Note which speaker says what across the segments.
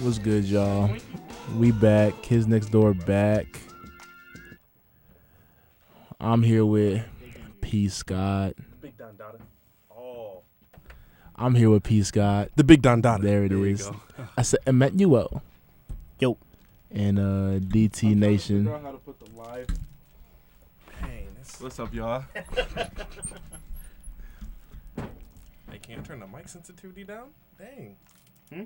Speaker 1: What's good, y'all? We back. Kids next door back. I'm here with P. Scott.
Speaker 2: Big Don Dada. Oh.
Speaker 1: I'm here with P. Scott.
Speaker 2: The Big Don Dada.
Speaker 1: There it
Speaker 2: you
Speaker 1: is.
Speaker 2: go.
Speaker 1: I said Emmanuel.
Speaker 3: Yo.
Speaker 1: And uh, DT Nation.
Speaker 2: What's up, y'all? hey, can you turn the mic sensitivity down? Dang.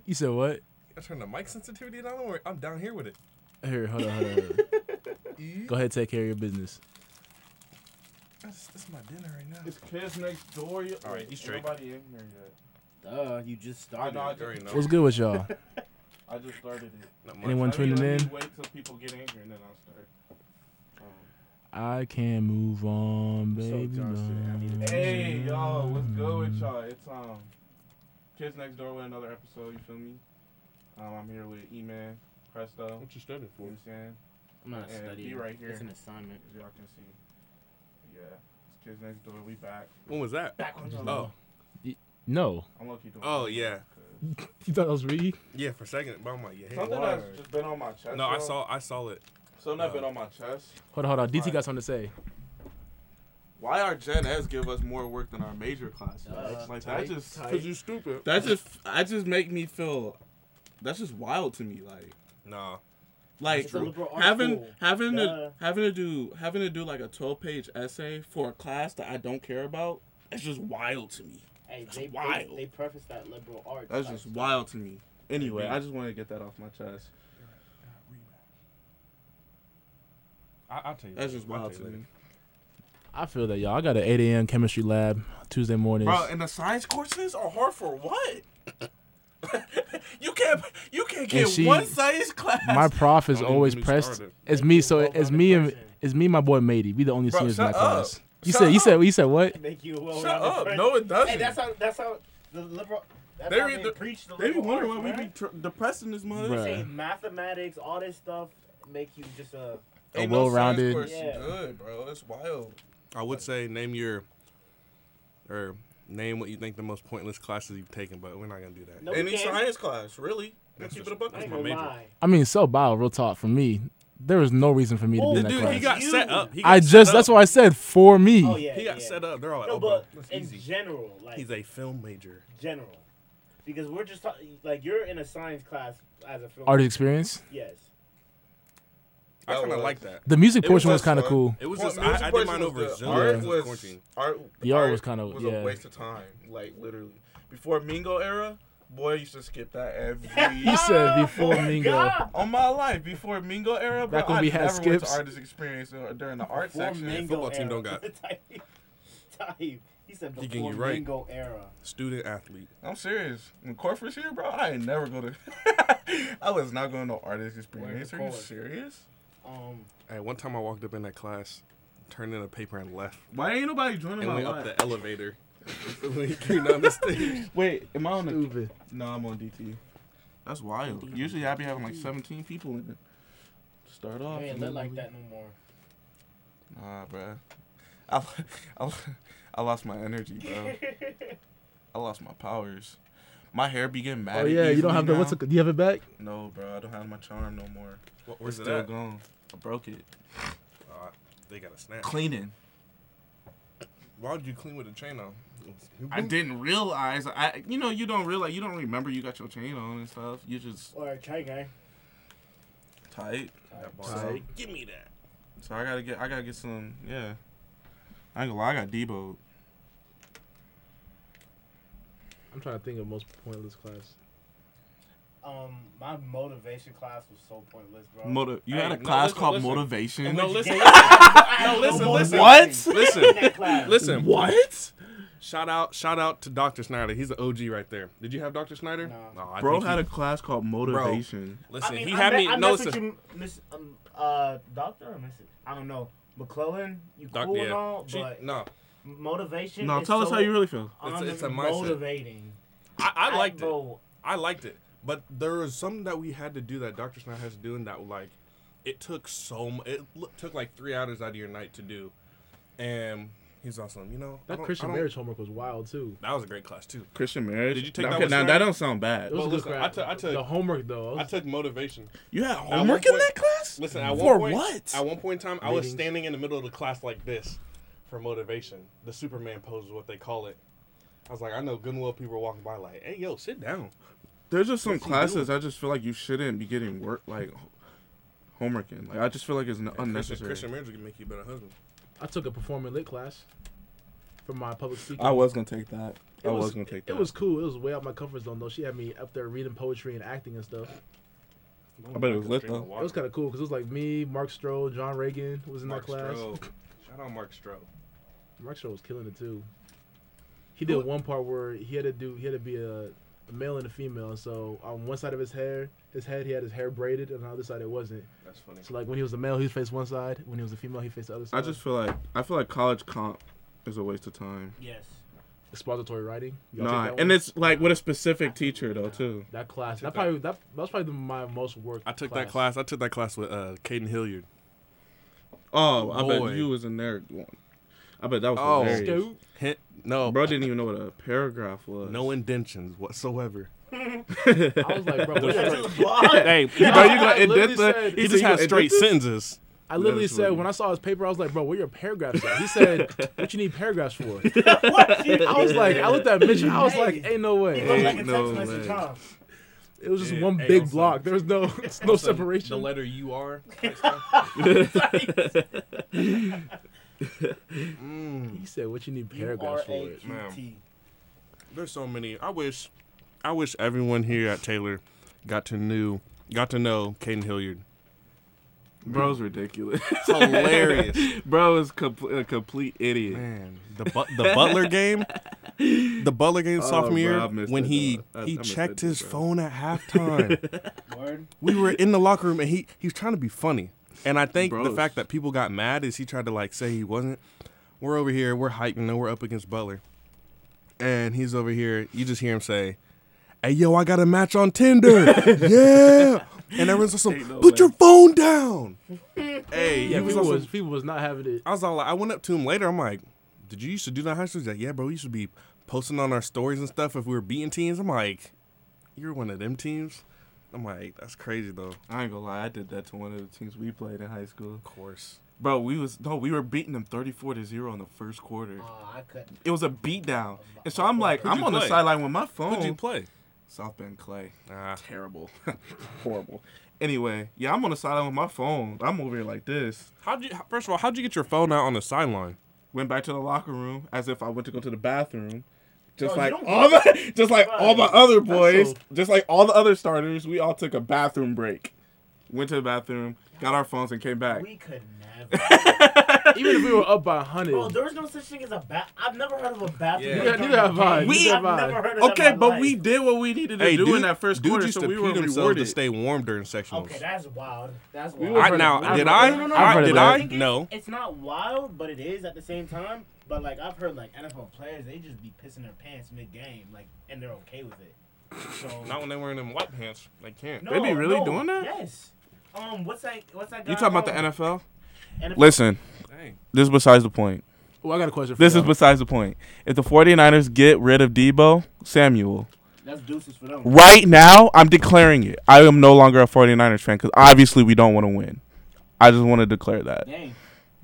Speaker 1: You said what?
Speaker 2: I turn the mic sensitivity down or I'm down here with it.
Speaker 1: Here, hold on, hold on. Hold
Speaker 4: E?
Speaker 1: on. Go ahead, take care of your business.
Speaker 2: That's, that's my dinner right now.
Speaker 4: It's kids next door. you-
Speaker 2: All right, you straight.
Speaker 4: Nobody in here yet.
Speaker 3: Duh, you just
Speaker 4: I
Speaker 3: started.
Speaker 4: know. I
Speaker 2: Very
Speaker 4: just,
Speaker 2: nice.
Speaker 1: What's good with y'all?
Speaker 4: I just started it.
Speaker 2: Not much.
Speaker 1: Anyone
Speaker 4: I mean,
Speaker 1: tuning
Speaker 4: let me
Speaker 1: in?
Speaker 4: Wait till people get in here and then I'll start. Um,
Speaker 1: I can move on, baby.
Speaker 3: exhausted.
Speaker 4: Um, hey, y'all, what's good with y'all? It's um, kids next door with another episode. You feel me? Um, I'm here with E-Man, Presto.
Speaker 2: What you studying
Speaker 4: You
Speaker 2: for?
Speaker 4: understand?
Speaker 3: I'm not
Speaker 4: Yeah,
Speaker 3: studying.
Speaker 4: be right here.
Speaker 3: It's an assignment.
Speaker 4: As y'all can see. Yeah, it's kids next door. We back.
Speaker 2: When was that?
Speaker 4: Back on y'all.
Speaker 2: Oh,
Speaker 1: No.
Speaker 4: I'm lucky doing.
Speaker 2: Oh, yeah.
Speaker 4: 'cause
Speaker 1: You thought that was me?
Speaker 2: yeah, for a second. But I'm like, yeah. hey,
Speaker 4: Something
Speaker 2: why?
Speaker 4: that's just been on my chest.
Speaker 2: No, I
Speaker 4: bro.
Speaker 2: saw I saw it.
Speaker 4: Something that's
Speaker 2: no.
Speaker 4: been on my chest.
Speaker 1: Hold on, hold on. DT
Speaker 4: Right.
Speaker 1: got something to say.
Speaker 4: Why our Gen Eds give us more work than our major classes?
Speaker 3: Uh,
Speaker 4: like
Speaker 3: tight,
Speaker 4: that just
Speaker 3: tight. Cause
Speaker 2: you stupid.
Speaker 4: that just that just make me feel that's just wild to me. Like
Speaker 2: Nah.
Speaker 5: like
Speaker 3: It's a liberal arts
Speaker 5: having
Speaker 3: school.
Speaker 5: having
Speaker 3: Duh.
Speaker 5: to having to do having to do like a 12 page essay for a class that I don't care about. That's just wild to me.
Speaker 3: Hey,
Speaker 5: That's
Speaker 3: they, they
Speaker 5: wild.
Speaker 3: they preface that liberal arts.
Speaker 5: That's
Speaker 3: like,
Speaker 5: just wild to me.
Speaker 4: anyway, I just want to get that off my chest.
Speaker 2: I, I'll tell you.
Speaker 5: That's
Speaker 2: later.
Speaker 5: just
Speaker 2: I'll
Speaker 5: wild
Speaker 2: tell
Speaker 5: to
Speaker 2: you
Speaker 5: me.
Speaker 2: later.
Speaker 1: I feel that, y'all. I got an 8 a.m. chemistry lab Tuesday mornings.
Speaker 5: Bro, and the science courses are hard for what? you can't you can't get
Speaker 1: she-
Speaker 5: one science class.
Speaker 1: my prof is
Speaker 2: Don't even
Speaker 1: always
Speaker 2: get me
Speaker 1: pressed.
Speaker 2: started.
Speaker 1: It's me, so
Speaker 3: Make you a
Speaker 1: it's me and
Speaker 3: well-rounded person.
Speaker 1: it's me, and my boy Matey. We the only
Speaker 5: Bro,
Speaker 1: seniors in
Speaker 5: shut
Speaker 1: that class.
Speaker 5: up.
Speaker 1: You
Speaker 5: Shut
Speaker 1: said, you said, you said what?
Speaker 3: Make you a well
Speaker 5: Shut up.
Speaker 3: person.
Speaker 5: No, it doesn't.
Speaker 3: Hey, that's how that's how the liberal. That's
Speaker 5: They
Speaker 3: how
Speaker 5: be-
Speaker 3: they
Speaker 5: the-
Speaker 3: preach the
Speaker 5: They be
Speaker 3: liberal
Speaker 5: wondering
Speaker 3: arts,
Speaker 5: why we
Speaker 3: man.
Speaker 5: be tr- depressing this mother.
Speaker 1: Bruh.
Speaker 3: Say mathematics, all this stuff make you just a.
Speaker 1: A
Speaker 5: Ain't no science
Speaker 1: well-rounded-
Speaker 5: course
Speaker 3: Yeah.
Speaker 5: Good, bro. That's wild.
Speaker 2: I would say name your or name what you think the most pointless classes you've taken, but we're not gonna do that.
Speaker 3: No, we
Speaker 5: Any
Speaker 3: can't.
Speaker 5: science class, really?
Speaker 2: That's
Speaker 5: keep
Speaker 2: just-
Speaker 5: it a buck.
Speaker 3: I
Speaker 2: that's
Speaker 3: ain't
Speaker 2: my
Speaker 3: gonna
Speaker 2: major.
Speaker 3: lie.
Speaker 1: I mean, so bio, real talk for me. There was no reason for me to
Speaker 3: Oh,
Speaker 1: be in
Speaker 3: the
Speaker 1: that
Speaker 2: Dude,
Speaker 1: class.
Speaker 2: he got
Speaker 3: You-
Speaker 2: set up. He
Speaker 1: I
Speaker 2: got set
Speaker 1: just
Speaker 2: up.
Speaker 1: that's why I said for me.
Speaker 3: Oh yeah.
Speaker 2: He got
Speaker 3: yeah.
Speaker 2: set up. They're all like,
Speaker 3: No,
Speaker 2: oh, bro,
Speaker 3: but
Speaker 2: that's
Speaker 3: in
Speaker 2: easy.
Speaker 3: general, like
Speaker 2: He's a film major.
Speaker 3: general, because we're just talking like you're in a science class as a film.
Speaker 1: Art experience.
Speaker 3: Yes.
Speaker 2: I
Speaker 5: That
Speaker 2: kind of
Speaker 5: was-
Speaker 2: like that.
Speaker 1: The music
Speaker 5: It
Speaker 1: portion was
Speaker 5: was
Speaker 1: kind of
Speaker 5: fun.
Speaker 1: cool.
Speaker 2: It was
Speaker 5: Well,
Speaker 2: just I,
Speaker 5: music
Speaker 2: I did
Speaker 5: portion
Speaker 2: mine
Speaker 5: was
Speaker 2: over
Speaker 5: the
Speaker 2: Zoom.
Speaker 5: Art
Speaker 2: because of
Speaker 5: was
Speaker 2: quarantine.
Speaker 5: art.
Speaker 1: The art was kinda-
Speaker 5: was
Speaker 1: yeah.
Speaker 5: a waste of time. Like literally, before Mingo era, boy, I used to skip that every.
Speaker 1: You said before Mingo.
Speaker 3: God!
Speaker 5: On my life, before Mingo era, bro,
Speaker 1: Back when
Speaker 5: I
Speaker 1: we had
Speaker 5: never went to
Speaker 1: skips.
Speaker 5: artist experience or during the art
Speaker 3: Before
Speaker 5: section.
Speaker 3: Mingo
Speaker 2: football team
Speaker 3: era.
Speaker 2: don't got.
Speaker 3: Type- type. He said
Speaker 2: You
Speaker 3: before
Speaker 2: can- you right.
Speaker 3: Mingo era.
Speaker 2: Student athlete.
Speaker 5: I'm serious. When Corfus here, bro, I ain't never go to. I was not going to artist experience.
Speaker 3: the
Speaker 5: Are you
Speaker 3: chorus?
Speaker 5: serious?
Speaker 3: Um,
Speaker 2: Hey, one time I walked up in that class, turned in a paper and left,
Speaker 5: Why ain't nobody joining
Speaker 2: and
Speaker 5: my
Speaker 2: went up
Speaker 5: life?
Speaker 2: the elevator. when he came down the stage.
Speaker 5: Wait, am I on the?
Speaker 1: Stupid.
Speaker 5: No, I'm on DT. That's wild. Usually I be having like 17 people in it. Start
Speaker 3: you
Speaker 5: off.
Speaker 3: ain't
Speaker 5: and
Speaker 3: lit
Speaker 5: then
Speaker 3: like
Speaker 5: we-
Speaker 3: that no more.
Speaker 5: Nah, bruh. I, I, I lost my energy, bro. I lost my powers. My hair be getting mad.
Speaker 1: Oh yeah, you don't have the what's it, do you have it back?
Speaker 5: No, bro. I don't have my charm no more.
Speaker 2: What
Speaker 5: It's
Speaker 2: was
Speaker 5: still
Speaker 2: that?
Speaker 5: gone. I broke it.
Speaker 2: They got a snap.
Speaker 5: Cleaning.
Speaker 2: Why would you clean with a chain on?
Speaker 5: I didn't realize. I, you know, you don't realize. You don't remember you got your chain on and stuff. You just
Speaker 3: Or try guy.
Speaker 5: tight.
Speaker 2: That bar.
Speaker 5: So,
Speaker 2: Give me that.
Speaker 5: so I gotta get. I gotta get some. Yeah. I ain't gonna lie. I got debo.
Speaker 1: I'm trying to think of most pointless class.
Speaker 3: Um, my motivation class was so pointless, bro.
Speaker 5: Motiv- you
Speaker 2: Hey,
Speaker 5: had a
Speaker 2: no,
Speaker 5: class
Speaker 2: listen,
Speaker 5: called
Speaker 2: listen.
Speaker 5: motivation.
Speaker 2: No, listen,
Speaker 3: no,
Speaker 2: listen, listen.
Speaker 5: what?
Speaker 2: listen,
Speaker 3: In that class.
Speaker 2: listen.
Speaker 5: What?
Speaker 2: Shout out, shout out to Dr. Snyder. He's an OG right there. Did you have Dr. Snyder?
Speaker 3: No.
Speaker 2: Oh, I
Speaker 5: Bro
Speaker 2: think
Speaker 5: had
Speaker 2: he-
Speaker 5: a class called motivation.
Speaker 2: listen.
Speaker 3: I mean,
Speaker 2: he
Speaker 3: I
Speaker 2: had
Speaker 3: met-
Speaker 2: me.
Speaker 3: I
Speaker 2: no,
Speaker 3: mess with
Speaker 2: listen.
Speaker 3: you, Miss um, uh, Doctor or Mrs. I don't know. McClellan, you
Speaker 2: Doc-
Speaker 3: cool and
Speaker 2: yeah.
Speaker 3: all,
Speaker 2: She-
Speaker 3: but
Speaker 2: no,
Speaker 3: motivation.
Speaker 5: No,
Speaker 3: is
Speaker 5: tell us
Speaker 3: so
Speaker 5: how you really feel.
Speaker 2: It's a- it's a
Speaker 3: un-
Speaker 2: mindset.
Speaker 3: motivating.
Speaker 2: I, I liked it.
Speaker 3: bro,
Speaker 2: I liked it. But there was something that we had to do that Dr. Snyder has to do, and that like, it took so mu It l- took like three hours out of your night to do, and He's awesome. You know I
Speaker 1: That
Speaker 2: don't- I
Speaker 1: Christian
Speaker 2: don't-
Speaker 1: marriage homework was wild too.
Speaker 2: That was a great class too.
Speaker 5: Christian marriage.
Speaker 2: Did you take
Speaker 5: Now,
Speaker 2: that
Speaker 5: okay,
Speaker 2: with
Speaker 5: now
Speaker 2: Sarah?
Speaker 5: that don't sound bad.
Speaker 1: It was
Speaker 2: Well,
Speaker 1: a good
Speaker 2: listen,
Speaker 1: class.
Speaker 2: I took- I took-
Speaker 1: the homework though.
Speaker 2: I took motivation.
Speaker 5: You had
Speaker 2: one
Speaker 5: homework in
Speaker 2: point-
Speaker 5: that class.
Speaker 2: Listen, at
Speaker 5: For
Speaker 2: one point,
Speaker 5: what?
Speaker 2: At one point in time, I was
Speaker 1: Meetings.
Speaker 2: standing in the middle of the class like this for motivation. The Superman pose is what they call it. I was like, I know Goodwill people were walking by like, hey, yo, sit down.
Speaker 5: There's just some
Speaker 2: he
Speaker 5: classes I just feel like you shouldn't be getting work like h- homework in. Like I just feel like it's n- unnecessary.
Speaker 2: marriage can make you a better husband.
Speaker 1: I took a performing lit class for my public speaking.
Speaker 5: I was gonna take that.
Speaker 1: It
Speaker 5: I was, gonna take that.
Speaker 1: It was cool. It was way out my comfort zone though. She had me up there reading poetry and acting and stuff.
Speaker 5: I bet it was lit, though.
Speaker 1: It was kind of cool because it was like me, Mark Strode, John Reagan was in
Speaker 2: Mark
Speaker 1: that class.
Speaker 2: Strode. Shout out Mark Stroh.
Speaker 1: Mark Strode was killing it too. He did one part where he had to do he had to be a, a male and a female. and So on one side of his hair, his head, he had his hair braided, and on the other side it wasn't.
Speaker 2: That's funny.
Speaker 1: So like when he was a male, he faced one side. When he was a female, he faced the other side.
Speaker 5: I just feel like I feel like college comp is a waste of time.
Speaker 3: Yes.
Speaker 1: expository writing. Y'all take
Speaker 5: Nah,
Speaker 1: that one?
Speaker 5: and it's like with a specific teacher though too.
Speaker 1: that class.
Speaker 2: I took
Speaker 1: That probably that, that was probably the, my most work.
Speaker 2: I took that class. I took that class with uh, Caden Hilliard.
Speaker 5: Oh, I
Speaker 2: Boy.
Speaker 5: bet you was in there. one. I bet that was
Speaker 2: Oh.
Speaker 5: hilarious.
Speaker 1: Scoot.
Speaker 2: Hint, no,
Speaker 5: Bro didn't even know what a paragraph was.
Speaker 2: no indentions whatsoever.
Speaker 1: I was like, bro, what
Speaker 3: That's
Speaker 1: is-
Speaker 3: his blog.
Speaker 2: hey, you
Speaker 1: know, you got I literally indent the- said-
Speaker 2: He
Speaker 1: you
Speaker 2: just
Speaker 5: said you
Speaker 2: had
Speaker 5: got
Speaker 2: straight
Speaker 5: indenters?
Speaker 2: sentences.
Speaker 1: I literally
Speaker 5: That's
Speaker 1: said
Speaker 5: funny.
Speaker 1: when I saw his paper, I was like, bro, where your paragraphs at? He said, what you need paragraphs for? I was like, I looked at Mitch, I was like, ain't no
Speaker 3: He looked
Speaker 1: way.
Speaker 3: like a text
Speaker 5: no
Speaker 3: message,
Speaker 5: way.
Speaker 3: huh?
Speaker 1: It was just
Speaker 2: Yeah,
Speaker 1: one
Speaker 2: hey,
Speaker 1: big
Speaker 2: also-
Speaker 1: block. There was no, it's no separation.
Speaker 2: letter U R.
Speaker 1: He said, what you need
Speaker 3: U
Speaker 1: paragraphs
Speaker 3: R
Speaker 1: for?
Speaker 3: A
Speaker 1: It.
Speaker 3: Q T.
Speaker 2: There's so many. I wish, I wish everyone here at Taylor got to knew, got to know Caden Hilliard.
Speaker 5: Bro's ridiculous.
Speaker 2: It's hilarious,
Speaker 5: Bro is compl- a complete idiot.
Speaker 2: man. The but, the Butler game, the Butler game
Speaker 5: Oh,
Speaker 2: sophomore
Speaker 5: bro, I
Speaker 2: year
Speaker 5: missed
Speaker 2: when
Speaker 5: that,
Speaker 2: he
Speaker 5: dog. I- I
Speaker 2: he
Speaker 5: missed that
Speaker 2: checked
Speaker 5: dude,
Speaker 2: his
Speaker 5: bro.
Speaker 2: phone at halftime.
Speaker 3: Word.
Speaker 2: we were in the locker room and he he was trying to be funny. And I think the
Speaker 5: Bros.
Speaker 2: fact that people got mad is he tried to like say he wasn't. We're over here, we're hiking, and we're up against Butler. And he's over here, you just hear him say, Hey yo, I got a match on Tinder. yeah. And everyone's just like,
Speaker 5: Ain't no
Speaker 2: put
Speaker 5: way.
Speaker 2: your phone down. hey,
Speaker 1: Yeah,
Speaker 2: he was
Speaker 1: people
Speaker 2: also-
Speaker 1: was, people was not having it.
Speaker 2: I was all like, I went up to him later, I'm like, Did you used to do that in high school? He's like, Yeah, bro, we used to be posting on our stories and stuff if we were beating teams. I'm like, You're one of them teams? I'm like, that's crazy though.
Speaker 5: I ain't gonna lie, I did that to one of the teams we played in high school.
Speaker 2: Of course.
Speaker 5: Bro, we was no, we were beating them thirty four to zero in the first quarter.
Speaker 3: Aw, Oh, I couldn't.
Speaker 5: It was a beatdown, and so I'm like,
Speaker 2: Uh, Who'd
Speaker 5: I'm
Speaker 2: you
Speaker 5: on the
Speaker 2: play?
Speaker 5: sideline with my phone.
Speaker 2: Who'd you play?
Speaker 5: South Bend Clay,
Speaker 2: Ah,
Speaker 5: Oh. terrible, horrible. Anyway, yeah, I'm on the sideline with my phone. I'm over here like this.
Speaker 2: how'd you? First of all, how'd you get your phone out on the sideline?
Speaker 5: Went back to the locker room as if I went to go to the bathroom. Just
Speaker 3: Bro, you
Speaker 5: like
Speaker 3: don't
Speaker 5: all the, just like all my
Speaker 3: Right.
Speaker 5: other boys,
Speaker 1: so-
Speaker 5: just like all the other starters, we all took a bathroom break. Went to the bathroom, got our phones, and came back.
Speaker 3: We could never.
Speaker 1: Even if we were up by 100.
Speaker 3: Bro, Oh, there was no such thing as a bat. I've never heard of a bathroom.
Speaker 2: Yeah.
Speaker 1: Neither- neither have I.
Speaker 3: We
Speaker 1: Neither have
Speaker 3: have
Speaker 1: I.
Speaker 3: never heard of that
Speaker 5: Okay,
Speaker 3: in my
Speaker 5: but
Speaker 3: life.
Speaker 5: we did what we needed to do in that first quarter,
Speaker 2: used
Speaker 5: so
Speaker 2: to
Speaker 5: we
Speaker 2: pee
Speaker 5: were
Speaker 2: themselves
Speaker 5: rewarded.
Speaker 2: to stay warm during sectionals.
Speaker 3: Okay, that's wild. That's
Speaker 1: We
Speaker 3: wild.
Speaker 1: were
Speaker 2: I,
Speaker 1: I've
Speaker 2: now,
Speaker 1: heard of-
Speaker 2: did
Speaker 1: I've
Speaker 2: I?
Speaker 1: heard of-
Speaker 3: No, no, no,
Speaker 2: I-
Speaker 1: I've heard of
Speaker 2: did
Speaker 1: that.
Speaker 2: I?
Speaker 1: I
Speaker 3: think it's-
Speaker 2: no.
Speaker 3: It's not wild, but it is at the same time. But like I've heard, like NFL players, they just be pissing their pants mid game, like, and they're okay with it. So
Speaker 2: when they're wearing them white pants. They can't.
Speaker 3: No,
Speaker 5: They be really
Speaker 3: no,
Speaker 5: doing that?
Speaker 3: Yes. Um, what's that? What's that? Guy
Speaker 5: You talking about the
Speaker 3: um,
Speaker 5: NFL?
Speaker 3: NFL
Speaker 5: Listen,
Speaker 2: Dang.
Speaker 5: this is besides the point.
Speaker 1: Well, I got a question for
Speaker 5: This is
Speaker 1: y'all.
Speaker 5: besides the point. If the 49ers get rid of Debo Samuel,
Speaker 3: That's deuces for them.
Speaker 5: right now, I'm declaring it. I am no longer a 49ers fan because obviously we don't want to win. I just want to declare that.
Speaker 3: Dang.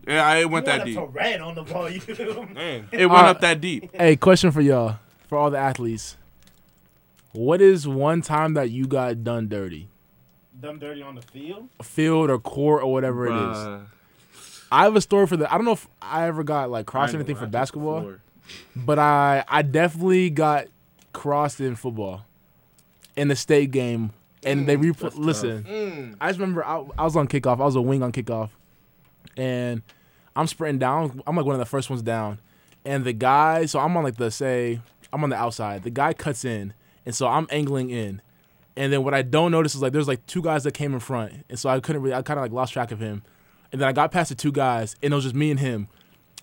Speaker 5: Yeah, I
Speaker 3: You
Speaker 5: went that deep.
Speaker 3: To red on the ball, you.
Speaker 2: Dang.
Speaker 5: It went
Speaker 1: Uh,
Speaker 5: up that deep.
Speaker 1: Hey, question for y'all, for all the athletes. What is one time that you got done dirty?
Speaker 3: Dumb dirty on the field.
Speaker 1: Field or court or whatever it is. I have a story for that. I don't know if I ever got like crossed or anything for basketball, but I I definitely got crossed in football, in the state game, and they replay. Listen,
Speaker 2: Hmm.
Speaker 1: I just remember I, I was on kickoff. I was a wing on kickoff, and I'm sprinting down. I'm like one of the first ones down, and the guy. So I'm on like the say I'm on the outside. The guy cuts in, and so I'm angling in, and then what I don't notice is like there's like two guys that came in front, and so I couldn't really. I kind of like lost track of him, and then I got past the two guys, and it was just me and him.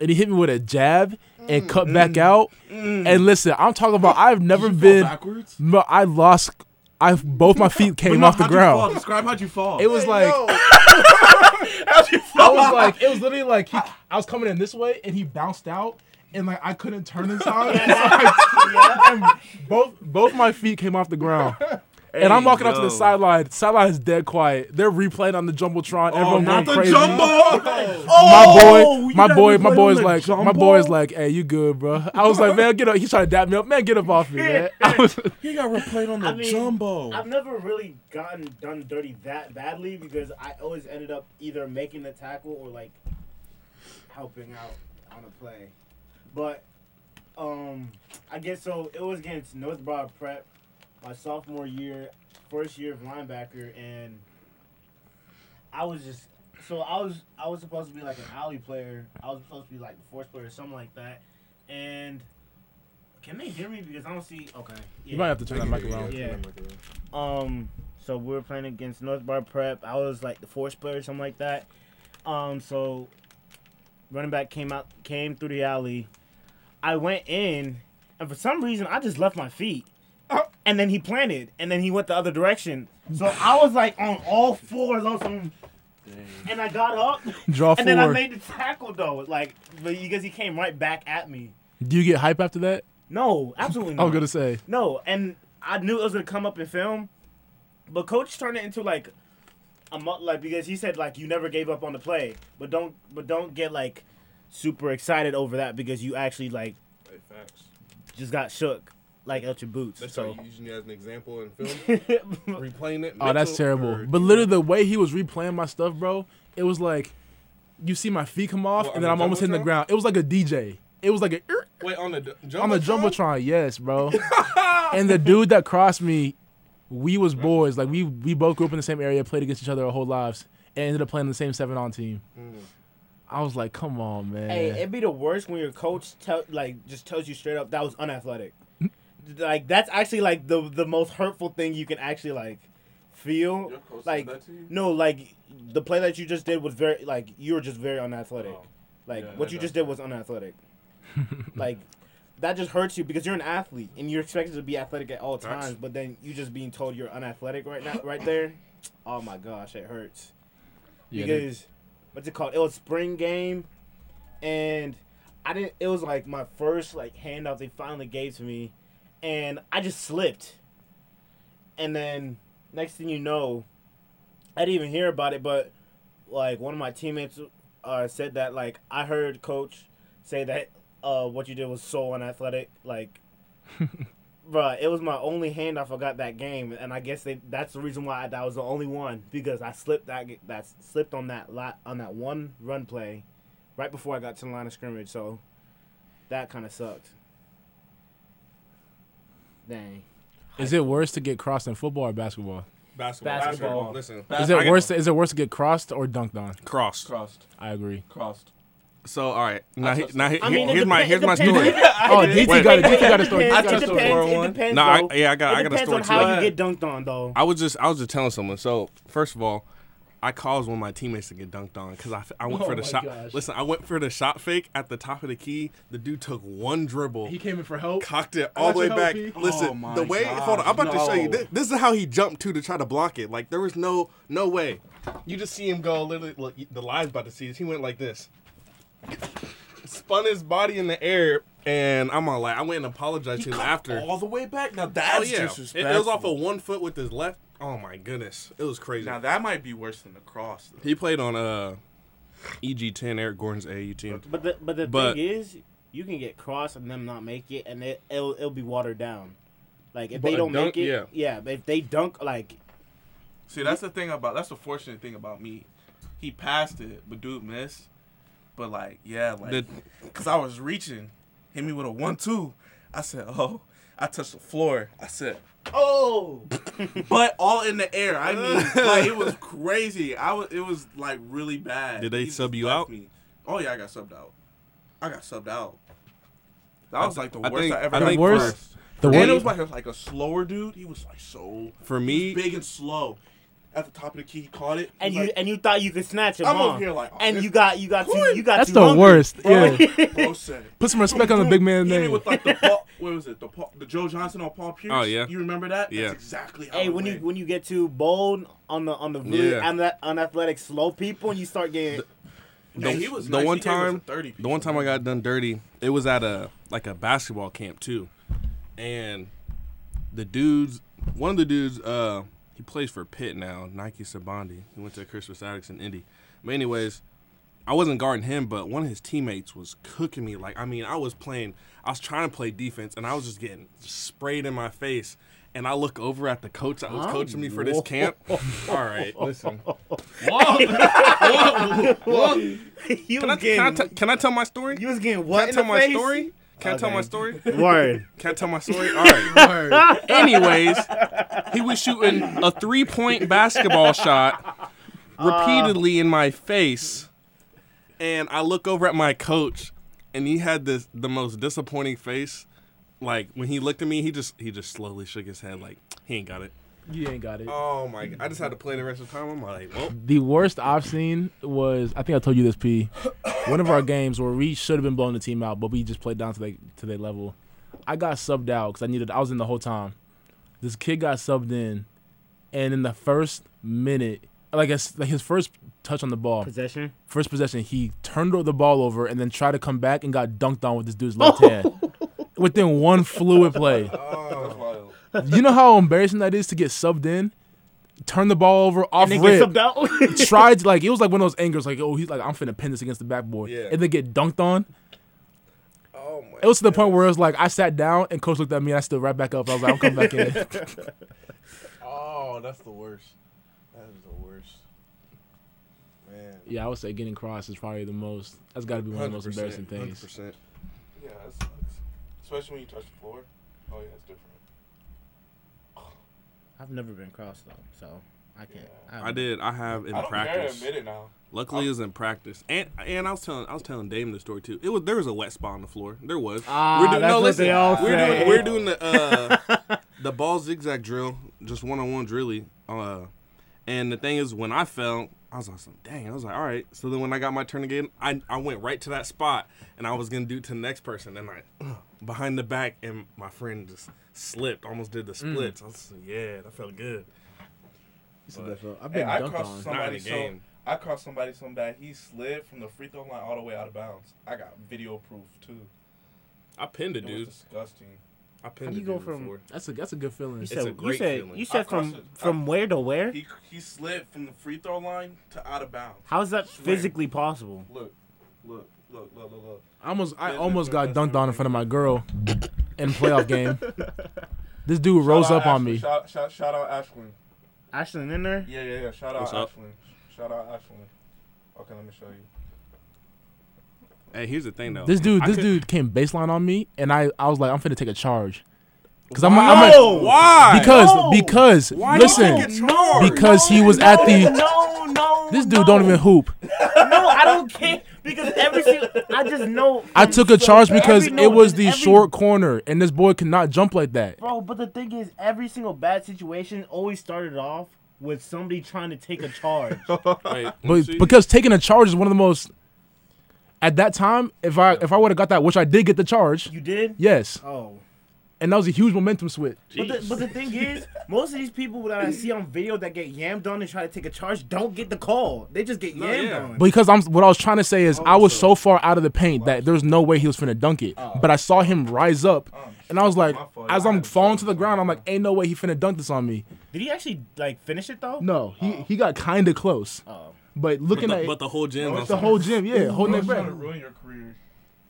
Speaker 1: And he hit me with a jab and cut back out. And listen, I'm talking about I've never been
Speaker 5: backwards.
Speaker 1: no, I lost I both my feet came off the
Speaker 2: how'd you fall?
Speaker 1: ground.
Speaker 2: Describe how'd you fall.
Speaker 1: It was like
Speaker 6: How'd you
Speaker 1: I
Speaker 6: fall?
Speaker 1: was like, it was literally like he, I was coming in this way, and he bounced out, and like I couldn't turn in time. So I- and both both my feet came off the ground, and I'm walking up to
Speaker 2: yo.
Speaker 1: the sideline. Sideline is dead quiet. They're replaying on the jumbotron.
Speaker 2: oh,
Speaker 1: Everyone going
Speaker 2: not the
Speaker 1: crazy.
Speaker 2: jumbo. Oh,
Speaker 1: My boy,
Speaker 2: you
Speaker 1: my
Speaker 2: got
Speaker 1: boy,
Speaker 2: me
Speaker 1: my
Speaker 2: playing
Speaker 1: boy's
Speaker 2: on the
Speaker 1: like, my
Speaker 2: jumbo?
Speaker 1: boy's like, hey, you good, bro? I was like, man, get up. He's trying to dap me up, man, get up off me, man. I was,
Speaker 2: He got replayed on the
Speaker 3: I mean,
Speaker 2: jumbo.
Speaker 3: I've never really gotten done dirty that badly because I always ended up either making the tackle or like helping out on a play. But um I guess so it was against North Broad Prep my sophomore year, first year of linebacker and I was just so I was I was supposed to be like an alley player. I was supposed to be like the force player or something like that. And can they hear me? Because I don't see okay.
Speaker 1: you
Speaker 3: yeah.
Speaker 1: might have to turn that mic around.
Speaker 3: Yeah. Um. So we were playing against North Bar Prep. I was like the force player, or something like that. Um. So running back came out, came through the alley. I went in, and for some reason, I just left my feet. And then he planted, and then he went the other direction. So I was like on all fours on some, and I got up,
Speaker 1: Draw
Speaker 3: and then I
Speaker 1: four.
Speaker 3: made the tackle though, like but because he came right back at me.
Speaker 1: Do you get hype after that?
Speaker 3: No, absolutely
Speaker 1: I
Speaker 3: not.
Speaker 1: was gonna say.
Speaker 3: No, and I knew it was gonna come up in film, but coach turned it into like a mo- like because he said like you never gave up on the play, but don't but don't get like super excited over that because you actually like
Speaker 5: Hey, facts.
Speaker 3: just got shook like out your boots.
Speaker 2: That's how
Speaker 3: so
Speaker 2: you using it as an example in film. replaying it.
Speaker 1: Oh, that's
Speaker 2: mental
Speaker 1: terrible.
Speaker 2: or-
Speaker 1: But literally, the way he was replaying my stuff, bro, it was like you see my feet come off,
Speaker 2: What, on
Speaker 1: and then
Speaker 2: the
Speaker 1: I'm almost hitting the
Speaker 2: Jumbotron?
Speaker 1: ground. It was like a DJ. It was like a "Er,"
Speaker 2: wait on the d- jumbotron.
Speaker 1: on the jumbotron. Yes, bro. and the dude that crossed me, we was boys. Like we we both grew up in the same area, played against each other our whole lives, and ended up playing the same seven on team.
Speaker 2: Mm.
Speaker 1: I was like, come on, man.
Speaker 3: hey, it'd be the worst when your coach tell like just tells you straight up that was unathletic. like that's actually like the the most hurtful thing you can actually like feel.
Speaker 5: Your coach said
Speaker 3: Like
Speaker 5: that to you?
Speaker 3: no, like the play that you just did was very like you were just very unathletic.
Speaker 5: Oh.
Speaker 3: Like
Speaker 5: Yeah,
Speaker 3: what
Speaker 5: that
Speaker 3: you
Speaker 5: does
Speaker 3: just did was unathletic. like that just hurts you because you're an athlete and you're expected to be athletic at all
Speaker 2: Facts.
Speaker 3: times, but then you just being told you're unathletic right now, right there. Oh my gosh, it hurts
Speaker 1: Yeah, that-
Speaker 3: because what's it called? It was spring game, and I didn't. It was like my first like handout they finally gave to me, and I just slipped. And then next thing you know, I didn't even hear about it, but like one of my teammates uh, said that like I heard coach say that uh, what you did was so unathletic, like. Bruh, it was my only hand I forgot that game, and I guess they, that's the reason why I, that was the only one because I slipped that g- that slipped on that lot on that one run play, right before I got to the line of scrimmage. So that kind of sucked. Dang.
Speaker 1: is it worse to get crossed in football or basketball?
Speaker 2: basketball.
Speaker 3: Basketball.
Speaker 2: Listen,
Speaker 1: Is it worse? To, is it worse to get crossed or dunked on?
Speaker 2: cross?
Speaker 5: Crossed.
Speaker 1: I agree.
Speaker 5: Crossed.
Speaker 2: So all right, now,
Speaker 5: I
Speaker 2: he,
Speaker 5: trust
Speaker 2: now he,
Speaker 3: I mean, it
Speaker 2: here's my
Speaker 3: depen-
Speaker 2: here's
Speaker 3: it
Speaker 2: my
Speaker 3: depends-
Speaker 2: story.
Speaker 1: Oh, DT
Speaker 2: Wait.
Speaker 1: got it. DT got a story.
Speaker 3: It
Speaker 1: DT
Speaker 3: depends,
Speaker 1: got a story.
Speaker 3: it depends,
Speaker 2: No,
Speaker 3: It depends.
Speaker 2: I,
Speaker 3: though.
Speaker 2: yeah, I got I
Speaker 3: it
Speaker 2: got a
Speaker 3: depends
Speaker 2: story
Speaker 3: on
Speaker 2: too.
Speaker 3: how you get dunked on, though.
Speaker 2: I was just I was just telling someone. So first of all, I caused one of my teammates to get dunked on because I, f- I went
Speaker 1: Oh
Speaker 2: for the
Speaker 1: my
Speaker 2: shot.
Speaker 1: gosh.
Speaker 2: Listen, I went for the shot fake at the top of the key. The dude took one dribble.
Speaker 1: He came in for help.
Speaker 2: Cocked it all the way
Speaker 1: That's
Speaker 2: back.
Speaker 1: healthy.
Speaker 2: Listen,
Speaker 5: Oh my
Speaker 2: the way hold on, I'm about to show you.
Speaker 5: gosh,
Speaker 2: This, this is how he jumped too to try to block it. Like there was no no way. You just see him go. Literally, look, the line's about to see this. He went like this, spun his body in the air, and I'm on like I went and apologized to him after.
Speaker 6: All the way back. Now
Speaker 2: Oh
Speaker 6: that's
Speaker 2: yeah, it,
Speaker 6: disrespectful.
Speaker 2: it was off of one foot with his left. Oh my goodness, it was crazy.
Speaker 5: Now that might be worse than the cross. Though.
Speaker 2: He played on uh, EG10, Eric Gordon's AU team.
Speaker 3: But the but the
Speaker 2: But-
Speaker 3: thing is, you can get cross and them not make it, and it it'll, it'll be watered down. Like if
Speaker 2: But
Speaker 3: they
Speaker 2: a
Speaker 3: don't
Speaker 2: dunk,
Speaker 3: make it,
Speaker 2: yeah.
Speaker 3: yeah. but if they dunk, like
Speaker 5: See, that's the thing about that's the fortunate thing about me. He passed it, but dude missed. But like, yeah, like,
Speaker 2: The-
Speaker 5: cause I was reaching, hit me with a one-two. I said, oh, I touched the floor. I said,
Speaker 3: oh,
Speaker 5: but all in the air. I mean, like it was crazy. I was, it was like really bad.
Speaker 2: Did they
Speaker 5: just
Speaker 2: sub you
Speaker 5: left
Speaker 2: out?
Speaker 5: Me. Oh yeah, I got subbed out. I got subbed out. That was like the
Speaker 2: I
Speaker 5: worst I,
Speaker 2: think-
Speaker 5: ever.
Speaker 2: I
Speaker 5: got
Speaker 2: think
Speaker 5: crossed.
Speaker 1: The
Speaker 5: and it
Speaker 1: one,
Speaker 5: was like a, like a slower dude. He was like so
Speaker 2: For me,
Speaker 5: big and slow. at the top of the key. He caught it.
Speaker 3: and
Speaker 5: He's
Speaker 3: you
Speaker 5: like,
Speaker 3: and you thought you could snatch him
Speaker 5: I'm
Speaker 3: on.
Speaker 5: over here like, oh,
Speaker 3: and
Speaker 5: this
Speaker 3: you got you got too, you got
Speaker 1: That's
Speaker 3: too
Speaker 1: the
Speaker 3: hungry.
Speaker 1: worst.
Speaker 5: bro,
Speaker 1: Yeah.
Speaker 5: bro said.
Speaker 1: Put some respect on the big man's
Speaker 5: Even
Speaker 1: name.
Speaker 5: with like the Paul, what was it? The Paul, the Joe Johnson on Paul Pierce.
Speaker 2: Oh, yeah.
Speaker 5: You remember that?
Speaker 2: Yeah.
Speaker 5: That's exactly how.
Speaker 3: Hey,
Speaker 5: it
Speaker 3: when you
Speaker 5: went.
Speaker 3: when you get too bold on the on the really
Speaker 2: Yeah.
Speaker 3: unle- unathletic slow people and you start getting
Speaker 2: The,
Speaker 5: Hey, he was
Speaker 2: the
Speaker 5: nice.
Speaker 2: one
Speaker 5: He gave us a
Speaker 2: time,
Speaker 5: 30 piece
Speaker 2: the one
Speaker 5: of
Speaker 2: time I got done dirty, it was at a like a basketball camp too, and the dudes, one of the dudes, uh, he plays for Pitt now, Nike Sabandi. He went to Christmas Addicts in Indy. But anyways, I wasn't guarding him, but one of his teammates was cooking me. Like I mean, I was playing, I was trying to play defense, and I was just getting sprayed in my face. And I look over at the coach that was coaching me for this camp. All right, listen.
Speaker 3: you
Speaker 2: Can I,
Speaker 3: was
Speaker 2: can, I
Speaker 3: getting
Speaker 2: t- can I tell my story?
Speaker 3: you was getting
Speaker 2: Can
Speaker 3: what
Speaker 2: I
Speaker 3: in
Speaker 2: tell
Speaker 3: the
Speaker 2: my
Speaker 3: face?
Speaker 2: story? Can I tell my
Speaker 3: Okay.
Speaker 2: story?
Speaker 3: Word.
Speaker 2: Can I tell my story? All right. Anyways, he was shooting a three-point basketball shot
Speaker 5: Uh.
Speaker 2: repeatedly in my face, and I look over at my coach, and he had this the most disappointing face. Like when he looked at me, he just he just slowly shook his head, like he ain't got it.
Speaker 1: You ain't got it.
Speaker 2: Oh my! I just had to play the rest of the time. I'm like, well,
Speaker 1: The worst I've seen was I think I told you this P. One of our games where we should have been blowing the team out, but we just played down to they to their level. I got subbed out because I needed. I was in the whole time. This kid got subbed in, and in the first minute, like, it's- like his first touch on the ball,
Speaker 3: Possession.
Speaker 1: first possession, he turned the ball over and then tried to come back and got dunked on with this dude's left hand within one fluid play.
Speaker 2: oh.
Speaker 5: That's wild.
Speaker 1: You know how embarrassing that is to get subbed in, turn the ball over off
Speaker 3: And then
Speaker 1: rip
Speaker 3: get subbed out.
Speaker 1: tried to, like it was like one of those angers like oh he's like I'm finna pin this against the backboard
Speaker 2: Yeah.
Speaker 1: and then get dunked on.
Speaker 2: oh my!
Speaker 1: It was to the point where it was like I sat down and coach looked at me and I stood right back up. I was like I'm coming back in.
Speaker 6: Oh, that's the worst. That is the worst. Man.
Speaker 1: yeah, I would say getting crossed is probably the most. That's got to be one of the most embarrassing things.
Speaker 2: 100%.
Speaker 5: Yeah, that sucks. Especially when you touch the floor. Oh yeah, it's different.
Speaker 3: I've never been crossed though, so I can't.
Speaker 2: I did. I have in
Speaker 5: I don't care to
Speaker 2: practice.
Speaker 5: admit it now.
Speaker 2: Luckily, it was in practice, and and I was telling I was telling Dame the story too. It was there was a wet spot on the floor. There was.
Speaker 3: Ah, that's what they all
Speaker 2: we're
Speaker 3: say.
Speaker 2: doing we're doing the uh, the ball zigzag drill, just one on one drilly. Uh, and the thing is, when I fell, I was like, "Dang!" I was like, "All right." So then when I got my turn again, I I went right to that spot, and I was gonna do it to the next person, and I behind the back, and my friend just slipped, almost did the
Speaker 3: Mm.
Speaker 2: splits. I was like, "Yeah, that felt good."
Speaker 1: I've
Speaker 5: Hey,
Speaker 1: been
Speaker 5: I
Speaker 1: dunked
Speaker 5: crossed
Speaker 1: on.
Speaker 2: Not in
Speaker 5: somebody
Speaker 2: the
Speaker 5: so
Speaker 2: game.
Speaker 5: I crossed somebody so bad he slid from the free throw line all the way out of bounds. I got video proof too.
Speaker 2: I pinned a
Speaker 5: It was
Speaker 2: dude.
Speaker 5: disgusting.
Speaker 2: I
Speaker 3: How
Speaker 2: pinned
Speaker 3: do
Speaker 2: a
Speaker 3: you go
Speaker 2: dude
Speaker 3: from-
Speaker 2: before.
Speaker 1: That's a that's a good feeling.
Speaker 3: You
Speaker 2: It's
Speaker 3: said,
Speaker 2: a
Speaker 3: you
Speaker 2: great
Speaker 3: said
Speaker 2: feeling.
Speaker 3: you
Speaker 5: I
Speaker 3: said from
Speaker 5: crossed it.
Speaker 3: from where to where?
Speaker 5: He he slid from the free throw line to out of bounds.
Speaker 3: How is that
Speaker 5: Swear.
Speaker 3: physically possible?
Speaker 5: Look, look, look, look, look, look.
Speaker 1: I almost I
Speaker 5: That's
Speaker 1: almost
Speaker 5: the
Speaker 1: got
Speaker 5: best
Speaker 1: dunked on in
Speaker 5: memory.
Speaker 1: front of my girl in playoff game. This dude rose
Speaker 5: Shout
Speaker 1: up
Speaker 5: out
Speaker 1: on
Speaker 5: Ashlyn.
Speaker 1: me.
Speaker 5: Shout, shout, shout out Ashlyn.
Speaker 3: Ashland in there?
Speaker 5: Yeah, yeah, yeah. Shout
Speaker 2: What's
Speaker 5: out
Speaker 2: up?
Speaker 5: Ashlyn. Shout out Ashlyn. Okay, let me show you.
Speaker 2: Hey, here's the thing though.
Speaker 1: This dude
Speaker 2: I
Speaker 1: this
Speaker 2: could-
Speaker 1: dude came baseline on me and I I was like I'm finna take a charge. Cause I'm, a- I'm a,
Speaker 3: No!
Speaker 2: Oh, Why?
Speaker 1: because
Speaker 3: No!
Speaker 1: because
Speaker 2: Why
Speaker 1: listen
Speaker 5: Oh,
Speaker 2: you take a charge?
Speaker 1: because he was at the
Speaker 3: no no.
Speaker 1: this dude don't even hoop.
Speaker 3: No, I don't care because every single I just know.
Speaker 1: I took a
Speaker 3: So
Speaker 1: charge because
Speaker 3: every- no,
Speaker 1: it was the
Speaker 3: every-
Speaker 1: short corner, and this boy could not jump like that.
Speaker 3: Bro, but the thing is, every single bad situation always started off with somebody trying to take a charge.
Speaker 2: Wait,
Speaker 1: But
Speaker 2: see?
Speaker 1: because taking a charge is one of the most. At that time, if I if I would have got that, which I did get the charge,
Speaker 3: you did?
Speaker 1: yes,
Speaker 3: Oh.
Speaker 1: and that was a huge momentum switch.
Speaker 3: But the, but the thing is, most of these people that I see on video that get yammed on and try to take a charge don't get the call. They just get yammed
Speaker 2: yeah.
Speaker 3: on.
Speaker 1: Because I'm what I was trying to say is I was Oh, so Oh. far out of the paint that there's no way he was finna dunk it. But I saw him rise up, and I was like,
Speaker 5: My fault.
Speaker 1: as
Speaker 5: I
Speaker 1: I'm
Speaker 5: had
Speaker 1: falling
Speaker 5: to-
Speaker 1: to the ground, I'm like, ain't no way he finna dunk this on me. Oh.
Speaker 3: Did he actually like finish it though?
Speaker 1: No, he he got kinda close, but
Speaker 3: Oh.
Speaker 2: but
Speaker 1: looking
Speaker 2: the,
Speaker 1: at
Speaker 2: but the whole gym. was-
Speaker 1: the whole gym, yeah, holding
Speaker 5: I'm
Speaker 1: it
Speaker 5: trying
Speaker 1: back.
Speaker 5: to ruin your career.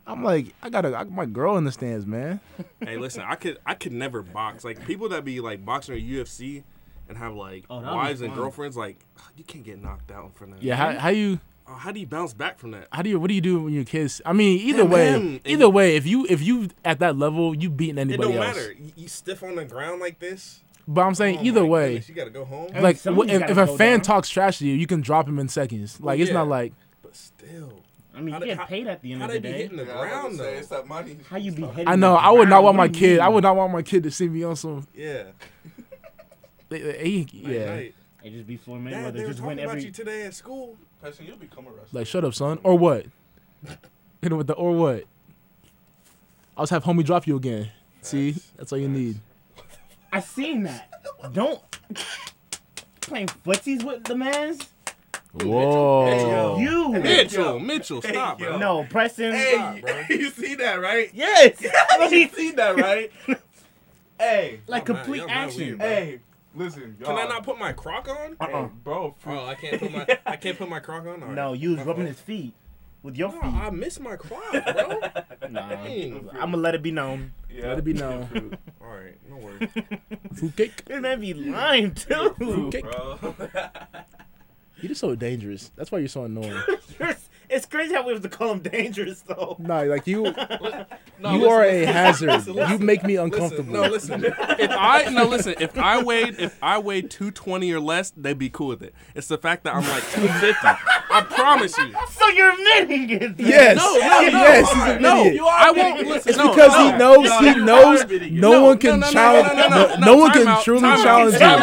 Speaker 1: I'm like, I got a, I, my girl in the stands, man.
Speaker 2: hey, listen, I could I could never box. Like people that be like boxing or UFC and have like
Speaker 3: Oh, that'd be
Speaker 2: wives and
Speaker 3: fun.
Speaker 2: girlfriends, like you can't get knocked out in front of that.
Speaker 1: Yeah, how, how you,
Speaker 2: Oh, how do you bounce back from that?
Speaker 1: how do you, what do you do when you kiss? I mean, either
Speaker 2: Damn,
Speaker 1: way,
Speaker 2: man.
Speaker 1: either way, if you, if you at that level, you beating
Speaker 2: It
Speaker 1: anybody
Speaker 2: don't
Speaker 1: else.
Speaker 2: matter. You, you stiff on the ground like this.
Speaker 1: But I'm saying
Speaker 2: Oh
Speaker 1: either
Speaker 2: my
Speaker 1: way,
Speaker 2: goodness, you gotta go home.
Speaker 3: Hey.
Speaker 1: like
Speaker 3: somebody's
Speaker 1: wh- if,
Speaker 3: gotta
Speaker 1: if a
Speaker 3: go
Speaker 1: fan
Speaker 3: down. Oh,
Speaker 1: talks trash to you, you can drop him in seconds. Like it's
Speaker 2: yeah.
Speaker 1: not like
Speaker 2: But still,
Speaker 3: I mean,
Speaker 2: How
Speaker 3: you
Speaker 2: the-
Speaker 3: get
Speaker 2: how-
Speaker 3: paid at the end
Speaker 2: how
Speaker 3: of
Speaker 2: they
Speaker 3: the
Speaker 2: be
Speaker 3: day.
Speaker 2: hitting the
Speaker 5: Yeah, I was about
Speaker 2: ground
Speaker 5: to
Speaker 2: though?
Speaker 5: say, it's that money.
Speaker 3: How you be hitting?
Speaker 1: I know.
Speaker 3: the
Speaker 1: I would not want
Speaker 3: ground? What
Speaker 1: my
Speaker 3: do you
Speaker 1: kid. I
Speaker 3: mean?
Speaker 1: would not want my kid to see me on some.
Speaker 2: Yeah.
Speaker 1: they- they- eh, he-
Speaker 2: Like,
Speaker 1: yeah.
Speaker 2: hey,
Speaker 3: They just be Floyd
Speaker 2: Dad,
Speaker 3: Mayweather.
Speaker 2: they were
Speaker 3: just win
Speaker 2: talking about
Speaker 3: every.
Speaker 2: you today at school.
Speaker 5: Tyson, you'll become a wrestler.
Speaker 1: Like, shut up, son. Or what? Hit him with the or what? I'll just have homie drop you again. See? That's all you need.
Speaker 3: I seen that. Don't playing footsies with the man's.
Speaker 2: Oh.
Speaker 1: Whoa.
Speaker 3: You
Speaker 2: Mitchell, Mitchell, stop, bro.
Speaker 3: no Preston.
Speaker 5: Hey, you see that, right?
Speaker 3: Yes.
Speaker 5: you see that, right? hey,
Speaker 3: like
Speaker 2: Y'all mad-
Speaker 3: complete
Speaker 2: Oh, y'all mad
Speaker 3: action.
Speaker 2: weird, bro.
Speaker 5: hey, listen,
Speaker 2: Can
Speaker 5: y'all.
Speaker 3: Uh,
Speaker 2: I not put my croc on?
Speaker 3: Uh-uh.
Speaker 5: Hey, bro, for-
Speaker 2: Oh, I can't put my I can't put my croc on. All right.
Speaker 3: No, you was
Speaker 2: My
Speaker 3: rubbing
Speaker 2: fault.
Speaker 3: his feet with your
Speaker 2: No,
Speaker 3: feet.
Speaker 2: I miss my croc, bro.
Speaker 3: Nah,
Speaker 2: Dang.
Speaker 3: I'm gonna let it be known.
Speaker 5: yeah.
Speaker 1: Let it be known.
Speaker 2: All right, no worries.
Speaker 1: Fruit cake?
Speaker 3: This man be lying too.
Speaker 1: Fruitcake?
Speaker 2: Uh,
Speaker 5: Bro.
Speaker 1: You're just so dangerous. That's why you're so annoying.
Speaker 3: it's crazy how we have to call him dangerous though.
Speaker 1: no, like you,
Speaker 2: No,
Speaker 1: you
Speaker 2: listen,
Speaker 1: are a
Speaker 2: listen,
Speaker 1: hazard.
Speaker 2: listen,
Speaker 1: you
Speaker 2: listen,
Speaker 1: make me
Speaker 2: Listen,
Speaker 1: uncomfortable.
Speaker 2: no, listen.
Speaker 5: Uh-huh.
Speaker 2: If I no listen, if I weighed if I weighed two twenty or less, they'd be cool with it. It's the fact that I'm like two fifty. I promise you.
Speaker 3: So you're admitting it. then.
Speaker 1: Yes.
Speaker 2: No, no, no.
Speaker 1: Yes, he's an
Speaker 2: no,
Speaker 1: idiot.
Speaker 2: you are I won't listen.
Speaker 1: It's
Speaker 2: no,
Speaker 1: because
Speaker 2: no,
Speaker 1: he knows.
Speaker 2: no,
Speaker 1: he
Speaker 2: you
Speaker 1: knows.
Speaker 5: are beating it.
Speaker 1: No, one can challenge. No, one
Speaker 2: time
Speaker 1: can
Speaker 2: out,
Speaker 1: truly
Speaker 2: time out,
Speaker 1: challenge you.
Speaker 2: time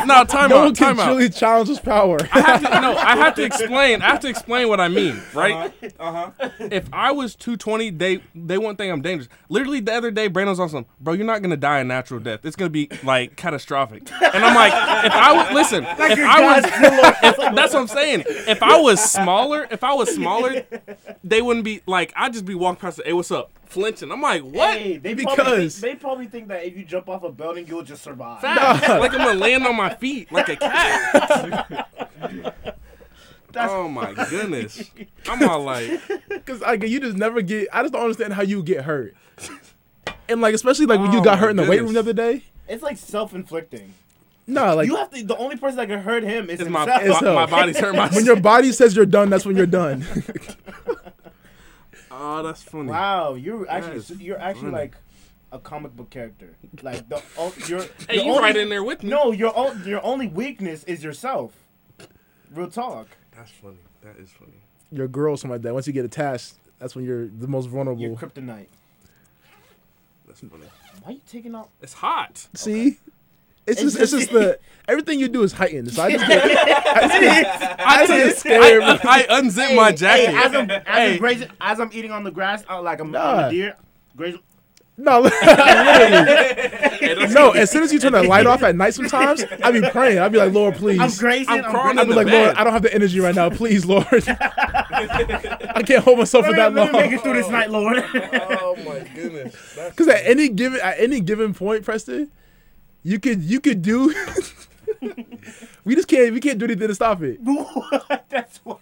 Speaker 2: out. No, time
Speaker 1: no one
Speaker 2: out.
Speaker 1: can
Speaker 2: Time out.
Speaker 1: truly challenge his power.
Speaker 2: I have to, no, I have to explain. I have to explain what I mean, right?
Speaker 5: Uh huh.
Speaker 2: If I was 220, they they wouldn't think I'm dangerous. Literally the other day, Brandon's on some, bro, you're not gonna die a natural death. It's gonna be like catastrophic. And I'm like, if I would listen, if I was if, that's what I'm saying. If I was smaller, if I was smaller, they wouldn't be like. I'd just be walking past. The, hey, what's up? Flinching. I'm like, what?
Speaker 3: Hey, they probably think,
Speaker 1: Because-
Speaker 3: they probably think that if you jump off a building, you'll just survive.
Speaker 2: Facts. Like I'm gonna land on my feet like a cat.
Speaker 3: That's-
Speaker 2: oh my goodness! I'm all like,
Speaker 1: Because like you just never get. I just don't understand how you get hurt. And like especially like when you
Speaker 2: Oh
Speaker 1: got
Speaker 2: my
Speaker 1: hurt in the weight room the
Speaker 2: goodness.
Speaker 1: other day.
Speaker 3: It's like self-inflicting.
Speaker 1: No, like
Speaker 3: you have to. The only person that can hurt him is
Speaker 2: it's my
Speaker 3: himself.
Speaker 1: it's
Speaker 2: my,
Speaker 1: hell.
Speaker 2: my body's hurt. My
Speaker 1: when your body says you're done, that's when you're done.
Speaker 2: oh, that's funny.
Speaker 3: wow, you're actually
Speaker 2: is
Speaker 3: you're actually
Speaker 2: funny.
Speaker 3: like a comic book character. Like the o- you're.
Speaker 2: Hey,
Speaker 3: the
Speaker 2: you
Speaker 3: only,
Speaker 2: right in there with me?
Speaker 3: No, your o- your only weakness is yourself. Real talk.
Speaker 2: That's funny. That is funny.
Speaker 1: your girl, or something like that. Once you get attached, that's when you're the most
Speaker 3: You're
Speaker 1: vulnerable.
Speaker 3: kryptonite.
Speaker 2: That's funny.
Speaker 3: Why you taking out?
Speaker 2: It's hot.
Speaker 1: See. It's just, it's just the everything you do is heightened. So I just get,
Speaker 2: I,
Speaker 1: get
Speaker 2: I,
Speaker 1: scared.
Speaker 2: I, unzip my jacket.
Speaker 3: Hey, as I'm as,
Speaker 2: Hey.
Speaker 3: I'm grazing, as I'm eating on the grass, i like I'm, I'm
Speaker 1: Nah.
Speaker 3: a deer. Grazing.
Speaker 1: No,
Speaker 2: Hey, that's-
Speaker 1: no. As soon as you turn that light off at night, sometimes I be praying. I be like, Lord, please.
Speaker 3: I'm grazing.
Speaker 2: I'm
Speaker 3: I'm,
Speaker 2: crawling
Speaker 3: grazing.
Speaker 1: I
Speaker 2: in
Speaker 1: be
Speaker 2: the
Speaker 1: like, Lord,
Speaker 2: bed.
Speaker 1: I don't have the energy right now. Please, Lord. I can't hold myself for
Speaker 3: Let me-
Speaker 1: that
Speaker 3: let me
Speaker 1: long.
Speaker 3: make it through this night, Lord.
Speaker 2: oh my goodness. That's
Speaker 1: Because at any given at any given point, Preston, you could you could do. we just can't we can't do anything to stop it.
Speaker 3: That's why.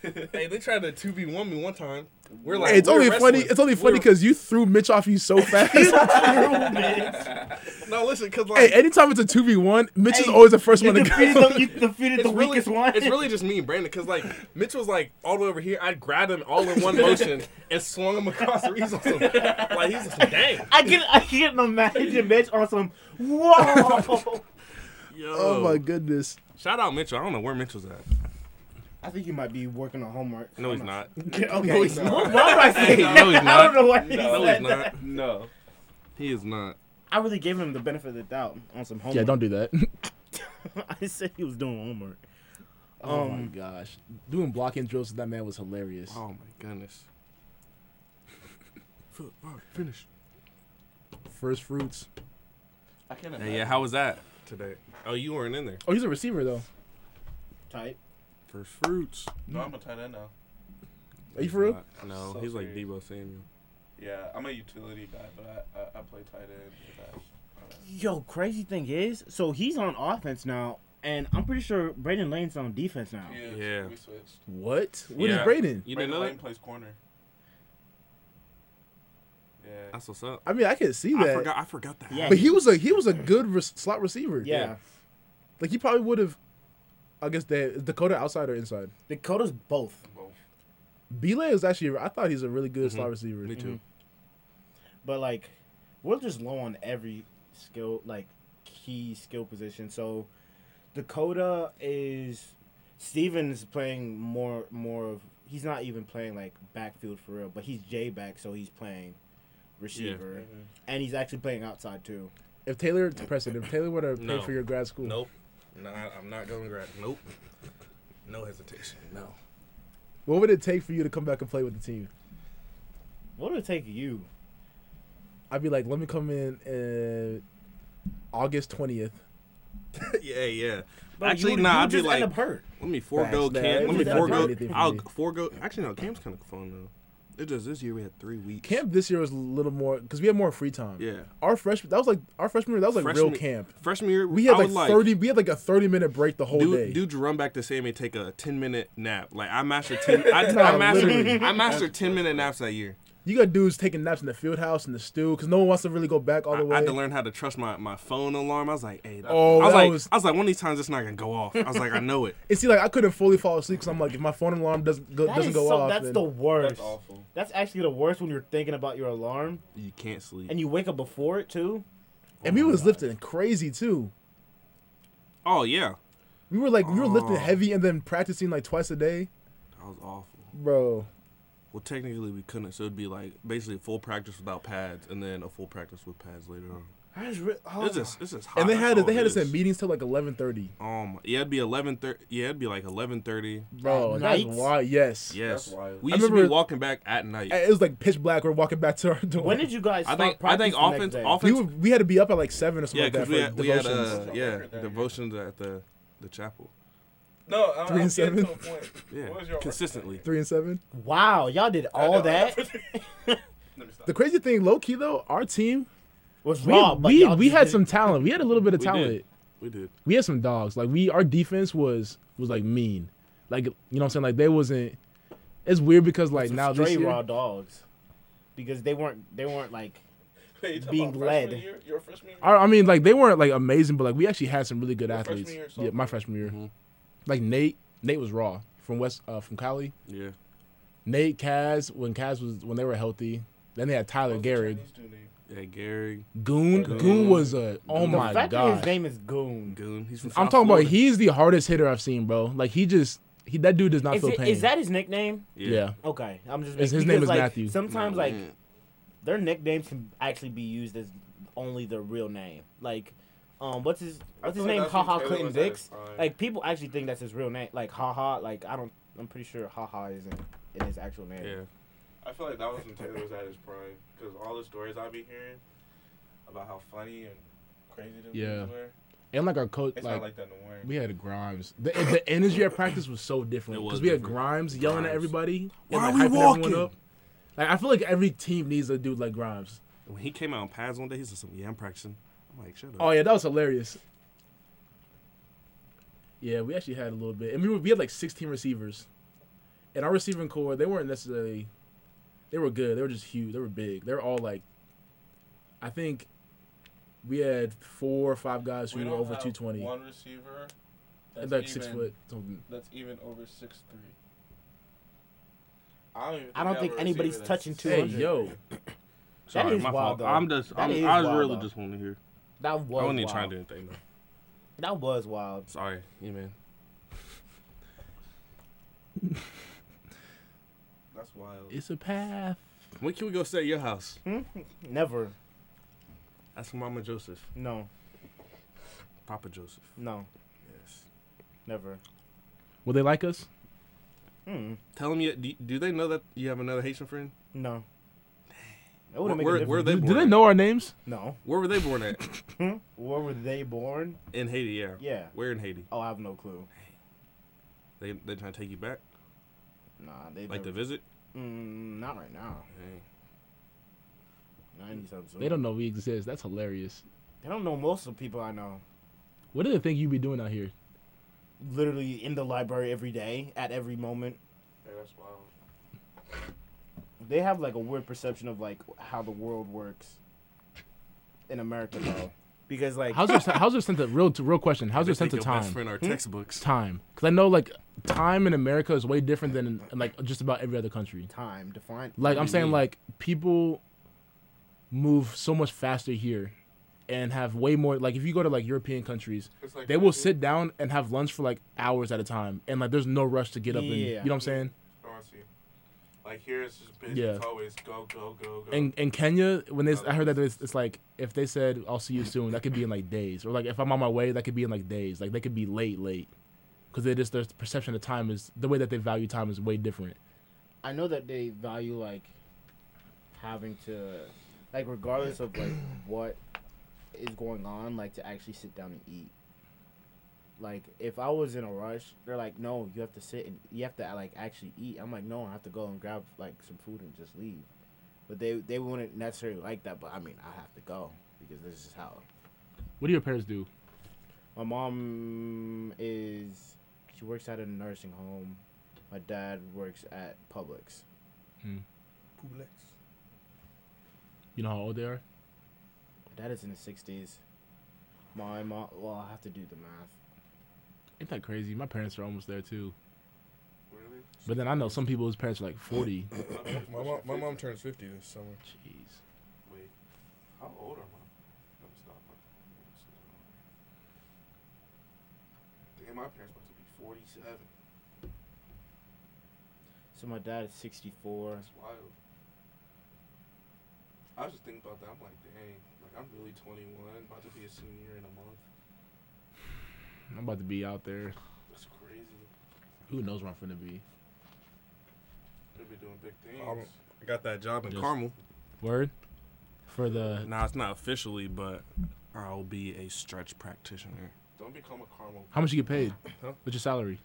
Speaker 2: Hey, they tried to two v one me one time. We're
Speaker 1: Hey, it's
Speaker 2: we're
Speaker 1: only funny.
Speaker 2: wrestling.
Speaker 1: It's only funny
Speaker 2: We're-
Speaker 1: because you threw Mitch off you so fast. hey,
Speaker 2: no, listen, because like
Speaker 1: anytime it's a two v one, Mitch is
Speaker 3: Hey,
Speaker 1: always the first
Speaker 3: You
Speaker 1: one to
Speaker 3: defeated
Speaker 1: go.
Speaker 3: the, you defeated the
Speaker 2: it's really,
Speaker 3: weakest one.
Speaker 2: it's really just me and Brandon. Because like Mitch was like all the way over here, I grabbed him all in one motion and swung him across the reason. Like he's like, dang,
Speaker 3: I can I can imagine Mitch on some whoa.
Speaker 2: yo.
Speaker 1: Oh my goodness.
Speaker 2: Shout out Mitchell. I don't know where Mitchell's at.
Speaker 3: I think you might be working on homework.
Speaker 2: No,
Speaker 3: I'm
Speaker 2: he's not.
Speaker 3: Okay.
Speaker 2: No, he's
Speaker 3: so
Speaker 2: not.
Speaker 3: Why would I say
Speaker 2: No,
Speaker 3: that?
Speaker 2: he's
Speaker 3: I
Speaker 2: not.
Speaker 3: don't know why he
Speaker 2: No,
Speaker 3: said
Speaker 2: he's
Speaker 3: that.
Speaker 2: not.
Speaker 5: No.
Speaker 2: He is not.
Speaker 3: I really gave him the benefit of the doubt on some homework.
Speaker 1: Yeah, don't do that.
Speaker 3: I said he was doing homework.
Speaker 1: Oh my
Speaker 3: Um,
Speaker 1: gosh, doing blocking drills with that man was hilarious.
Speaker 2: Oh my goodness. Philip, all right, Finish.
Speaker 1: First fruits.
Speaker 6: I can't
Speaker 2: Hey, yeah, how was that today? Oh, you weren't in there.
Speaker 1: Oh, he's a receiver though.
Speaker 3: Type.
Speaker 2: First fruits.
Speaker 5: No, I'm a tight end now.
Speaker 1: Are you for real?
Speaker 2: No,
Speaker 5: So
Speaker 2: he's like
Speaker 5: serious.
Speaker 2: Debo Samuel.
Speaker 5: Yeah, I'm a utility guy, but I, I, I play tight end. If I,
Speaker 3: Yo, crazy thing is, so he's on offense now, and I'm pretty sure Braden Lane's on defense now.
Speaker 5: yeah,
Speaker 2: Yeah.
Speaker 5: we switched.
Speaker 1: What? What is
Speaker 2: Yeah.
Speaker 1: Braden?
Speaker 2: You didn't
Speaker 5: Brandon
Speaker 2: know
Speaker 5: Lane
Speaker 2: that?
Speaker 5: plays corner. Yeah.
Speaker 2: That's what's up.
Speaker 1: I mean, I can see
Speaker 2: I
Speaker 1: that.
Speaker 2: forgot. I forgot that.
Speaker 3: Yeah.
Speaker 1: But he was a he was a good re- slot receiver.
Speaker 3: Yeah.
Speaker 2: Yeah.
Speaker 1: Like he probably would have. I guess they, is Dakota outside or inside.
Speaker 3: Dakota's both.
Speaker 5: Both.
Speaker 1: Belay is actually. I thought he's a really good slot
Speaker 2: Mhm.
Speaker 1: receiver.
Speaker 2: Me too.
Speaker 3: But like, we're just low on every skill, like key skill position. So Dakota is Stevens playing more, more of. He's not even playing like backfield for real, but he's J back, so he's playing receiver, and he's actually playing outside too.
Speaker 1: If Taylor, Preston, if Taylor were to pay
Speaker 2: No.
Speaker 1: for your grad school,
Speaker 2: Nope. No, I'm not going to grad. Nope. No hesitation. No.
Speaker 1: What would it take for you to come back and play with the team?
Speaker 3: What would it take you?
Speaker 1: I'd be like, let me come in uh, August twentieth.
Speaker 2: yeah, yeah.
Speaker 3: Bro,
Speaker 2: Actually,
Speaker 3: you would-
Speaker 2: nah,
Speaker 3: you would
Speaker 2: I'd be
Speaker 3: just
Speaker 2: like-
Speaker 3: end up hurt.
Speaker 2: Let me forego
Speaker 1: Facts, nah,
Speaker 2: camp.
Speaker 1: it
Speaker 2: Let me
Speaker 3: doesn't do
Speaker 2: forego.
Speaker 1: anything for
Speaker 2: I'll
Speaker 1: me.
Speaker 2: forego. Actually, no, camp's kind of fun though. It just this year we had three weeks.
Speaker 1: Camp this year was a little more because we had more free time.
Speaker 2: Yeah.
Speaker 1: Our freshman that was like our freshman year, that was like
Speaker 2: Freshman-
Speaker 1: real camp.
Speaker 2: Freshman year
Speaker 1: We had
Speaker 2: I
Speaker 1: like
Speaker 2: would,
Speaker 1: thirty. We had like a thirty minute break the whole day.
Speaker 2: Dude, dudes run back to Sammy and take a ten minute nap. Like I mastered ten. I,
Speaker 1: No,
Speaker 2: I mastered.
Speaker 1: literally.
Speaker 2: I mastered ten minute naps that year.
Speaker 1: You got dudes taking naps in the field house and the stew because no one wants to really go back all
Speaker 2: I,
Speaker 1: the
Speaker 2: I
Speaker 1: way.
Speaker 2: had to learn how to trust my, my phone alarm. I was like, hey,
Speaker 1: Oh,
Speaker 2: I was
Speaker 1: that
Speaker 2: like,
Speaker 1: was-
Speaker 2: I was like, one of these times it's not gonna go off. I was like, I know it.
Speaker 1: and see, like I couldn't fully fall asleep because I'm like, if my phone alarm doesn't go,
Speaker 3: That
Speaker 1: doesn't
Speaker 3: is
Speaker 1: go
Speaker 3: so-
Speaker 1: off,
Speaker 3: That's
Speaker 1: then-
Speaker 3: the worst.
Speaker 5: That's awful.
Speaker 3: That's actually the worst when you're thinking about your alarm
Speaker 2: You can't sleep.
Speaker 3: and you wake up before it too.
Speaker 1: and we was lifting crazy too.
Speaker 2: oh yeah,
Speaker 1: We were like, we were lifting
Speaker 2: Oh.
Speaker 1: heavy and then practicing like twice a day,
Speaker 2: that was awful.
Speaker 1: bro.
Speaker 2: Well, technically we couldn't, so it'd be like basically full practice without pads, and then a full practice with pads later on.
Speaker 3: I just re- oh.
Speaker 2: It's just, it's just hot.
Speaker 1: And they
Speaker 2: that's
Speaker 1: had
Speaker 2: all
Speaker 1: us, they
Speaker 2: it
Speaker 1: had us
Speaker 2: is.
Speaker 1: at meetings till like 11:30,
Speaker 2: Oh my, yeah, it'd be eleven thirty. Yeah, it'd be like eleven thirty.
Speaker 1: bro.
Speaker 3: At
Speaker 1: That's
Speaker 3: night?
Speaker 1: why, yes.
Speaker 2: Yes,
Speaker 5: wild.
Speaker 2: we
Speaker 1: I
Speaker 2: used to be
Speaker 1: remember-
Speaker 2: walking back at night.
Speaker 1: And It was like pitch black. We're walking back to our dorm.
Speaker 3: when did you guys?
Speaker 2: I
Speaker 3: stop
Speaker 2: think I think
Speaker 3: practice the next
Speaker 2: offense
Speaker 3: day?
Speaker 2: offense.
Speaker 1: we were, we had to be up at like seven or something
Speaker 2: yeah,
Speaker 1: like that
Speaker 2: because
Speaker 1: for
Speaker 2: we had, we
Speaker 1: devotions.
Speaker 2: had uh,
Speaker 5: Devotions.
Speaker 2: yeah
Speaker 5: Record there, yeah.
Speaker 2: devotions at the the chapel.
Speaker 5: No, I'm,
Speaker 1: Three
Speaker 5: I'm
Speaker 1: and
Speaker 5: getting to a
Speaker 1: seven.
Speaker 5: point.
Speaker 2: Yeah,
Speaker 5: What was your
Speaker 2: consistently.
Speaker 1: Three and seven.
Speaker 3: Wow, y'all
Speaker 1: Uh,
Speaker 3: did all that.
Speaker 5: Let me stop.
Speaker 1: The crazy thing, low key though, our team
Speaker 3: Was
Speaker 1: we
Speaker 3: raw, but
Speaker 1: we,
Speaker 3: y'all
Speaker 1: we
Speaker 3: just
Speaker 1: had
Speaker 3: did-
Speaker 1: some talent. We had a little bit of
Speaker 2: We
Speaker 1: talent.
Speaker 2: did. We did.
Speaker 1: we had some dogs. Like we, our defense was was like mean. Like you know what I'm saying. Like they wasn't. It's weird because like
Speaker 3: some
Speaker 1: now
Speaker 3: stray
Speaker 1: this year,
Speaker 3: raw dogs because they weren't they weren't like
Speaker 5: Wait, you talking
Speaker 3: being
Speaker 5: about freshman
Speaker 3: led.
Speaker 5: Year? You're a freshman year?
Speaker 1: I, I mean like they weren't like amazing, but like we actually had some really good
Speaker 5: freshman
Speaker 1: athletes.
Speaker 5: year or
Speaker 1: yeah, my freshman year.
Speaker 2: Mm-hmm.
Speaker 1: Like Nate, Nate was raw from West uh, from Cali.
Speaker 2: Yeah.
Speaker 1: Nate, Kaz, when Kaz was when they were healthy. Then they had Tyler
Speaker 5: What was the
Speaker 1: Gehrig.
Speaker 5: Chinese dude name?
Speaker 2: Yeah, Gary
Speaker 1: Goon,
Speaker 2: Goon.
Speaker 1: Goon was a oh
Speaker 2: Goon.
Speaker 3: Mm. the
Speaker 1: my
Speaker 3: fact that
Speaker 1: god.
Speaker 3: his name is Goon.
Speaker 2: Goon. He's from
Speaker 1: I'm
Speaker 2: South
Speaker 1: talking about
Speaker 2: Florida.
Speaker 1: he's the hardest hitter I've seen, bro. Like he just he that dude does not
Speaker 3: Is,
Speaker 1: feel
Speaker 3: it,
Speaker 1: pain.
Speaker 3: is that his nickname?
Speaker 1: yeah.
Speaker 3: Okay, I'm just.
Speaker 1: His- his
Speaker 3: because,
Speaker 1: name is
Speaker 3: like,
Speaker 1: Matthew.
Speaker 3: Sometimes
Speaker 2: Nah,
Speaker 3: like
Speaker 2: man.
Speaker 3: their nicknames can actually be used as only their real name. Like, um, what's his what's his
Speaker 5: I feel like
Speaker 3: name?
Speaker 5: that's
Speaker 3: Ha
Speaker 5: when
Speaker 3: ha
Speaker 5: Taylor
Speaker 3: Clinton
Speaker 5: was at
Speaker 3: Dix.
Speaker 5: his prime.
Speaker 3: Like people actually think that's his real name. Like ha ha. Like I don't. I'm pretty sure ha ha isn't in his actual name.
Speaker 2: Yeah.
Speaker 5: I feel like that was when Taylor was at his prime because all the stories I be hearing about how funny and crazy them
Speaker 1: Yeah.
Speaker 5: dudes were.
Speaker 1: And like our coach,
Speaker 5: It's
Speaker 1: like,
Speaker 5: not like that no more.
Speaker 1: we had Grimes. The, the energy at practice was so different
Speaker 2: It was
Speaker 1: because we had
Speaker 2: different.
Speaker 1: Grimes yelling at
Speaker 2: Grimes.
Speaker 1: everybody. and,
Speaker 2: Why are
Speaker 1: like,
Speaker 2: we
Speaker 1: hyping everyone
Speaker 2: walking?
Speaker 1: up. Like I feel like every team needs a dude like Grimes.
Speaker 2: When he came out on pads one day, he's just like, "Yeah, I'm practicing." I'm like, "Shut up."
Speaker 1: Oh yeah, that was hilarious. Yeah, we actually had a little bit, and we were, we had like 16 receivers, and our receiving core they weren't necessarily, they were good. They were just huge. They were big. They were all like, I think, we had four or five guys who
Speaker 5: We
Speaker 1: were
Speaker 5: don't
Speaker 1: over
Speaker 5: have
Speaker 1: 220,
Speaker 5: One receiver.
Speaker 1: and
Speaker 5: That's
Speaker 1: like six
Speaker 5: even-
Speaker 1: foot something.
Speaker 5: That's even over six three. I don't, even
Speaker 3: I don't
Speaker 5: they
Speaker 3: think
Speaker 5: have a
Speaker 3: anybody's
Speaker 5: receiver that's-
Speaker 3: touching
Speaker 1: Hey
Speaker 3: 200.
Speaker 1: yo,
Speaker 2: Sorry,
Speaker 3: is
Speaker 2: my fault.
Speaker 3: wild, though.
Speaker 2: I'm just.
Speaker 3: That
Speaker 2: I'm,
Speaker 3: is
Speaker 2: I was
Speaker 3: wild,
Speaker 2: really
Speaker 3: though.
Speaker 2: just wanting to hear.
Speaker 3: That
Speaker 2: I
Speaker 3: was
Speaker 2: wasn't
Speaker 3: wild.
Speaker 2: even trying to do anything. Though.
Speaker 3: That was wild.
Speaker 2: Sorry, yeah, man.
Speaker 5: That's wild.
Speaker 1: it's a path.
Speaker 2: When can we go stay at your house?
Speaker 3: Hmm? Never.
Speaker 2: That's for Mama Joseph,
Speaker 3: No.
Speaker 2: Papa Joseph.
Speaker 3: No.
Speaker 2: Yes.
Speaker 3: Never.
Speaker 1: Will they like us?
Speaker 3: Mm.
Speaker 2: Tell them you. Do, do they know that you have another Haitian friend?
Speaker 3: No. That
Speaker 2: Where,
Speaker 3: wouldn't make a
Speaker 2: where,
Speaker 3: difference.
Speaker 2: where are they
Speaker 1: Do,
Speaker 2: born?
Speaker 1: do they
Speaker 2: at?
Speaker 1: know our names?
Speaker 3: No.
Speaker 2: Where were they born at?
Speaker 3: Hmm? Where were they born?
Speaker 2: In Haiti, yeah.
Speaker 3: Yeah.
Speaker 2: Where in Haiti?
Speaker 3: Oh, I have no clue.
Speaker 2: They they trying to take you back,
Speaker 3: Nah, they
Speaker 2: like to
Speaker 3: never-
Speaker 2: visit.
Speaker 3: Mm, not right now. I need something.
Speaker 1: They don't know we exist. That's hilarious.
Speaker 3: They don't know most of the people I know.
Speaker 1: What do they think you be doing out here?
Speaker 3: Literally in the library every day, at every moment.
Speaker 5: Yeah, that's wild.
Speaker 3: They have like a weird perception of like how the world works in America though, because like
Speaker 1: How's your how's your sense of real real question? How's your
Speaker 2: They
Speaker 1: sense
Speaker 2: think
Speaker 1: of
Speaker 2: your
Speaker 1: time?
Speaker 2: Best friend are textbooks.
Speaker 1: time because i know like time in america is way different than in, like just about every other country
Speaker 3: time defined.
Speaker 1: like
Speaker 2: do
Speaker 1: i'm
Speaker 2: you
Speaker 1: saying
Speaker 2: mean?
Speaker 1: like people move so much faster here and have way more like if you go to like european countries
Speaker 5: It's like
Speaker 1: they will sit down and have lunch for like hours at a time and like there's no rush to get up and you
Speaker 3: Yeah.
Speaker 1: know what i'm saying
Speaker 5: Oh, I see. Like here, it's just bitch.
Speaker 1: Yeah.
Speaker 5: It's always go, go, go, go.
Speaker 1: In, in Kenya, when they, I heard that it's, it's like if they said I'll see you soon, that could be in like days, or like if I'm on my way, that could be in like days. Like they could be late, late, because they just their perception of time is the way that they value time is way different.
Speaker 3: I know that they value like having to, like regardless of like what is going on, like to actually sit down and eat. Like if I was in a rush, they're like, "No, you have to sit and you have to like actually eat." I'm like, "No, I have to go and grab like some food and just leave." But they they wouldn't necessarily like that. But I mean, I have to go because this is how
Speaker 1: What do your parents do?
Speaker 3: my mom is she works at a nursing home. My dad works at Publix.
Speaker 1: You know how old they are?
Speaker 3: My dad is in his sixties. My mom. Well, I have to do the math.
Speaker 1: Ain't that crazy? My parents are almost there too.
Speaker 5: Really?
Speaker 1: But then I know some people whose parents are like 40.
Speaker 2: My mom, my mom turns 50 this summer.
Speaker 1: Jeez.
Speaker 5: Wait, how old are mine? Let me stop. My, Damn, my parents about to be 47.
Speaker 3: So my dad is sixty-four.
Speaker 5: That's wild. I was just thinking about that. I'm like, dang, like I'm really 21, about to be a senior in a month.
Speaker 1: I'm about to be out there.
Speaker 5: That's crazy.
Speaker 1: Who knows where I'm finna be?
Speaker 5: They'll be doing big things.
Speaker 2: I'm- I got that job in
Speaker 1: Yes.
Speaker 2: Carmel.
Speaker 1: Word? For the
Speaker 2: Nah, it's not officially, but I'll be a stretch practitioner.
Speaker 5: Don't become a caramel.
Speaker 1: how much you get paid?
Speaker 2: Huh?
Speaker 1: What's your salary?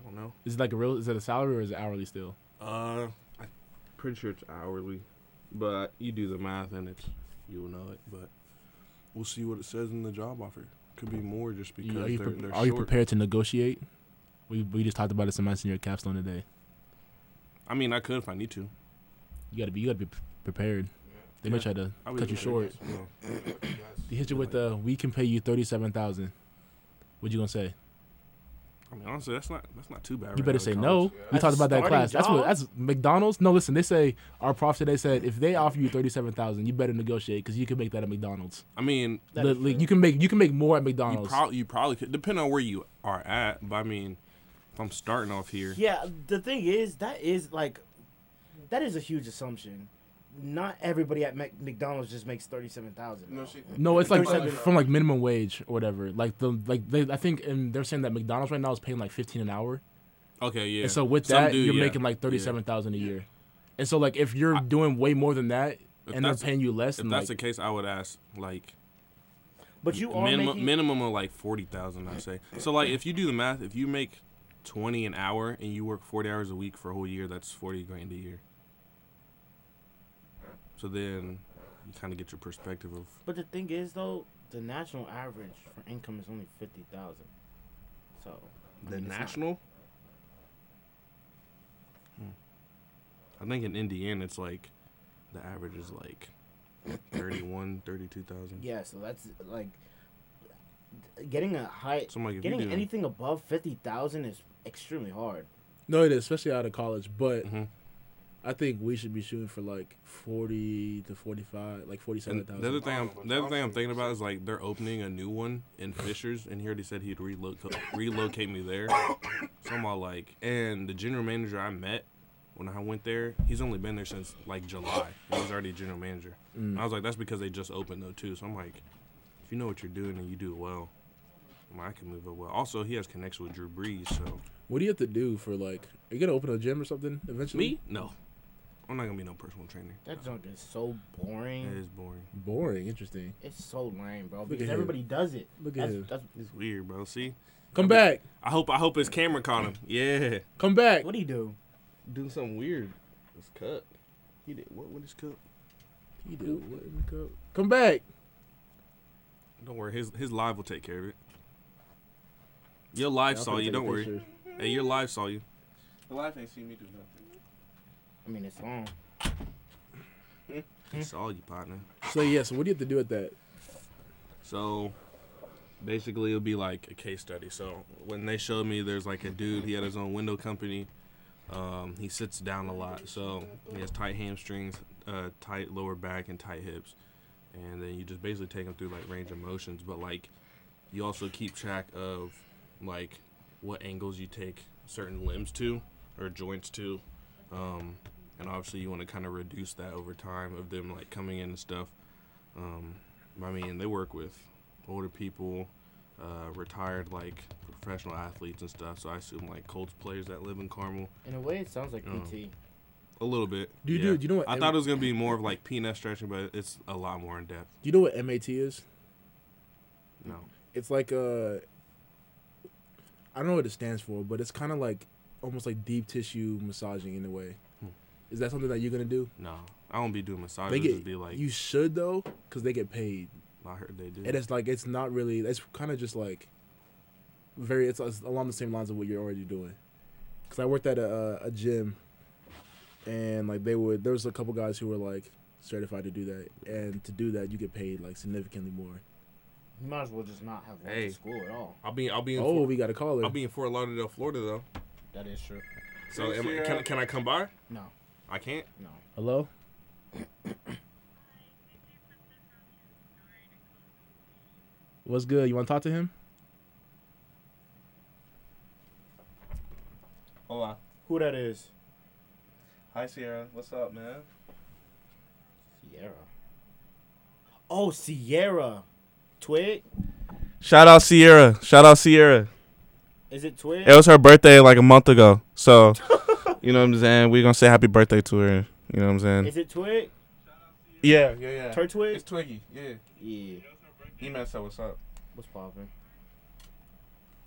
Speaker 2: I don't know.
Speaker 1: Is it like a real? Is it a salary or is it hourly still?
Speaker 2: Uh, I'm pretty sure it's hourly, but you do the math and it's you'll know it. But we'll see what it says in the job offer. Could be more just because
Speaker 1: You- are you,
Speaker 2: they're,
Speaker 1: pre-
Speaker 2: they're
Speaker 1: are
Speaker 2: short.
Speaker 1: you prepared to negotiate? We, we just talked about it. Somebody in your capstone today.
Speaker 2: I mean, I could if I need to.
Speaker 1: You gotta be you gotta be p- prepared. They may
Speaker 2: Yeah.
Speaker 1: try to
Speaker 2: I would
Speaker 1: cut you
Speaker 2: do it.
Speaker 1: short.
Speaker 2: No.
Speaker 1: They hit you with the we can pay you thirty seven thousand. What you gonna say?
Speaker 2: I mean, honestly, that's not that's not too
Speaker 1: You
Speaker 2: bad. right
Speaker 1: better
Speaker 2: out
Speaker 1: say
Speaker 2: of
Speaker 1: no.
Speaker 2: college.
Speaker 1: We
Speaker 3: That's
Speaker 1: talked about that in
Speaker 3: starting
Speaker 1: class. That's what
Speaker 3: job.
Speaker 1: that's McDonald's. No, listen. They say our prof today said if they offer you thirty seven thousand, you better negotiate because you can make that at McDonald's.
Speaker 2: I mean,
Speaker 3: That is
Speaker 1: Literally,
Speaker 3: true.
Speaker 1: you can make you can make more at
Speaker 2: you,
Speaker 1: McDonald's.
Speaker 2: prob- you probably could depend on where you are at. But I mean, if I'm starting off here,
Speaker 3: Yeah. The thing is, that is like, that is a huge assumption. Not everybody at Mac- McDonald's just makes thirty-seven thousand.
Speaker 5: No, she.
Speaker 1: no, it's like
Speaker 3: 37.
Speaker 1: from like minimum wage or whatever. Like the like they I think and they're saying that McDonald's right now is paying like fifteen an hour.
Speaker 2: okay, yeah.
Speaker 1: And so with
Speaker 2: Some
Speaker 1: that,
Speaker 2: do,
Speaker 1: you're
Speaker 2: yeah.
Speaker 1: making like thirty seven thousand a year. And so like if you're doing way more than that
Speaker 2: If
Speaker 1: and they're
Speaker 2: that's-
Speaker 1: paying you less,
Speaker 2: If
Speaker 1: and
Speaker 2: that's
Speaker 1: like,
Speaker 2: the case, I would ask like
Speaker 3: but you are
Speaker 2: minimum
Speaker 3: making.
Speaker 2: minimum of like forty thousand. I say. So like, if you do the math, if you make twenty an hour and you work forty hours a week for a whole year, that's forty grand a year. So then, you kind of get your perspective of
Speaker 3: but the thing is, though, the national average for income is only fifty thousand. So. I
Speaker 2: the
Speaker 3: mean, it's not-
Speaker 2: national. Hmm. I think in Indiana, it's like the average is like 31, 32,000.
Speaker 3: Yeah, so that's like getting a high
Speaker 2: So I'm like, if you
Speaker 3: getting
Speaker 2: do
Speaker 3: anything above fifty thousand is extremely hard.
Speaker 1: no, it is especially out of college. But
Speaker 2: Mhm.
Speaker 1: I think we should be shooting for like forty to forty five, like forty
Speaker 2: And
Speaker 1: seven
Speaker 2: the other
Speaker 1: thousand.
Speaker 2: thing, I'm, the other thing I'm thinking about is like they're opening a new one in Fishers, and he already said he'd relocate relocate me there. So I'm all like, and the general manager I met when I went there, he's only been there since like July. And he's already general manager. And I was like, that's because they just opened though too. So I'm like, if you know what you're doing and you do it well, I'm like, I can move it well. Also, he has connection with Drew Brees, so
Speaker 1: What do you have to do for like? Are you gonna open a gym or something eventually?
Speaker 2: me, no, I'm not gonna be no personal trainer.
Speaker 3: That junk is so
Speaker 2: It
Speaker 3: boring.
Speaker 2: is boring.
Speaker 1: Boring, interesting.
Speaker 3: It's so lame, bro.
Speaker 1: at
Speaker 3: Because
Speaker 1: him.
Speaker 3: everybody does it.
Speaker 1: Look at
Speaker 3: That's,
Speaker 1: him.
Speaker 3: that's,
Speaker 2: It's weird, bro. See,
Speaker 1: Come back,
Speaker 2: I hope I hope his camera caught him. Yeah.
Speaker 1: come back.
Speaker 3: what do you do?
Speaker 2: doing something weird. His cup. He did what with his cup?
Speaker 1: He did what in the cup? Come back.
Speaker 2: Don't worry, his his live will take care of it. Your live saw you. Don't worry. Hey, your live saw you.
Speaker 5: The life ain't seen me do nothing.
Speaker 3: I mean, it's long.
Speaker 2: He saw you, partner.
Speaker 1: So yeah, so what do you have to do with that?
Speaker 2: So basically, it'll be like a case study. So when they showed me, there's like a dude. He had his own window company. Um, he sits down a lot, so he has tight hamstrings, uh, tight lower back, and tight hips. And then you just basically take him through like range of motions, but like you also keep track of like what angles you take certain limbs to or joints to. Um, and obviously you want to kind of reduce that over time of them like coming in and stuff. Um, I mean, they work with older people, uh, retired like professional athletes and stuff. So I assume like Colts players that live in Carmel
Speaker 3: In a way, it sounds like
Speaker 2: Oh.
Speaker 3: PT.
Speaker 2: a little bit.
Speaker 1: Dude,
Speaker 2: yeah.
Speaker 1: dude, you know what?
Speaker 2: I thought it was gonna be more of like peanut stretching, but it's a lot more in depth.
Speaker 1: Do you know what MAT is?
Speaker 2: No,
Speaker 1: It's like a. I don't know what it stands for, but it's kind of like almost like deep tissue massaging in a way.
Speaker 2: Hmm.
Speaker 1: Is that something that you're gonna do?
Speaker 2: no, I won't be doing massages.
Speaker 1: They
Speaker 2: It'll
Speaker 1: get
Speaker 2: just be like
Speaker 1: you should though, because they get paid,
Speaker 2: I heard they do.
Speaker 1: and it's like it's not really. It's kind of just like very. It's, it's along the same lines of what you're already doing. Because I worked at a, a gym, and like they would there was a couple guys who were like certified to do that, and to do that you get paid like significantly more.
Speaker 3: You might as well just not have went
Speaker 2: Hey.
Speaker 3: to school at all.
Speaker 2: I'll be I'll be in
Speaker 1: Oh,
Speaker 2: Fort-
Speaker 1: we got a caller.
Speaker 2: I'll be in Fort Lauderdale, Florida though.
Speaker 3: That is true.
Speaker 2: So
Speaker 5: Hey,
Speaker 2: am I,
Speaker 5: Sierra.
Speaker 2: can can I come by?
Speaker 3: No,
Speaker 2: I can't.
Speaker 3: no.
Speaker 1: Hello. What's good? You want to talk to him?
Speaker 6: Hola.
Speaker 3: Who that is?
Speaker 5: Hi Sierra, what's up, man?
Speaker 3: Sierra. Oh, Sierra. Twig?
Speaker 6: Shout out Sierra. Shout out Sierra.
Speaker 3: Is it Twig?
Speaker 6: It was her birthday like a month ago. So, you know what I'm saying? We're going to say happy birthday to her. You know what I'm saying?
Speaker 3: Is it Twig?
Speaker 6: Yeah.
Speaker 5: Yeah, yeah.
Speaker 3: Tur Twig?
Speaker 5: It's Twiggy. Yeah.
Speaker 3: Yeah.
Speaker 5: He man said what's up.
Speaker 3: What's poppin'?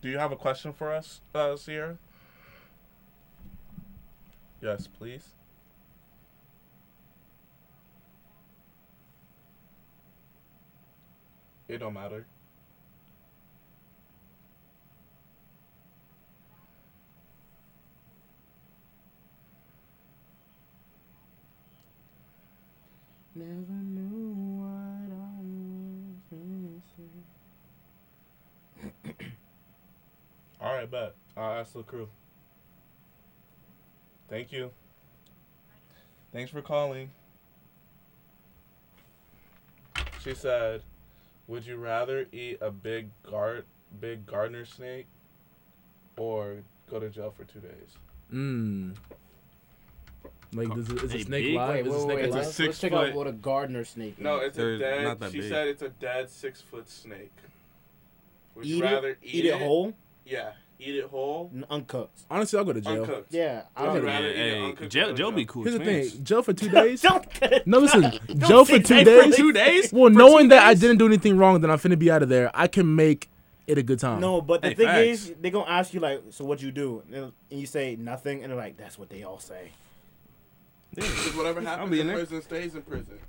Speaker 5: Do you have a question for us, uh, Sierra? Yes, please. It don't matter.
Speaker 3: Never knew what I was missing.
Speaker 5: All right, bet. I'll ask the crew. Thank you. Thanks for calling. She said, "Would you rather eat a big guard, big gardener snake, or go to jail for two days?"
Speaker 1: Mm. Like,
Speaker 2: Co-
Speaker 1: does it, is
Speaker 2: Hey,
Speaker 1: a snake
Speaker 2: big?
Speaker 1: live?
Speaker 3: Wait,
Speaker 1: Is a
Speaker 3: wait,
Speaker 1: snake
Speaker 3: wait.
Speaker 2: It's
Speaker 1: alive?
Speaker 2: a
Speaker 3: Let's, let's
Speaker 5: six
Speaker 3: check out
Speaker 5: foot-
Speaker 3: what a gardener snake is.
Speaker 5: No, it's
Speaker 2: They're
Speaker 5: a dead.
Speaker 2: not that
Speaker 5: she
Speaker 2: big.
Speaker 5: said it's a dead six foot snake. Would
Speaker 3: eat
Speaker 5: you rather
Speaker 3: it, eat it whole,
Speaker 5: Yeah, eat it whole,
Speaker 3: and uncooked.
Speaker 1: Honestly, I'll go to jail.
Speaker 5: uncooked.
Speaker 3: Yeah, I
Speaker 5: I'd
Speaker 3: don't.
Speaker 5: rather eat an
Speaker 2: hey,
Speaker 5: uncooked
Speaker 2: jail,
Speaker 5: than a
Speaker 2: jail be
Speaker 5: cooked.
Speaker 2: cool.
Speaker 1: Here's the
Speaker 2: experience.
Speaker 1: thing: jail for two days.
Speaker 3: Don't cut it.
Speaker 1: No, listen,
Speaker 3: Don't
Speaker 1: jail for
Speaker 3: say
Speaker 1: two
Speaker 3: that
Speaker 1: days.
Speaker 3: for
Speaker 1: Two
Speaker 2: days?
Speaker 1: Well,
Speaker 2: For two
Speaker 1: knowing that I
Speaker 2: days?
Speaker 1: didn't do anything wrong, then I'm finna be out of there. I can make it a good time.
Speaker 3: No, but the
Speaker 2: Hey,
Speaker 3: thing
Speaker 2: facts.
Speaker 3: is, they gonna ask you like, so what you do, and they'll- and you say nothing, and they're like, that's what they all say.
Speaker 5: Because whatever happens,
Speaker 2: be
Speaker 5: the
Speaker 2: in there.
Speaker 5: person stays in prison.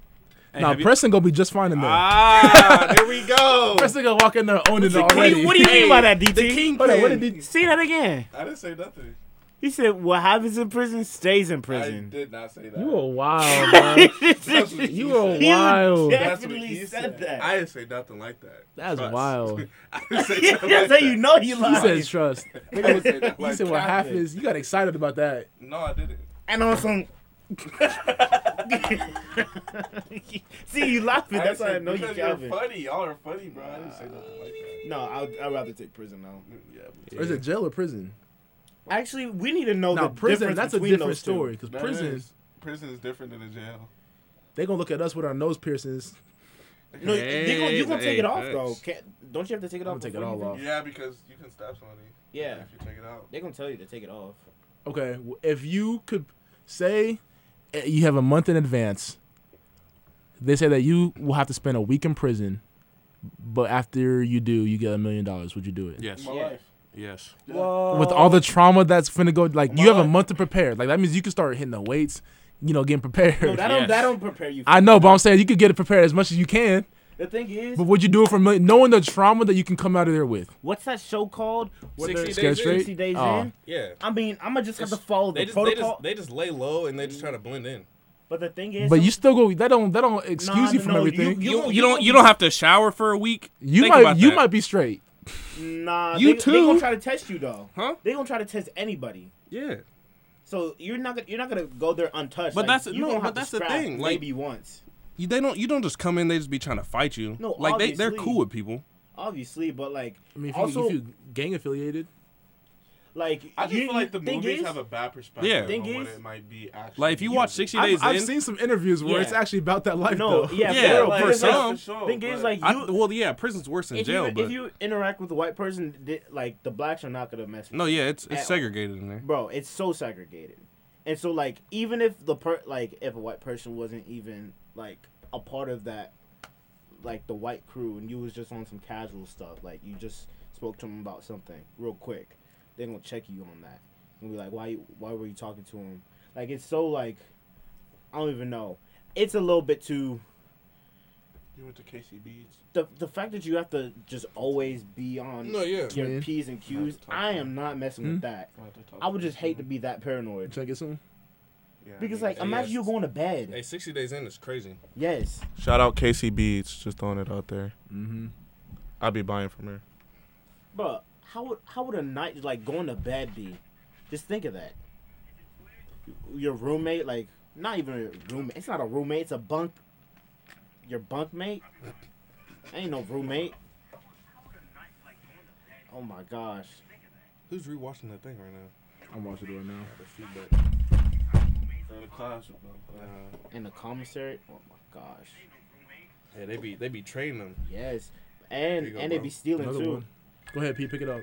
Speaker 2: Hey,
Speaker 1: now
Speaker 2: have you-
Speaker 1: Preston gonna be just fine in there.
Speaker 2: Ah, there we go.
Speaker 1: Preston gonna walk in there owning it
Speaker 3: What do
Speaker 1: already.
Speaker 3: you, what do you mean by that, DT?
Speaker 1: Hold on, what did he-
Speaker 3: Say that again.
Speaker 5: I didn't say nothing.
Speaker 3: He said, "What happens in prison stays in
Speaker 5: I
Speaker 3: prison."
Speaker 5: did not say that.
Speaker 1: You were wild, man.
Speaker 5: That's what he
Speaker 1: You
Speaker 5: said.
Speaker 1: were wild.
Speaker 5: That's what
Speaker 3: Definitely
Speaker 5: he
Speaker 3: said that.
Speaker 5: I didn't say nothing like that.
Speaker 1: That's
Speaker 5: Trust.
Speaker 1: wild.
Speaker 5: I didn't say nothing
Speaker 3: That's how
Speaker 5: like
Speaker 3: you
Speaker 5: that.
Speaker 3: know he
Speaker 1: He
Speaker 3: lied.
Speaker 1: says trust.
Speaker 5: I didn't say nothing
Speaker 1: He
Speaker 5: like
Speaker 1: said what
Speaker 5: that.
Speaker 1: happens. You got excited about that.
Speaker 5: No, I didn't.
Speaker 3: and on some. See you laughing.
Speaker 5: I
Speaker 3: That's
Speaker 5: didn't
Speaker 3: why
Speaker 5: say-
Speaker 3: I know you
Speaker 5: because you're
Speaker 3: Calvin.
Speaker 5: funny. Y'all are funny, bro. I didn't say nothing like that.
Speaker 3: No, I'd, I'd rather take prison though.
Speaker 5: Yeah, but
Speaker 1: Or is it jail or prison?
Speaker 3: Actually, we need to know
Speaker 1: Now
Speaker 3: the
Speaker 1: prison,
Speaker 3: difference
Speaker 1: that's a
Speaker 3: between
Speaker 1: different
Speaker 3: those two.
Speaker 1: story. Because
Speaker 5: that
Speaker 1: prison,
Speaker 5: is- prison is different than a jail.
Speaker 1: they gonna look at us with our nose piercings.
Speaker 3: No, you're gonna, you gonna
Speaker 2: Hey,
Speaker 3: take it off
Speaker 2: hey,
Speaker 3: though.
Speaker 2: thanks.
Speaker 3: Can't, don't you have to take it
Speaker 1: I'm
Speaker 3: off?
Speaker 1: gonna take it
Speaker 3: before
Speaker 1: all
Speaker 3: you
Speaker 1: off.
Speaker 5: Yeah, because you can stab somebody.
Speaker 3: Yeah.
Speaker 5: If you take it out.
Speaker 3: They're gonna tell you to take it off.
Speaker 1: Okay, w- if you could say eh, you have a month in advance, they say that you will have to spend a week in prison, but after you do, you get a million dollars. Would you do it?
Speaker 2: Yes.
Speaker 5: My
Speaker 3: Yeah.
Speaker 5: life.
Speaker 2: Yes.
Speaker 3: Whoa.
Speaker 1: With all the trauma that's finna go, like you
Speaker 5: My
Speaker 1: have a
Speaker 5: life.
Speaker 1: month to prepare. Like that means you can start hitting the weights, you know, getting prepared.
Speaker 3: no, that don't
Speaker 2: Yes.
Speaker 3: that don't prepare you. For
Speaker 1: I know, but I'm saying you could get it prepared as much as you can.
Speaker 3: the thing is,
Speaker 1: But would you do it for a million, knowing the trauma that you can come out of there with?
Speaker 3: what's that show called? Where
Speaker 2: 60
Speaker 3: they're
Speaker 2: Days In.
Speaker 1: Scared straight.
Speaker 3: 60 days
Speaker 1: Oh.
Speaker 3: in.
Speaker 2: Yeah.
Speaker 3: I mean, I'm gonna just have to
Speaker 2: It's-
Speaker 3: follow the
Speaker 2: They just, they
Speaker 3: protocol.
Speaker 2: just they just lay low and they just try to blend in.
Speaker 3: but the thing is,
Speaker 1: But you still go. That don't that don't excuse
Speaker 3: Nah,
Speaker 1: you from
Speaker 3: no, you-
Speaker 1: everything. You,
Speaker 3: You-
Speaker 2: You,
Speaker 3: you
Speaker 2: you don't
Speaker 3: don't-
Speaker 2: you don't have to shower for a week. Think
Speaker 1: might
Speaker 2: about
Speaker 1: you
Speaker 2: that.
Speaker 1: might be straight.
Speaker 3: nah,
Speaker 2: You
Speaker 3: they,
Speaker 2: too.
Speaker 3: They gonna try to test you though.
Speaker 2: Huh?
Speaker 3: They gonna try to test anybody.
Speaker 2: yeah.
Speaker 3: So you're not gonna you're not gonna go there untouched.
Speaker 2: But
Speaker 3: Like,
Speaker 2: that's-
Speaker 3: you
Speaker 2: no,
Speaker 3: gonna
Speaker 2: but
Speaker 3: have to
Speaker 2: that's the
Speaker 3: scrap
Speaker 2: thing, like-
Speaker 3: maybe once,
Speaker 2: You, they don't you don't just come in. They just be trying to fight you.
Speaker 3: No,
Speaker 2: like they they're
Speaker 3: obviously.
Speaker 2: cool with people.
Speaker 3: obviously. But like,
Speaker 1: I mean, if,
Speaker 3: also,
Speaker 1: you, if you gang affiliated,
Speaker 3: Like
Speaker 5: I just
Speaker 3: you,
Speaker 5: feel like the
Speaker 3: thing
Speaker 5: movies
Speaker 3: is-
Speaker 5: have a bad perspective
Speaker 7: Yeah.
Speaker 5: of
Speaker 3: Thing
Speaker 5: what
Speaker 3: is-
Speaker 5: it might be actually.
Speaker 7: Like if you watch
Speaker 5: used.
Speaker 7: 60 Days
Speaker 1: I've, I've
Speaker 7: In,
Speaker 1: seen some interviews where
Speaker 3: Yeah.
Speaker 1: it's actually about that life.
Speaker 3: no,
Speaker 1: though.
Speaker 3: yeah,
Speaker 7: Yeah,
Speaker 3: for
Speaker 7: like,
Speaker 3: real, but
Speaker 7: for
Speaker 3: it's like-
Speaker 7: some.
Speaker 5: sure,
Speaker 3: Thing is,
Speaker 5: but-
Speaker 3: like
Speaker 7: I,
Speaker 3: you,
Speaker 7: well, yeah, prison's worse than
Speaker 3: if
Speaker 7: jail,
Speaker 3: you
Speaker 7: but
Speaker 3: if you interact with a white person, di- like the blacks are not gonna mess with.
Speaker 7: no,
Speaker 3: you.
Speaker 7: yeah, it's
Speaker 3: At
Speaker 7: it's
Speaker 3: all.
Speaker 7: segregated in there.
Speaker 3: bro, it's so segregated, and so like even if the per like if a white person wasn't even like a part of that, like the white crew, and you was just on some casual stuff, like you just spoke to them about something real quick, they gonna check you on that and be like, why you, why were you talking to him? Like it's so like, I don't even know. It's a little bit too
Speaker 5: you went to KCB's.
Speaker 3: the the fact that you have to just always be on
Speaker 2: No, yeah.
Speaker 3: your
Speaker 1: Yeah.
Speaker 3: p's and q's. I am not messing with that.
Speaker 5: I, had to talk
Speaker 3: I would
Speaker 5: to
Speaker 3: just hate
Speaker 2: mm-hmm.
Speaker 3: to
Speaker 5: someone.
Speaker 3: be that paranoid
Speaker 1: Should I get some?
Speaker 5: Yeah, I
Speaker 3: because
Speaker 5: mean,
Speaker 3: like imagine you going to bed.
Speaker 7: 60 Days In is crazy.
Speaker 3: Yes,
Speaker 6: Shout out Casey Beats, just throwing it out there.
Speaker 1: Mm-hmm.
Speaker 6: I'd be buying from her.
Speaker 3: but how would how would a night like going to bed be? Just think of that. Your roommate, like not even a roommate. It's not a roommate. It's a bunk. Your bunkmate. Ain't no roommate. Oh my gosh.
Speaker 2: Who's rewatching that thing right now?
Speaker 1: I'm watching it right now.
Speaker 5: in the classroom, bro.
Speaker 3: In the commissary. Oh my gosh.
Speaker 2: Yeah, they be they be trading them.
Speaker 3: Yes. And
Speaker 2: There you go,
Speaker 3: and they
Speaker 2: bro.
Speaker 3: be stealing
Speaker 1: Another
Speaker 3: too.
Speaker 1: one. Go ahead, P. Pick it up.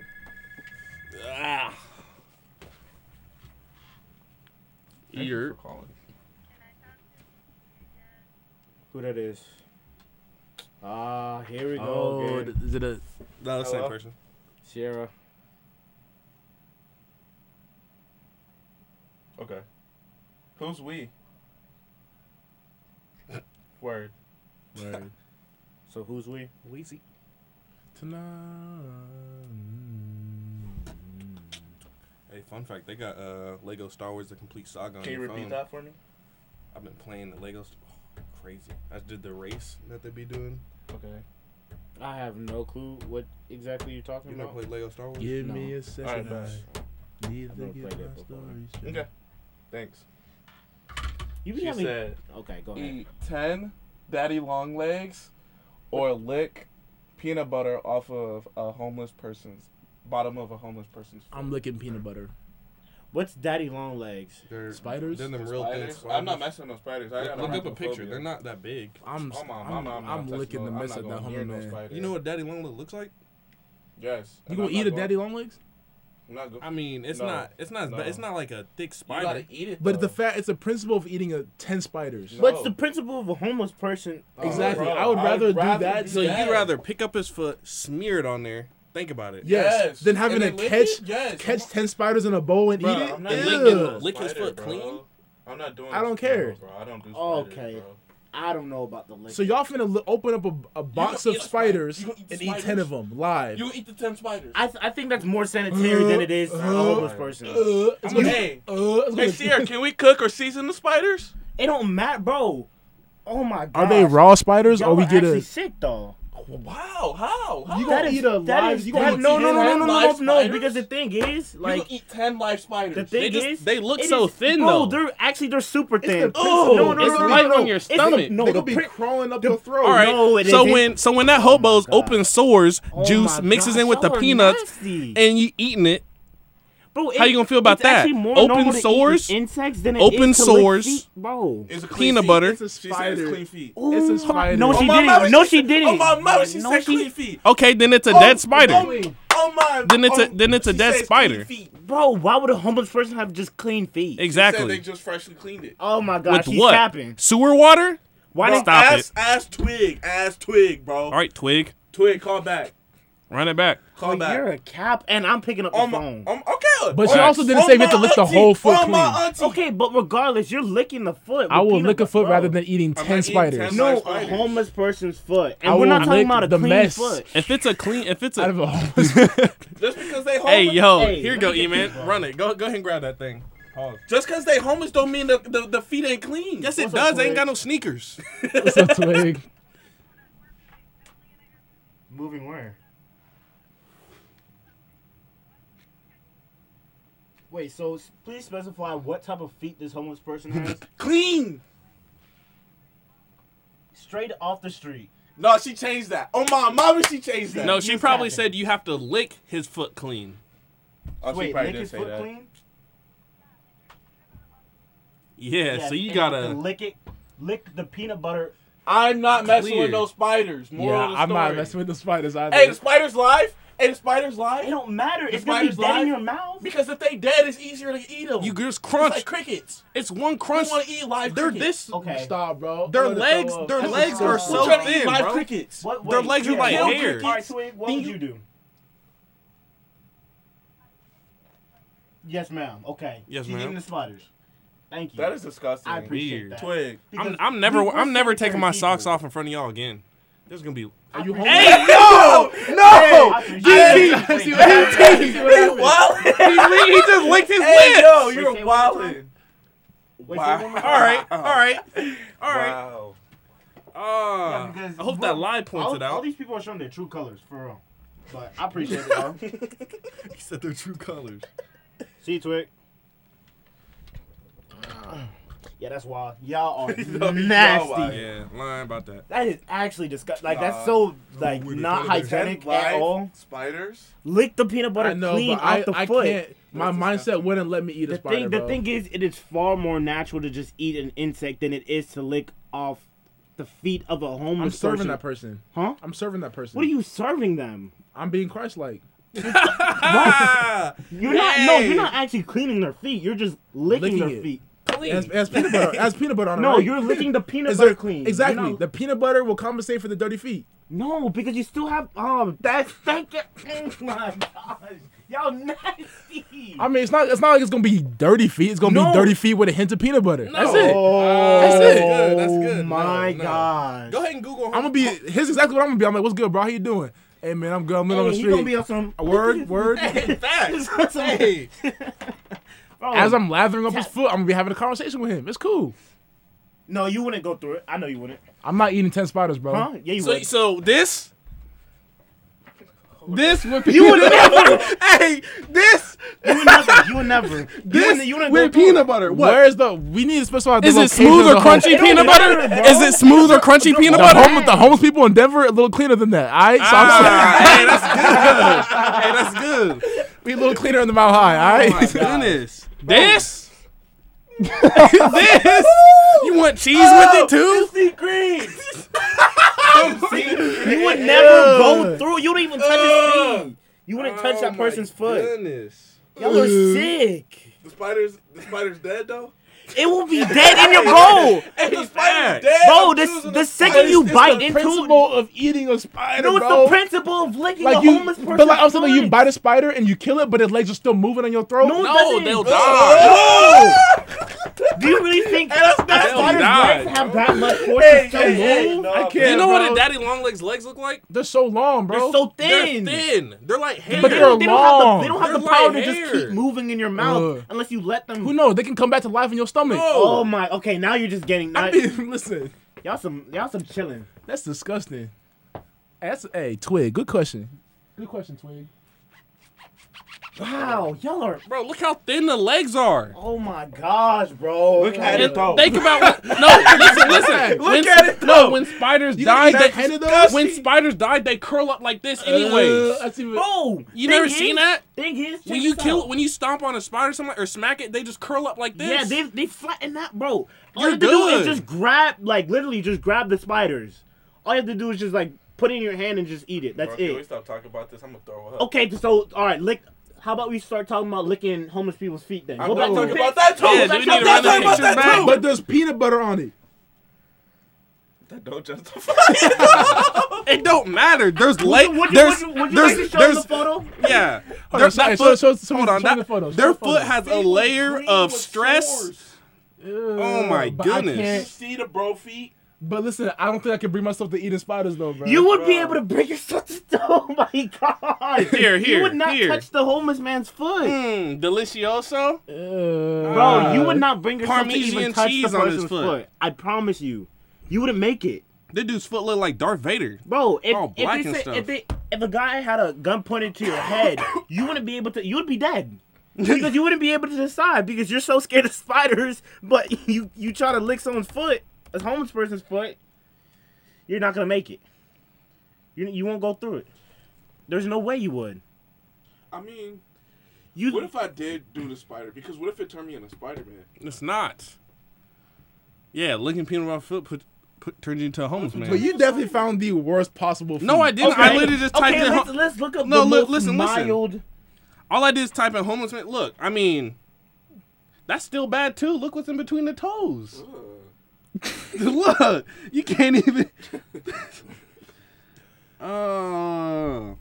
Speaker 5: Thank you
Speaker 7: You're
Speaker 5: for calling.
Speaker 3: Who that is? Ah, here we go
Speaker 1: Oh,
Speaker 3: again.
Speaker 1: th- is it a?
Speaker 2: No, the same
Speaker 5: Hello?
Speaker 2: person.
Speaker 3: Sierra.
Speaker 5: Okay. Who's we? Word.
Speaker 1: Right.
Speaker 3: So who's we?
Speaker 7: Wheezy.
Speaker 2: Hey, fun fact, they got uh Lego Star Wars: The Complete Saga. On
Speaker 5: Can you
Speaker 2: your
Speaker 5: repeat
Speaker 2: phone.
Speaker 5: that for me?
Speaker 2: I've been playing the Lego. St- oh, crazy. I did the race that they be doing.
Speaker 5: Okay.
Speaker 3: I have no clue what exactly you're talking
Speaker 2: You know,
Speaker 3: about.
Speaker 2: play Lego Star Wars.
Speaker 1: Give
Speaker 3: No.
Speaker 1: me a
Speaker 5: Alright,
Speaker 1: second.
Speaker 5: bet.
Speaker 1: I need
Speaker 3: I've
Speaker 1: to
Speaker 3: never
Speaker 1: get
Speaker 3: played
Speaker 1: my
Speaker 3: that before.
Speaker 1: story straight.
Speaker 5: Okay. Thanks.
Speaker 3: You be
Speaker 5: She
Speaker 3: having
Speaker 5: said,
Speaker 3: okay, go
Speaker 2: E.
Speaker 3: ahead.
Speaker 5: eat ten daddy long legs, or lick peanut butter off of a homeless person's bottom of a homeless person's.
Speaker 1: I'm licking peanut butter.
Speaker 3: What's Daddy Long Legs?
Speaker 2: They're,
Speaker 1: Spiders?
Speaker 2: They're them
Speaker 5: The
Speaker 2: real thin
Speaker 5: spiders? I'm not
Speaker 2: spiders.
Speaker 5: messing with no spiders. I
Speaker 2: Look,
Speaker 5: got
Speaker 2: look up a picture.
Speaker 5: arachnophobia.
Speaker 2: They're not that big.
Speaker 1: I'm
Speaker 5: Oh, my,
Speaker 1: I'm,
Speaker 5: my,
Speaker 1: I'm,
Speaker 5: not touching
Speaker 1: licking the
Speaker 5: no- I'm
Speaker 1: mess
Speaker 5: not
Speaker 1: of that
Speaker 5: gonna
Speaker 1: homie
Speaker 5: near no
Speaker 1: man.
Speaker 5: spider.
Speaker 2: You know what Daddy Long Leg looks like?
Speaker 5: Yes.
Speaker 1: You
Speaker 5: and
Speaker 1: gonna
Speaker 5: I'm not
Speaker 1: eat a
Speaker 5: going-
Speaker 1: daddy long legs?
Speaker 5: I'm not going.
Speaker 2: I mean, it's
Speaker 5: No.
Speaker 2: not. It's not. as bad-
Speaker 5: No.
Speaker 2: It's not like a thick
Speaker 5: You gotta
Speaker 2: spider.
Speaker 5: eat it.
Speaker 1: But the
Speaker 5: though.
Speaker 1: fact it's a principle of eating a ten spiders.
Speaker 5: No.
Speaker 3: What's
Speaker 2: Oh.
Speaker 3: the principle of a homeless person?
Speaker 5: Oh,
Speaker 1: Exactly.
Speaker 5: bro,
Speaker 1: I would
Speaker 5: I'd
Speaker 1: rather do
Speaker 5: rather
Speaker 1: that.
Speaker 5: be
Speaker 1: So
Speaker 2: So
Speaker 5: that.
Speaker 2: you'd rather pick up his foot, smear it on there. Think about it.
Speaker 1: yes,
Speaker 5: Yes.
Speaker 1: than having
Speaker 5: And
Speaker 1: to
Speaker 5: then lick
Speaker 1: catch
Speaker 5: it? Yes.
Speaker 1: catch ten spiders in a bowl and
Speaker 5: Bro,
Speaker 1: eat it.
Speaker 5: I'm not
Speaker 1: Ew.
Speaker 5: eating
Speaker 2: it. Lick his
Speaker 5: Spider,
Speaker 2: foot
Speaker 5: bro.
Speaker 2: clean?
Speaker 5: I'm not doing.
Speaker 1: I don't
Speaker 5: this
Speaker 1: care.
Speaker 5: anymore, bro. I don't do spiders,
Speaker 3: Okay.
Speaker 5: bro.
Speaker 3: I don't know about the legs.
Speaker 1: So y'all finna li- open up a, a box
Speaker 5: gonna
Speaker 1: of
Speaker 5: eat a spider.
Speaker 1: spiders
Speaker 5: You gonna eat
Speaker 1: and eat ten
Speaker 5: spiders.
Speaker 1: of them live.
Speaker 5: You eat the ten spiders.
Speaker 3: I, th- I think that's more sanitary than it is a homeless person.
Speaker 1: Uh, it's
Speaker 5: I'm
Speaker 1: gonna-
Speaker 5: hey.
Speaker 1: uh, it's
Speaker 6: Hey
Speaker 1: gonna-
Speaker 6: Sierra, can we cook or season the spiders?
Speaker 3: It don't matter, bro. Oh my god.
Speaker 1: Are they raw spiders
Speaker 3: Y'all
Speaker 1: or we
Speaker 3: are
Speaker 1: get
Speaker 3: actually
Speaker 1: a?
Speaker 3: sick though.
Speaker 5: Wow. How? How?
Speaker 1: You
Speaker 3: That
Speaker 1: gonna
Speaker 3: is-
Speaker 1: eat a
Speaker 3: that
Speaker 1: live?
Speaker 3: is-
Speaker 1: You gonna
Speaker 3: that-
Speaker 1: eat
Speaker 3: no, no, no,
Speaker 1: 10
Speaker 3: no, no, no,
Speaker 5: live
Speaker 3: no,
Speaker 5: spiders?
Speaker 3: because the thing is,
Speaker 5: You
Speaker 3: like,
Speaker 5: gonna eat ten live spiders.
Speaker 3: The thing
Speaker 6: They just-
Speaker 3: is,
Speaker 6: they look
Speaker 3: it
Speaker 6: so
Speaker 3: is-
Speaker 6: thin,
Speaker 3: bro,
Speaker 6: though.
Speaker 3: They're actually they're super thin.
Speaker 1: the principle.
Speaker 3: no, no, no,
Speaker 6: It's
Speaker 3: no, no,
Speaker 6: right
Speaker 3: no,
Speaker 6: on
Speaker 3: no.
Speaker 6: your
Speaker 3: It's the-
Speaker 6: stomach.
Speaker 3: no,
Speaker 1: They
Speaker 3: the
Speaker 1: gonna be
Speaker 3: pri-
Speaker 1: crawling up your throat.
Speaker 6: All right.
Speaker 3: Oh, No, it
Speaker 6: so
Speaker 3: isn't.
Speaker 6: when so when that
Speaker 3: Oh my
Speaker 6: hobo's
Speaker 3: God.
Speaker 6: open sores
Speaker 3: Oh
Speaker 6: juice
Speaker 3: my
Speaker 6: mixes in
Speaker 3: gosh,
Speaker 6: with the
Speaker 3: y'all are
Speaker 6: peanuts
Speaker 3: nasty.
Speaker 6: and you eating it,
Speaker 3: Bro,
Speaker 6: How
Speaker 3: it-
Speaker 6: you gonna feel about
Speaker 3: it's
Speaker 6: that?
Speaker 3: actually more
Speaker 6: Open
Speaker 3: normal to eat
Speaker 6: sores?
Speaker 3: insects than it
Speaker 6: Open
Speaker 3: is to lick
Speaker 6: sores?
Speaker 3: feet, bro.
Speaker 5: It's a clean
Speaker 6: peanut
Speaker 5: feet.
Speaker 6: butter.
Speaker 1: It's a
Speaker 5: She said it's clean
Speaker 1: spider.
Speaker 5: feet.
Speaker 1: It's a
Speaker 3: Ooh,
Speaker 1: spider.
Speaker 3: No,
Speaker 1: Oh,
Speaker 3: she
Speaker 5: my mama,
Speaker 3: didn't. No,
Speaker 5: she
Speaker 3: she
Speaker 5: said-
Speaker 3: didn't.
Speaker 5: Oh my mother, she
Speaker 3: No,
Speaker 5: said
Speaker 3: she-
Speaker 5: clean feet.
Speaker 6: Okay, then it's a dead spider.
Speaker 1: Wait,
Speaker 5: Oh my.
Speaker 6: Then it's a-
Speaker 5: oh,
Speaker 6: then it's a
Speaker 5: she
Speaker 6: dead
Speaker 5: said clean
Speaker 6: spider.
Speaker 5: feet.
Speaker 3: Bro, why would a homeless person have just clean feet?
Speaker 5: Said they
Speaker 6: Exactly.
Speaker 5: just freshly cleaned it.
Speaker 3: Oh my
Speaker 6: With
Speaker 3: gosh, he's
Speaker 6: what?
Speaker 3: capping.
Speaker 6: Sewer water?
Speaker 3: Why
Speaker 5: Bro,
Speaker 3: did
Speaker 6: Stop
Speaker 5: ass, ass twig, ass twig, bro.
Speaker 6: All right, twig.
Speaker 5: Twig, call back,
Speaker 6: Run it back.
Speaker 5: call
Speaker 3: Well,
Speaker 5: back.
Speaker 3: You're a cap, and I'm picking up the
Speaker 5: Um,
Speaker 3: phone.
Speaker 5: um, okay.
Speaker 1: But
Speaker 5: on-
Speaker 1: she also didn't
Speaker 5: on
Speaker 1: say we have to
Speaker 5: my
Speaker 1: lick the
Speaker 5: auntie,
Speaker 1: whole foot
Speaker 5: on my
Speaker 1: clean.
Speaker 5: auntie.
Speaker 3: Okay, but regardless, you're licking the foot.
Speaker 1: I
Speaker 3: with
Speaker 1: will
Speaker 3: peanut
Speaker 1: lick a
Speaker 3: butter,
Speaker 1: foot
Speaker 3: bro.
Speaker 1: rather than eating ten
Speaker 5: I'm not eating 10
Speaker 1: spiders.
Speaker 5: spiders.
Speaker 3: no a
Speaker 5: spiders.
Speaker 3: homeless person's foot,
Speaker 1: I
Speaker 3: and we're
Speaker 1: will
Speaker 3: not
Speaker 1: lick
Speaker 3: talking about a
Speaker 1: the
Speaker 3: clean
Speaker 1: mess.
Speaker 3: foot.
Speaker 6: If it's a clean, if it's
Speaker 1: Out of
Speaker 6: a
Speaker 1: a
Speaker 5: Just because they homeless,
Speaker 6: hey yo,
Speaker 3: Hey,
Speaker 6: here you
Speaker 3: let
Speaker 6: go,
Speaker 3: me get
Speaker 6: E-man.
Speaker 3: these, bro.
Speaker 6: Run it. Go go ahead and grab that thing.
Speaker 5: just because they homeless don't mean the, the, the feet ain't clean.
Speaker 2: Yes, it
Speaker 3: What's up,
Speaker 2: does. They ain't got
Speaker 3: Twig?
Speaker 2: no sneakers.
Speaker 1: It's a twig.
Speaker 3: Moving where? Wait, so s- please specify what type of feet this homeless person has.
Speaker 5: clean.
Speaker 3: Straight off the street.
Speaker 5: No, she changed that. Oh my mama, she changed that.
Speaker 6: No, she
Speaker 3: Use
Speaker 6: probably
Speaker 3: that.
Speaker 6: said you have to lick his foot clean.
Speaker 5: Oh, she
Speaker 3: Wait,
Speaker 5: probably
Speaker 3: lick
Speaker 5: did
Speaker 3: his
Speaker 5: say
Speaker 3: foot
Speaker 5: that.
Speaker 3: clean?
Speaker 2: Yeah, so
Speaker 3: and
Speaker 2: you
Speaker 3: have to
Speaker 2: gotta.
Speaker 3: lick it, lick the peanut butter.
Speaker 5: I'm not messing
Speaker 2: Clear.
Speaker 5: with no spiders. Moral
Speaker 1: yeah,
Speaker 5: of the
Speaker 1: I'm not
Speaker 5: story.
Speaker 1: messing with the spiders either.
Speaker 5: Hey, the spider's live. Hey, the spider's live.
Speaker 3: It don't matter.
Speaker 5: The
Speaker 3: It's gonna be
Speaker 5: spider's
Speaker 3: dead
Speaker 5: live?
Speaker 3: in your mouth.
Speaker 5: Because if they dead, it's easier to eat them.
Speaker 2: You just
Speaker 5: it's
Speaker 2: crunch.
Speaker 5: like crickets.
Speaker 2: it's one
Speaker 5: I
Speaker 2: crunch.
Speaker 5: want to eat live
Speaker 2: They're
Speaker 5: crickets.
Speaker 2: this.
Speaker 3: Okay.
Speaker 1: Stop, bro.
Speaker 2: Their
Speaker 1: I'm gonna
Speaker 2: legs.
Speaker 1: throw up.
Speaker 2: Their
Speaker 1: That's
Speaker 2: legs
Speaker 1: so
Speaker 2: are
Speaker 1: gross.
Speaker 5: We're
Speaker 2: so
Speaker 5: trying to eat
Speaker 2: thin,
Speaker 5: live
Speaker 2: bro.
Speaker 5: crickets.
Speaker 3: What,
Speaker 2: Their
Speaker 3: wait,
Speaker 2: legs are
Speaker 3: yeah.
Speaker 2: like
Speaker 3: All
Speaker 2: hair.
Speaker 3: right, Swig, what would you do? Yes, ma'am. Okay.
Speaker 2: Yes,
Speaker 3: She's
Speaker 2: ma'am.
Speaker 3: eating the spiders. Thank you.
Speaker 5: That is disgusting.
Speaker 3: I appreciate
Speaker 2: Weird.
Speaker 3: that.
Speaker 5: Twig.
Speaker 3: Because
Speaker 2: I'm, I'm never.
Speaker 3: we- we're
Speaker 2: I'm never
Speaker 3: sitting
Speaker 2: taking
Speaker 3: here
Speaker 2: my
Speaker 3: equal.
Speaker 2: socks off in front of y'all again. There's gonna be.
Speaker 3: I appreciate
Speaker 2: Hey,
Speaker 3: that.
Speaker 2: no, no.
Speaker 3: Oh, I appreciate that.
Speaker 1: See what happened? See what happened?
Speaker 2: He, li- he just licked his
Speaker 5: Hey,
Speaker 2: lips.
Speaker 5: yo,
Speaker 3: Wait,
Speaker 5: you're
Speaker 3: say it one more
Speaker 5: wildin'.
Speaker 3: Wait, say it one more time.
Speaker 2: All right, all right, all right.
Speaker 6: Wow.
Speaker 2: Ah,
Speaker 3: Yeah, because
Speaker 2: I hope
Speaker 3: we're-
Speaker 2: that lie
Speaker 3: All,
Speaker 2: pointed
Speaker 3: all
Speaker 2: out.
Speaker 3: these people are showing their true colors, for real. But I appreciate it, bro.
Speaker 2: He said their true colors.
Speaker 3: See you, Twig. Yeah, that's wild. Y'all are
Speaker 5: Yo, y'all
Speaker 3: nasty.
Speaker 5: wild.
Speaker 2: Yeah, lying about that.
Speaker 3: That is actually disgusting. Like
Speaker 5: Nah.
Speaker 3: that's so like
Speaker 2: With the
Speaker 3: not
Speaker 2: peanut butter.
Speaker 3: hygienic at all.
Speaker 5: spiders.
Speaker 3: Lick the peanut butter
Speaker 1: I know,
Speaker 3: clean
Speaker 1: but
Speaker 3: off
Speaker 1: I,
Speaker 3: the
Speaker 1: I
Speaker 3: foot.
Speaker 1: can't. My
Speaker 5: That's
Speaker 1: mindset
Speaker 5: disgusting.
Speaker 1: wouldn't let me eat a
Speaker 3: The
Speaker 1: spider.
Speaker 3: thing,
Speaker 1: bro.
Speaker 3: the thing is, it is far more natural to just eat an insect than it is to lick off the feet of a homeless
Speaker 1: I'm serving
Speaker 3: person.
Speaker 1: that person.
Speaker 3: Huh?
Speaker 1: I'm serving that person.
Speaker 3: What are you serving them?
Speaker 1: I'm being Christ-like.
Speaker 2: Ah,
Speaker 3: You're not. No,
Speaker 2: Hey!
Speaker 3: you're not actually cleaning their feet. You're just licking,
Speaker 1: Licking
Speaker 3: their
Speaker 1: it.
Speaker 3: feet.
Speaker 1: As, as peanut butter. as peanut butter on it,
Speaker 3: No,
Speaker 1: right?
Speaker 3: you're licking the peanut
Speaker 1: Is
Speaker 3: butter
Speaker 1: there-
Speaker 3: clean. You're
Speaker 1: Exactly.
Speaker 3: not-
Speaker 1: The peanut butter will compensate for the dirty feet.
Speaker 3: no, because you still have um. That's thank you. Oh my gosh, y'all nasty.
Speaker 1: I mean, it's not. It's not like it's gonna be dirty feet. It's gonna
Speaker 3: No.
Speaker 1: be dirty feet with a hint of peanut butter. That's it.
Speaker 3: Oh,
Speaker 1: That's it.
Speaker 7: good, that's good.
Speaker 3: My
Speaker 7: No, no.
Speaker 3: God.
Speaker 7: Go ahead and Google.
Speaker 1: I'm gonna be. Here's exactly what I'm gonna be. I'm like, what's good, bro? How you doing? Hey man, I'm good. I'm living
Speaker 3: Hey, he
Speaker 1: on the
Speaker 3: gonna
Speaker 1: street.
Speaker 3: be on some
Speaker 1: Word, word.
Speaker 7: facts.
Speaker 3: Some-
Speaker 7: hey,
Speaker 3: Bro,
Speaker 1: As I'm lathering up his foot, I'm gonna be having a conversation with him. It's cool.
Speaker 3: no, you wouldn't go through it. I know you wouldn't.
Speaker 1: I'm not eating ten spiders, bro.
Speaker 3: Huh? Yeah, you
Speaker 2: so,
Speaker 3: would.
Speaker 2: so this, this would be.
Speaker 1: You would never.
Speaker 2: hey, this
Speaker 3: you would never. You would never. you
Speaker 2: this
Speaker 3: wouldn't, you wouldn't go
Speaker 2: with
Speaker 3: through
Speaker 2: peanut
Speaker 3: it.
Speaker 2: butter. What?
Speaker 1: Where's the? We need to specify. the
Speaker 2: Is it
Speaker 1: location
Speaker 2: smooth
Speaker 1: of
Speaker 2: or
Speaker 1: the home.
Speaker 2: crunchy peanut butter?
Speaker 3: matter, bro.
Speaker 2: Is it smooth or crunchy peanut
Speaker 1: The,
Speaker 2: butter?
Speaker 1: home, the homeless people in Denver a little cleaner than that. All right, so
Speaker 2: Ah,
Speaker 1: I'm
Speaker 2: hey, that's good. Hey, that's good.
Speaker 1: saying, be a little cleaner in the Mount High. All
Speaker 2: My
Speaker 1: right.
Speaker 2: goodness. This? this? You want cheese with it too?
Speaker 3: Sea green. you would never go through. You don't even touch his feet. You wouldn't touch
Speaker 5: Oh
Speaker 3: that person's foot.
Speaker 7: goodness.
Speaker 3: Y'all are sick.
Speaker 5: The spiders. The spiders dead though.
Speaker 3: It will be dead in your bowl.
Speaker 2: Hey, facts.
Speaker 5: Dead.
Speaker 3: Bro, this, the second you bite
Speaker 1: the
Speaker 3: into it,
Speaker 1: principle of eating a spider,
Speaker 3: no, it's
Speaker 1: bro.
Speaker 3: the principle of licking a
Speaker 1: like you,
Speaker 3: homeless person.
Speaker 1: but like I'm saying, like, you bite a spider and you kill it, but its legs are still moving on your throat.
Speaker 3: No,
Speaker 2: No,
Speaker 3: doesn't.
Speaker 2: they'll die.
Speaker 3: Do you really think
Speaker 2: not-
Speaker 3: that spider's
Speaker 2: Hell
Speaker 3: legs
Speaker 2: no.
Speaker 3: have that much force
Speaker 5: Hey,
Speaker 3: to still
Speaker 5: hey, hey,
Speaker 3: move?
Speaker 5: no,
Speaker 1: I
Speaker 2: You
Speaker 1: can't.
Speaker 2: know what
Speaker 1: bro.
Speaker 2: a daddy long legs legs look like?
Speaker 1: They're so long,
Speaker 3: They're
Speaker 1: bro.
Speaker 3: so
Speaker 2: They're
Speaker 3: thin.
Speaker 2: thin. They're like hair.
Speaker 1: But
Speaker 3: They
Speaker 1: they're
Speaker 3: don't, they don't have
Speaker 1: long.
Speaker 3: the, they don't have
Speaker 2: They're
Speaker 3: the power
Speaker 2: light
Speaker 3: to just
Speaker 2: hair.
Speaker 3: keep moving in your mouth
Speaker 1: Ugh.
Speaker 3: unless you let them.
Speaker 1: Who knows? They can come back to life in your stomach.
Speaker 3: Oh my. Okay, now you're just getting. Now,
Speaker 1: I mean, listen,
Speaker 3: y'all some. Y'all some chilling.
Speaker 1: that's disgusting. Hey, That's hey, Twig. Good question. Good question, Twig.
Speaker 3: Wow, y'all are.
Speaker 2: Bro, look how thin the legs are.
Speaker 3: Oh my gosh, bro.
Speaker 5: Look at
Speaker 2: And
Speaker 5: it though.
Speaker 2: think about what, no, listen, listen.
Speaker 1: Look
Speaker 2: when,
Speaker 1: at it,
Speaker 2: No, when spiders die,
Speaker 1: think
Speaker 2: they,
Speaker 1: that's disgusting?
Speaker 2: when spiders die, they curl up like this anyways.
Speaker 1: Uh, I see what-
Speaker 3: Bro,
Speaker 2: You
Speaker 3: thing
Speaker 2: never
Speaker 3: is-
Speaker 2: seen that?
Speaker 3: Thing is, check
Speaker 2: when you
Speaker 3: this
Speaker 2: kill,
Speaker 3: out.
Speaker 2: when you stomp on a spider or something or smack it, they just curl up like this.
Speaker 3: Yeah, they they flatten that, bro. All
Speaker 2: You're
Speaker 3: you have to do
Speaker 2: good.
Speaker 3: is just grab, like literally, just grab the spiders. All you have to do is just like put it in your hand and just eat it. That's
Speaker 5: Bro, can we
Speaker 3: it.
Speaker 5: stop talking about this? I'm gonna throw up.
Speaker 3: Okay, so all right, lick. How about we start talking about licking homeless people's feet then?
Speaker 5: I'm
Speaker 3: Go
Speaker 5: not
Speaker 3: back to
Speaker 5: talking
Speaker 3: the
Speaker 5: about that
Speaker 3: pics.
Speaker 5: too.
Speaker 2: Yeah,
Speaker 5: I'm
Speaker 2: do
Speaker 5: not
Speaker 2: we need
Speaker 5: talking
Speaker 2: to run this
Speaker 5: about that
Speaker 2: picture back?
Speaker 1: But there's peanut butter on it.
Speaker 5: That don't justify.
Speaker 2: It don't matter. There's
Speaker 3: Would
Speaker 2: leg.
Speaker 3: you, would you,
Speaker 2: there's
Speaker 3: would you, would you
Speaker 2: there's
Speaker 3: like to show
Speaker 2: there's
Speaker 3: the photo?
Speaker 2: yeah.
Speaker 1: Hold
Speaker 2: Their-
Speaker 1: on, sorry,
Speaker 2: that
Speaker 1: show-
Speaker 2: foot-
Speaker 1: show- show me-
Speaker 2: hold on.
Speaker 1: show me
Speaker 2: That,
Speaker 1: the photo, show
Speaker 2: their
Speaker 1: the
Speaker 2: foot
Speaker 1: photo.
Speaker 2: has a layer
Speaker 5: Green
Speaker 2: of
Speaker 5: with
Speaker 2: stress.
Speaker 5: sores.
Speaker 2: Oh my
Speaker 1: But I
Speaker 2: goodness.
Speaker 5: You
Speaker 1: can't-
Speaker 5: see the bro feet?
Speaker 1: But listen, I don't think I can bring myself to eating spiders though, bro.
Speaker 3: You would be
Speaker 5: Bro.
Speaker 3: able to bring yourself to Oh my god!
Speaker 2: Here,
Speaker 3: you
Speaker 2: here,
Speaker 3: would not
Speaker 2: here.
Speaker 3: touch the homeless man's foot,
Speaker 2: Mm, delicioso.
Speaker 1: Ugh.
Speaker 3: bro. you would not bring yourself to
Speaker 2: Parmesan
Speaker 3: even touch the
Speaker 2: cheese on his
Speaker 3: person's
Speaker 2: foot.
Speaker 3: foot. I promise you, you wouldn't make it,
Speaker 2: This dude's foot look like Darth Vader.
Speaker 3: bro. If,
Speaker 2: All black
Speaker 3: if,
Speaker 2: and
Speaker 3: they
Speaker 2: stuff.
Speaker 3: say, if they if a guy had a gun pointed to your head, you wouldn't be able to. You would be dead. because you wouldn't be able to decide because you're so scared of spiders, but you you try to lick someone's foot, a homeless person's foot, you're not gonna make it. You you won't go through it. There's no way you would.
Speaker 5: I mean,
Speaker 3: You
Speaker 5: What if I did do the spider? Because what if it turned me into Spider Man?
Speaker 2: It's not. Yeah, licking peanut off foot put, put turned you into a homeless man.
Speaker 1: But you definitely found the worst possible. Food.
Speaker 2: no, I didn't. I literally just typed
Speaker 3: okay,
Speaker 2: in.
Speaker 3: let's,
Speaker 2: hom-
Speaker 3: let's look up
Speaker 2: No,
Speaker 3: the
Speaker 2: look,
Speaker 3: most
Speaker 2: listen, listen.
Speaker 3: mild.
Speaker 2: all I did is type in homeless man. Look, I mean, that's still bad too. Look what's in between the toes. Look, you can't even. Oh.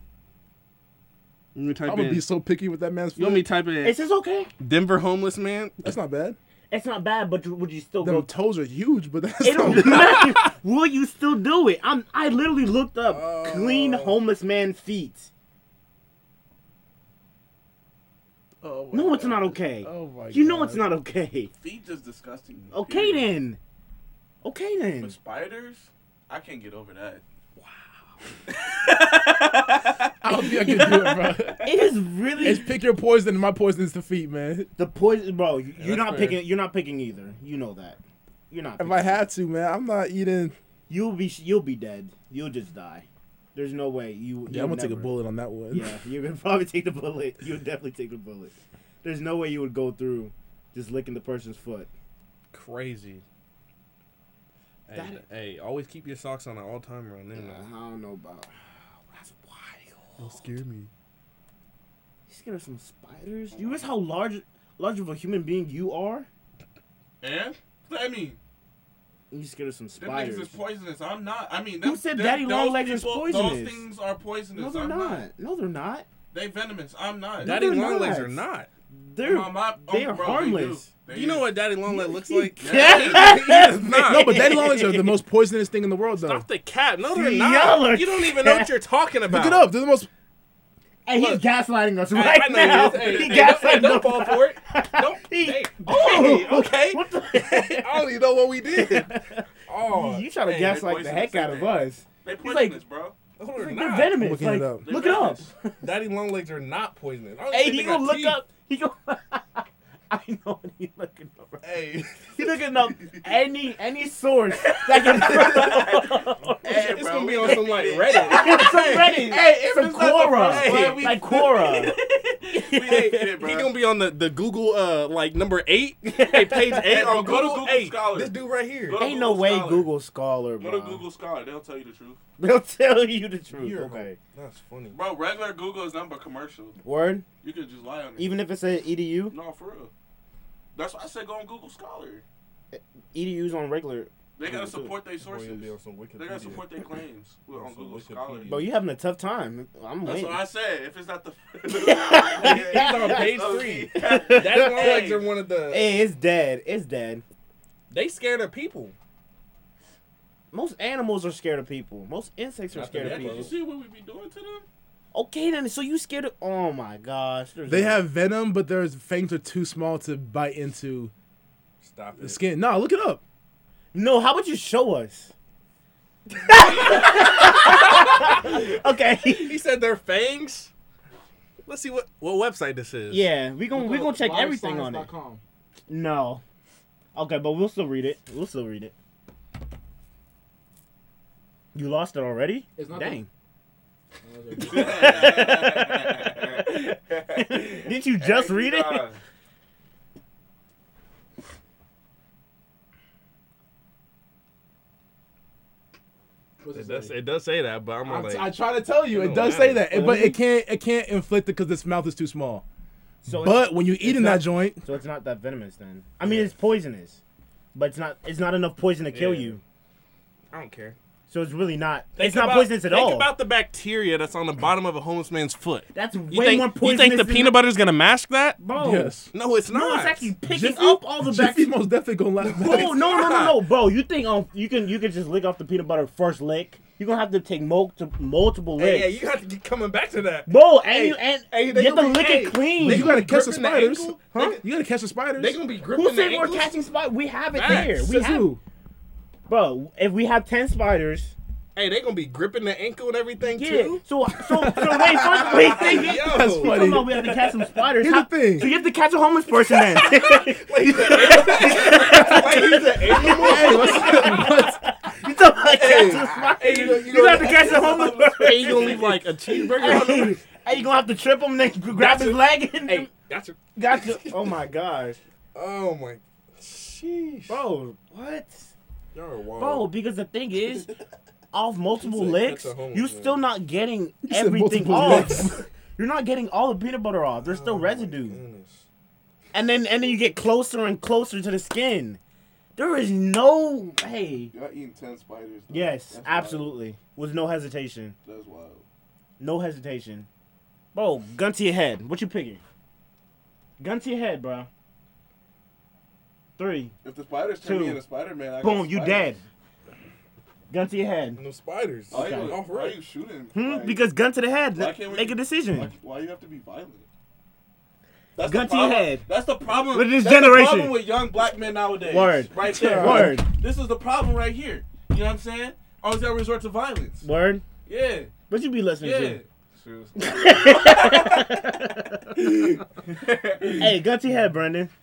Speaker 2: you want me to
Speaker 1: I'm
Speaker 2: type
Speaker 1: gonna
Speaker 2: in?
Speaker 1: be so picky with that man's
Speaker 2: you want me
Speaker 1: food.
Speaker 2: to type in
Speaker 3: It's just okay.
Speaker 2: Denver homeless man?
Speaker 1: That's not bad.
Speaker 3: It's not bad, but you- would you still
Speaker 1: Them
Speaker 3: go?
Speaker 1: toes are huge, but that's
Speaker 3: it
Speaker 1: not
Speaker 3: don't matter. Will you still do it? I'm. I literally looked up clean homeless man feet.
Speaker 1: Oh, my
Speaker 3: No, it's
Speaker 1: God.
Speaker 3: not okay.
Speaker 1: Oh my
Speaker 3: you know
Speaker 1: God.
Speaker 3: it's not okay.
Speaker 5: Feet just disgusting. me,
Speaker 3: Okay
Speaker 5: period.
Speaker 3: then. Okay then.
Speaker 5: But spiders, I can't get over that.
Speaker 1: I don't think I can do it, bro.
Speaker 3: It is really
Speaker 1: It's pick your poison. and My poison's the feet, man.
Speaker 3: the poison, bro. you- You're not
Speaker 2: fair.
Speaker 3: picking. You're not picking either. You know that. You're not.
Speaker 1: If
Speaker 3: Picking.
Speaker 1: I had to, man, I'm not eating.
Speaker 3: you'll be. You'll be dead. You'll just die. There's no way you.
Speaker 1: Yeah,
Speaker 3: you'll
Speaker 1: I'm gonna take a
Speaker 3: never-
Speaker 1: bullet on that one.
Speaker 3: Yeah, you're gonna probably take the bullet. You'll definitely take the bullet. There's no way you would go through just licking the person's foot.
Speaker 2: Crazy. Hey,
Speaker 3: That-
Speaker 2: hey, always keep your socks on at all time around there.
Speaker 3: I don't know about.
Speaker 2: That's wild.
Speaker 1: Don't scare me.
Speaker 3: You scared of some spiders? You realize how large, large of a human being you are?
Speaker 5: And what I mean,
Speaker 3: You scared of some
Speaker 5: them niggas
Speaker 3: spiders?
Speaker 5: is poisonous. I'm not. I mean,
Speaker 3: Who
Speaker 5: them-
Speaker 3: said
Speaker 5: them-
Speaker 3: daddy long
Speaker 5: those
Speaker 3: legs is
Speaker 5: people- Those
Speaker 3: poisonous?
Speaker 5: things are poisonous.
Speaker 3: No, they're
Speaker 5: I'm
Speaker 3: not. No, they're not.
Speaker 5: They venomous. I'm not.
Speaker 2: Daddy
Speaker 3: they're
Speaker 2: long legs
Speaker 3: not.
Speaker 2: are not.
Speaker 3: They're
Speaker 5: My mom- oh,
Speaker 3: they are
Speaker 5: bro, do.
Speaker 3: harmless.
Speaker 5: They
Speaker 2: Do you know
Speaker 5: do.
Speaker 2: what daddy long leg looks like?
Speaker 3: Yes!
Speaker 2: It's not.
Speaker 1: No, but daddy long legs are the most poisonous thing in the world, though.
Speaker 2: Stop the cap. No, they're
Speaker 3: See, y'all are
Speaker 2: not. You don't even know what you're talking about.
Speaker 1: Look it up. They're the most.
Speaker 3: Hey, he's
Speaker 2: Look.
Speaker 3: gaslighting us
Speaker 2: Hey,
Speaker 3: right
Speaker 2: I know he
Speaker 3: now.
Speaker 2: is. Hey,
Speaker 3: he
Speaker 2: hey, don't, hey,
Speaker 3: gaslighting
Speaker 2: don't
Speaker 3: us.
Speaker 2: fall for it. Don't.
Speaker 3: He- Oh,
Speaker 2: hey, hey, okay.
Speaker 3: What
Speaker 2: I
Speaker 3: the?
Speaker 2: don't even know what we did. Oh,
Speaker 3: you try to
Speaker 5: Hey, they're
Speaker 3: gaslight the
Speaker 5: poisonous,
Speaker 3: heck out of
Speaker 5: they-
Speaker 3: us.
Speaker 5: They
Speaker 3: like-
Speaker 5: poisonous, bro.
Speaker 2: no,
Speaker 3: It's
Speaker 2: they're
Speaker 3: like they're
Speaker 2: not.
Speaker 3: venomous.
Speaker 1: Looking
Speaker 3: Like,
Speaker 1: it up.
Speaker 3: look it up.
Speaker 2: Daddy long legs are not poisonous. I don't
Speaker 3: Hey,
Speaker 2: even
Speaker 3: he
Speaker 2: think they
Speaker 3: gonna
Speaker 2: got
Speaker 3: look
Speaker 2: teeth.
Speaker 3: up. He gonna. I know what he looking up.
Speaker 2: Hey,
Speaker 3: He looking up any any source that can.
Speaker 2: it's
Speaker 5: bro,
Speaker 2: gonna be
Speaker 5: we
Speaker 2: on
Speaker 5: did
Speaker 2: some like
Speaker 5: it.
Speaker 2: Reddit.
Speaker 3: Some Reddit.
Speaker 2: Hey, if
Speaker 3: some
Speaker 2: it's not the
Speaker 3: Quora.
Speaker 2: first one, we-
Speaker 3: like Quora.
Speaker 5: We ain't shit,
Speaker 2: He
Speaker 5: bro.
Speaker 2: gonna be on the, the Google uh like number eight, hey page eight on
Speaker 5: oh, Go to
Speaker 2: Google,
Speaker 5: Google
Speaker 2: eight.
Speaker 5: Scholar.
Speaker 2: This dude right here.
Speaker 5: Go to
Speaker 3: Ain't no
Speaker 5: Google
Speaker 3: way
Speaker 5: Scholar.
Speaker 3: Google Scholar,
Speaker 5: Go to
Speaker 3: bro.
Speaker 5: Google Scholar. They'll tell you the truth.
Speaker 3: They'll tell you the truth.
Speaker 2: You're
Speaker 3: okay.
Speaker 2: That's funny.
Speaker 5: Bro, regular Google is not but commercial.
Speaker 3: Word.
Speaker 5: You could just lie on it.
Speaker 3: Even if E it said edu,
Speaker 5: no, for real. That's why I said go on Google Scholar.
Speaker 3: edu's E on regular.
Speaker 5: They gotta
Speaker 3: Google too.
Speaker 5: support their
Speaker 2: Boy,
Speaker 5: sources.
Speaker 2: you'll be on some
Speaker 5: They gotta
Speaker 2: Wikipedia.
Speaker 5: support their claims with- on
Speaker 2: Also
Speaker 5: Google
Speaker 2: Wikipedia.
Speaker 5: Scholar.
Speaker 3: Bro, you having a tough time. I'm
Speaker 5: That's
Speaker 3: waiting.
Speaker 5: what I said. If it's not the
Speaker 2: He's on page three. Daddy long legs are one of the.
Speaker 3: Hey, it's dead. It's dead.
Speaker 2: They scared of people.
Speaker 3: Most animals are scared of people. Most insects are
Speaker 2: Not the
Speaker 3: scared
Speaker 5: Yeah,
Speaker 3: of people.
Speaker 5: did you see what we be doing to them?
Speaker 3: Okay, then. So you scared of? Oh my gosh. there's
Speaker 1: They
Speaker 3: no-
Speaker 1: have venom, but their fangs are too small to bite into
Speaker 2: Stop
Speaker 1: the skin. Nah, look it up.
Speaker 3: no. How about you show us? okay.
Speaker 2: He said their fangs. Let's see what what website this is.
Speaker 3: Yeah, we gonna we gonna check everything on it. No. Okay, but we'll still read it. We'll still read it. You lost it already?
Speaker 1: It's not
Speaker 3: Dang.
Speaker 5: Did
Speaker 3: Didn't you just read it?
Speaker 2: It does, it does say that, but I'm
Speaker 1: I,
Speaker 2: gonna like.
Speaker 1: I try to tell you,
Speaker 2: No,
Speaker 1: it does say
Speaker 2: that-
Speaker 1: that, but it can't it can't inflict it because its mouth is too small.
Speaker 3: So it's,
Speaker 1: But when you eat in
Speaker 3: not-
Speaker 1: that joint,
Speaker 3: so it's not that venomous then. I mean, it's poisonous, but it's not it's not enough poison to kill
Speaker 2: Yeah.
Speaker 3: you.
Speaker 2: I don't care.
Speaker 3: So it's really not.
Speaker 2: Think
Speaker 3: it's not
Speaker 2: about-
Speaker 3: poisonous at
Speaker 2: think
Speaker 3: all.
Speaker 2: about the bacteria that's on the bottom of a homeless man's foot.
Speaker 3: That's
Speaker 2: You
Speaker 3: way
Speaker 2: think,
Speaker 3: more
Speaker 2: you
Speaker 3: poisonous.
Speaker 2: think the
Speaker 3: than
Speaker 2: peanut butter's gonna mask that?
Speaker 3: Bro,
Speaker 1: yes,
Speaker 2: No, it's not.
Speaker 3: no, it's actually picking
Speaker 1: Jiffy-
Speaker 3: Oh, up all the
Speaker 1: Jiffy
Speaker 3: bacteria.
Speaker 1: most definitely gonna last.
Speaker 3: Bro, no, no, no, no, no, bro. You think um, you can you can just lick off the peanut butter first lick? You're gonna have to take multi- multiple
Speaker 2: Hey,
Speaker 3: licks.
Speaker 2: yeah, you have to keep coming back to that.
Speaker 3: Bro, and you and
Speaker 2: hey,
Speaker 3: you
Speaker 2: they
Speaker 3: have to
Speaker 2: gonna be-
Speaker 3: lick it
Speaker 2: hey,
Speaker 3: clean.
Speaker 1: But you gotta catch the
Speaker 2: Gripping the
Speaker 1: spiders,
Speaker 2: ankle?
Speaker 1: huh?
Speaker 2: They-
Speaker 1: you gotta catch the spiders.
Speaker 2: They gonna be gripping
Speaker 3: Who
Speaker 2: the
Speaker 3: said we're
Speaker 2: ankles?
Speaker 3: catching spiders? We have it
Speaker 2: Facts.
Speaker 3: here. We
Speaker 1: Says
Speaker 3: have,
Speaker 1: who?
Speaker 3: bro. If we have ten spiders,
Speaker 2: Hey, they gonna be gripping the ankle and everything
Speaker 3: yeah.
Speaker 2: too.
Speaker 3: So so so wait, first wait, think
Speaker 2: Yo,
Speaker 3: it.
Speaker 1: That's funny.
Speaker 3: You talking about we have to catch some spiders?
Speaker 1: Here's
Speaker 3: How-
Speaker 1: the thing.
Speaker 3: So you have to catch a homeless person then.
Speaker 2: like, he's an animal.
Speaker 1: Hey, what's, what's,
Speaker 3: you talking about catching spiders?
Speaker 2: Hey, you know- you
Speaker 3: You
Speaker 2: know-
Speaker 3: have to catch a homeless person.
Speaker 2: Hey, you gonna leave like a cheeseburger? on the-
Speaker 3: Hey, you gonna have to trip him, then grab his leg. And
Speaker 2: Hey, Gotcha.
Speaker 3: Gotcha. oh my gosh,
Speaker 2: Oh my. Sheesh.
Speaker 3: bro. What?
Speaker 2: Y'all are wild.
Speaker 3: Bro, because the thing is, off multiple
Speaker 2: That's a-
Speaker 3: licks,
Speaker 2: that's a homeless
Speaker 3: you're
Speaker 2: man.
Speaker 3: still not getting
Speaker 1: said
Speaker 3: everything
Speaker 1: multiple
Speaker 3: off. you're not getting all the peanut butter off. There's
Speaker 2: Oh,
Speaker 3: still residue. And then and then you get closer and closer to the skin. There is no hey.
Speaker 5: Y'all eating ten spiders. though.
Speaker 3: Yes,
Speaker 5: That's wild.
Speaker 3: absolutely. With no hesitation.
Speaker 5: That's wild.
Speaker 3: No hesitation. Bro, gun to your head. What you picking? Gun to your head, bro. Three.
Speaker 5: If the spiders turn
Speaker 3: Two.
Speaker 5: me into Spider Man, I
Speaker 3: Boom,
Speaker 5: got
Speaker 3: you
Speaker 5: spiders.
Speaker 3: dead. Gun to your head.
Speaker 2: No spiders.
Speaker 5: Why,
Speaker 3: Okay.
Speaker 5: you,
Speaker 2: Off
Speaker 5: why
Speaker 2: right.
Speaker 5: oh, you shooting?
Speaker 3: Hmm?
Speaker 5: Like,
Speaker 3: because gun to the head.
Speaker 5: why can't we-
Speaker 3: Make a
Speaker 5: why,
Speaker 3: decision.
Speaker 5: why you have to be violent? That's
Speaker 3: Gun
Speaker 5: the
Speaker 3: to your
Speaker 5: problem.
Speaker 3: head.
Speaker 5: That's the problem
Speaker 3: With this
Speaker 5: that's
Speaker 3: generation.
Speaker 5: The problem with young black men nowadays.
Speaker 3: Word.
Speaker 5: Right there.
Speaker 3: Word.
Speaker 5: This is the problem right here. You know what I'm saying? Always gotta resort to violence.
Speaker 3: Word.
Speaker 5: Yeah.
Speaker 3: What you be listening
Speaker 5: Yeah.
Speaker 3: to?
Speaker 5: Seriously.
Speaker 3: hey, gun to your head, Brandon.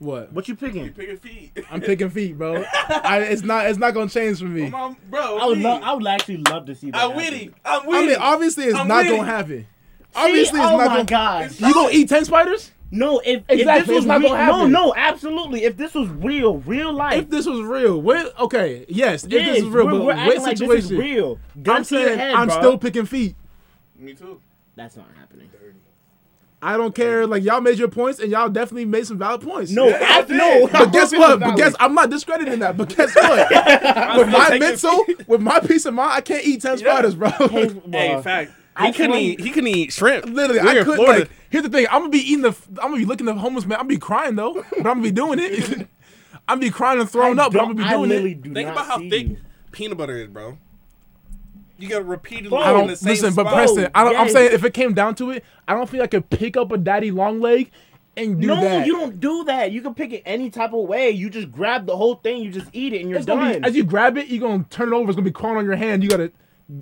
Speaker 1: What?
Speaker 3: What you
Speaker 5: You
Speaker 3: picking?
Speaker 5: picking feet.
Speaker 1: I'm picking feet, bro. I, it's not. It's not gonna change for me.
Speaker 5: My, bro,
Speaker 3: I would
Speaker 5: me.
Speaker 3: love. I would actually love to see that.
Speaker 5: I'm
Speaker 3: happen.
Speaker 5: with it. I'm with
Speaker 1: I mean,
Speaker 5: it.
Speaker 1: obviously, it's
Speaker 5: I'm
Speaker 1: not
Speaker 5: with
Speaker 1: gonna
Speaker 5: it.
Speaker 1: happen.
Speaker 3: See?
Speaker 1: Obviously, it's
Speaker 3: oh
Speaker 1: not
Speaker 3: my
Speaker 1: gonna.
Speaker 3: god.
Speaker 5: It's
Speaker 1: You gonna eat ten spiders?
Speaker 3: No, if, if
Speaker 1: Exactly, it's
Speaker 3: this was
Speaker 1: not
Speaker 3: real,
Speaker 1: gonna
Speaker 3: no,
Speaker 1: happen.
Speaker 3: no, absolutely. If this was real, real life.
Speaker 1: If this was real, where, okay, yes, if
Speaker 3: yes,
Speaker 1: this is real,
Speaker 3: we're,
Speaker 1: but
Speaker 3: we're
Speaker 1: what
Speaker 3: acting like this is
Speaker 1: situation?
Speaker 3: real. Gun
Speaker 1: I'm
Speaker 3: to your
Speaker 1: saying
Speaker 3: head,
Speaker 1: I'm
Speaker 3: bro.
Speaker 1: still picking feet.
Speaker 5: Me too.
Speaker 3: That's not happening.
Speaker 1: I don't care. Like y'all made your points, and y'all definitely made some valid points.
Speaker 3: No, I, no.
Speaker 1: But guess what? But guess I'm not discrediting that. But guess what? with my mental, with my peace of mind, I can't eat ten spiders, bro.
Speaker 3: Hey, bro,
Speaker 2: Hey, in fact,
Speaker 3: I
Speaker 2: he couldn't
Speaker 3: swear-
Speaker 2: eat. He couldn't eat shrimp.
Speaker 1: Literally,
Speaker 2: We're
Speaker 1: I
Speaker 2: in
Speaker 1: could.
Speaker 2: Florida.
Speaker 1: Like, here's the thing: I'm gonna be eating the. I'm gonna be looking at the homeless man. I'm gonna be crying though, but I'm gonna be doing it. I'm gonna be crying and throwing
Speaker 3: I
Speaker 1: up, but I'm
Speaker 3: don't-
Speaker 1: gonna be
Speaker 3: I
Speaker 1: doing
Speaker 3: literally
Speaker 1: it.
Speaker 3: do
Speaker 2: Think
Speaker 3: not
Speaker 2: about how
Speaker 3: see
Speaker 2: thick
Speaker 3: you.
Speaker 2: peanut butter is, bro. You got to repeatedly
Speaker 3: Bro,
Speaker 1: I
Speaker 2: in
Speaker 1: don't
Speaker 2: the same
Speaker 1: listen, but
Speaker 2: spot.
Speaker 1: Preston, I don't, I'm
Speaker 3: Yes.
Speaker 1: saying if it came down to it, I don't think I could pick up a daddy long leg and do
Speaker 3: no,
Speaker 1: that.
Speaker 3: you don't do that. You can pick it any type of way. You just grab the whole thing. You just eat it, and you're
Speaker 1: It's gonna
Speaker 3: done.
Speaker 1: be, as you grab it, you're gonna turn it over. It's gonna be crawling on your hand. You gotta.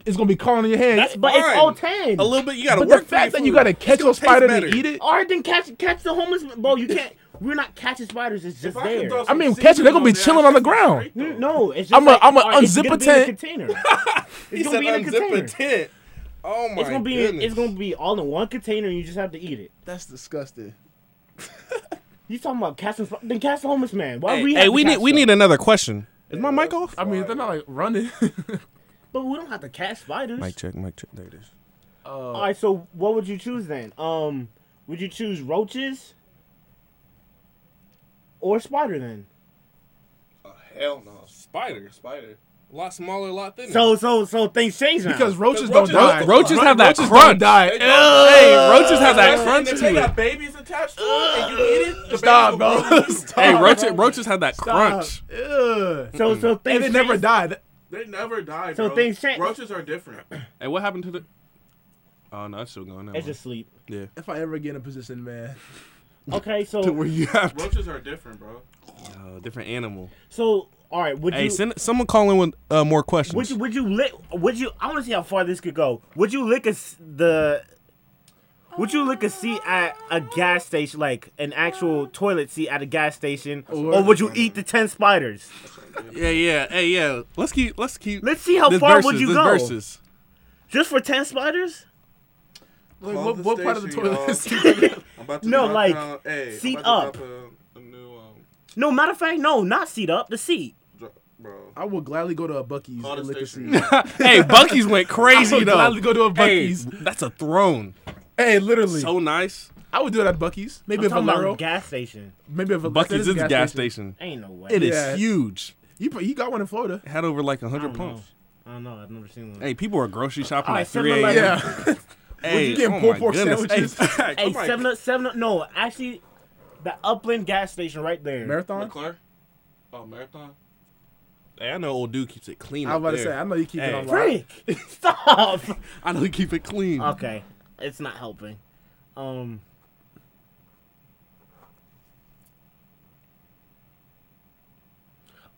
Speaker 1: It's gonna be crawling on your hand.
Speaker 3: That's- but it's
Speaker 2: fine.
Speaker 3: all ten.
Speaker 2: A little bit. You got to
Speaker 1: but
Speaker 2: work.
Speaker 1: the fact
Speaker 2: for
Speaker 1: that
Speaker 2: your
Speaker 1: you
Speaker 2: food.
Speaker 1: gotta catch
Speaker 2: Still
Speaker 1: a spider
Speaker 2: tastes
Speaker 1: to
Speaker 2: better.
Speaker 1: eat it.
Speaker 3: All right, then catch catch the homeless bro. You can't. We're not catching spiders. It's just
Speaker 5: If I
Speaker 3: there.
Speaker 5: could throw
Speaker 1: I mean,
Speaker 5: some
Speaker 1: catch it, they're
Speaker 5: seaweed
Speaker 1: gonna be
Speaker 5: on there,
Speaker 1: chilling
Speaker 5: I'd
Speaker 1: on the
Speaker 5: be
Speaker 1: ground.
Speaker 5: straight, though.
Speaker 3: Mm, No, it's just
Speaker 1: I'ma-
Speaker 3: like,
Speaker 1: I'ma
Speaker 3: all right, it's
Speaker 1: unzip
Speaker 3: gonna
Speaker 1: a
Speaker 3: be in a
Speaker 1: tent.
Speaker 3: container.
Speaker 2: He
Speaker 3: It's gonna
Speaker 2: said,
Speaker 3: be in a
Speaker 2: "Unzip
Speaker 3: container.
Speaker 2: a tent." Oh my
Speaker 3: It's gonna be
Speaker 2: goodness.
Speaker 3: it's gonna be all in one container, and you just have to eat it.
Speaker 1: That's disgusting.
Speaker 3: You talking about catching? sp- Then catch the homeless man. Why
Speaker 2: Hey,
Speaker 3: we?
Speaker 2: we,
Speaker 3: Have to
Speaker 2: need
Speaker 3: catch
Speaker 2: we
Speaker 3: them?
Speaker 2: need another question. Is my mic off?
Speaker 1: I mean, if they're not like running.
Speaker 3: But we don't have to catch spiders.
Speaker 2: Mic check. Mic check. There it is.
Speaker 3: All right, so what would you choose then? Um, would you choose roaches or spider then?
Speaker 5: Oh, hell no.
Speaker 2: Spider.
Speaker 5: Spider.
Speaker 2: A lot smaller, a lot thinner.
Speaker 3: So so so things change now.
Speaker 1: because roaches don't
Speaker 5: Roaches
Speaker 1: die.
Speaker 5: don't-
Speaker 2: roaches have that
Speaker 1: roaches
Speaker 2: crunch.
Speaker 1: Don't die.
Speaker 5: They
Speaker 1: Ew.
Speaker 5: don't-
Speaker 2: hey, roaches have that
Speaker 5: And
Speaker 2: crunch
Speaker 5: if
Speaker 2: to
Speaker 5: they got
Speaker 2: it.
Speaker 5: babies attached to it and you eat it, the
Speaker 1: Stop,
Speaker 5: baby will
Speaker 1: bro.
Speaker 5: grow to you.
Speaker 1: Stop.
Speaker 2: Hey, roaches roaches have that crunch.
Speaker 1: Ew.
Speaker 3: so so
Speaker 1: And
Speaker 3: things
Speaker 1: they never
Speaker 3: change-
Speaker 1: died.
Speaker 5: They never die,
Speaker 3: So
Speaker 5: bro.
Speaker 3: things change.
Speaker 5: Roaches are different.
Speaker 2: Hey, what happened to the? Oh no, that's still going.
Speaker 3: It's just sleep.
Speaker 1: If I ever get in a position, man.
Speaker 3: Okay, so
Speaker 2: where you have
Speaker 5: Roaches are different, bro.
Speaker 2: uh, different animal.
Speaker 3: so all right. Would
Speaker 2: Hey,
Speaker 3: you
Speaker 2: send someone call in with uh, more questions.
Speaker 3: would you would you lick? Would you? I want to see how far this could go. Would you lick a s- the? Would you lick a seat at a gas station, like an actual toilet seat at a gas station, or would you eat the ten spiders?
Speaker 2: yeah, yeah. Hey, yeah. Let's keep. Let's keep.
Speaker 3: Let's see how
Speaker 2: this
Speaker 3: far would
Speaker 2: versus,
Speaker 3: you
Speaker 2: this
Speaker 3: go.
Speaker 2: versus.
Speaker 3: Just for ten spiders?
Speaker 1: Like,
Speaker 5: Close
Speaker 1: what,
Speaker 5: the
Speaker 1: what part of the
Speaker 5: station,
Speaker 1: toilet is
Speaker 5: y'all. I'm about to
Speaker 3: No,
Speaker 5: drop
Speaker 3: like,
Speaker 5: down- hey, I'm
Speaker 3: seat
Speaker 5: about
Speaker 3: up.
Speaker 5: to drop A, a new, um,
Speaker 3: No, matter of fact, no, not seat up, the seat.
Speaker 5: dro- bro.
Speaker 1: I would gladly go to a Bucky's
Speaker 5: Call the
Speaker 1: and lick a
Speaker 5: station.
Speaker 1: seat.
Speaker 2: hey, Bucky's went
Speaker 1: I
Speaker 2: crazy
Speaker 1: would
Speaker 2: though.
Speaker 1: gladly go to a
Speaker 2: Hey,
Speaker 1: Bucky's.
Speaker 2: that's a throne.
Speaker 1: Hey, literally.
Speaker 2: So nice.
Speaker 1: I would do it at Bucky's. Maybe
Speaker 3: I'm
Speaker 1: a
Speaker 3: talking about
Speaker 1: Valero.
Speaker 3: a gas station.
Speaker 1: Maybe a Valero.
Speaker 2: Bucky's
Speaker 1: That
Speaker 2: is a gas station.
Speaker 3: Ain't no way.
Speaker 2: It is
Speaker 1: Yeah.
Speaker 2: huge.
Speaker 1: You, pro- you got one in Florida.
Speaker 2: Had over like
Speaker 3: I don't
Speaker 2: 100
Speaker 3: know.
Speaker 2: pumps.
Speaker 3: I don't know. I've never seen one.
Speaker 2: Hey, people are grocery shopping
Speaker 3: Alright,
Speaker 2: at 3 a.m.
Speaker 3: 7-Eleven.
Speaker 1: Yeah.
Speaker 2: Hey,
Speaker 1: you getting
Speaker 2: oh
Speaker 1: pulled
Speaker 2: my
Speaker 1: pork
Speaker 2: goodness.
Speaker 1: sandwiches?
Speaker 2: Hey, fact.
Speaker 3: Hey,
Speaker 2: Oh my-
Speaker 3: seven up, seven up. No, actually, the Upland gas station right there.
Speaker 1: Marathon?
Speaker 5: McClure? Oh, Marathon?
Speaker 2: Hey, I know old dude keeps it clean.
Speaker 1: I was
Speaker 2: up
Speaker 1: about to
Speaker 2: there.
Speaker 1: say, I know you keep
Speaker 2: Hey.
Speaker 1: it on lock.
Speaker 3: Frick, stop.
Speaker 2: I know he keep it clean.
Speaker 3: okay, it's not helping. Um,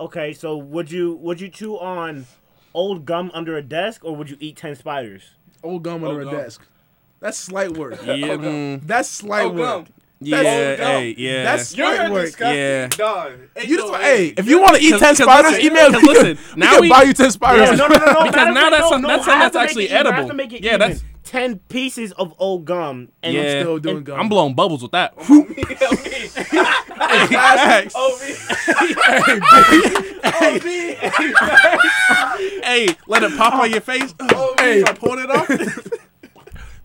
Speaker 3: okay, so would you would you chew on old gum under a desk, or would you eat ten spiders?
Speaker 1: Old gum under
Speaker 5: Old
Speaker 1: a
Speaker 5: gum.
Speaker 1: desk. That's slight work.
Speaker 2: Yeah, mm,
Speaker 1: That's slight
Speaker 5: Oh,
Speaker 1: work.
Speaker 5: gum.
Speaker 2: yeah,
Speaker 1: That's-
Speaker 2: hey, yeah.
Speaker 1: That's slight work.
Speaker 2: Yeah.
Speaker 5: Dog. Ain't
Speaker 1: You just
Speaker 5: no
Speaker 1: want,
Speaker 5: way.
Speaker 1: hey, if you want to eat
Speaker 2: Cause-
Speaker 1: ten
Speaker 2: cause
Speaker 1: spiders,
Speaker 2: listen-
Speaker 1: email
Speaker 2: cause
Speaker 1: me.
Speaker 2: listen,
Speaker 1: we
Speaker 2: now
Speaker 1: can
Speaker 2: we-
Speaker 1: buy you ten
Speaker 3: No,
Speaker 1: spiders.
Speaker 3: no, no, no, no.
Speaker 2: Because now that's- that's something that's actually edible.
Speaker 3: Make it
Speaker 2: Yeah,
Speaker 3: even.
Speaker 2: that's-
Speaker 3: ten pieces of old gum and
Speaker 1: I'm
Speaker 2: Yeah.
Speaker 1: still doing
Speaker 3: and-
Speaker 1: gum.
Speaker 2: I'm blowing bubbles with that. Facts.
Speaker 5: Oh,
Speaker 2: hey, let it pop on your face.
Speaker 1: Hey.
Speaker 5: Oh,
Speaker 2: hey, I pulled it off.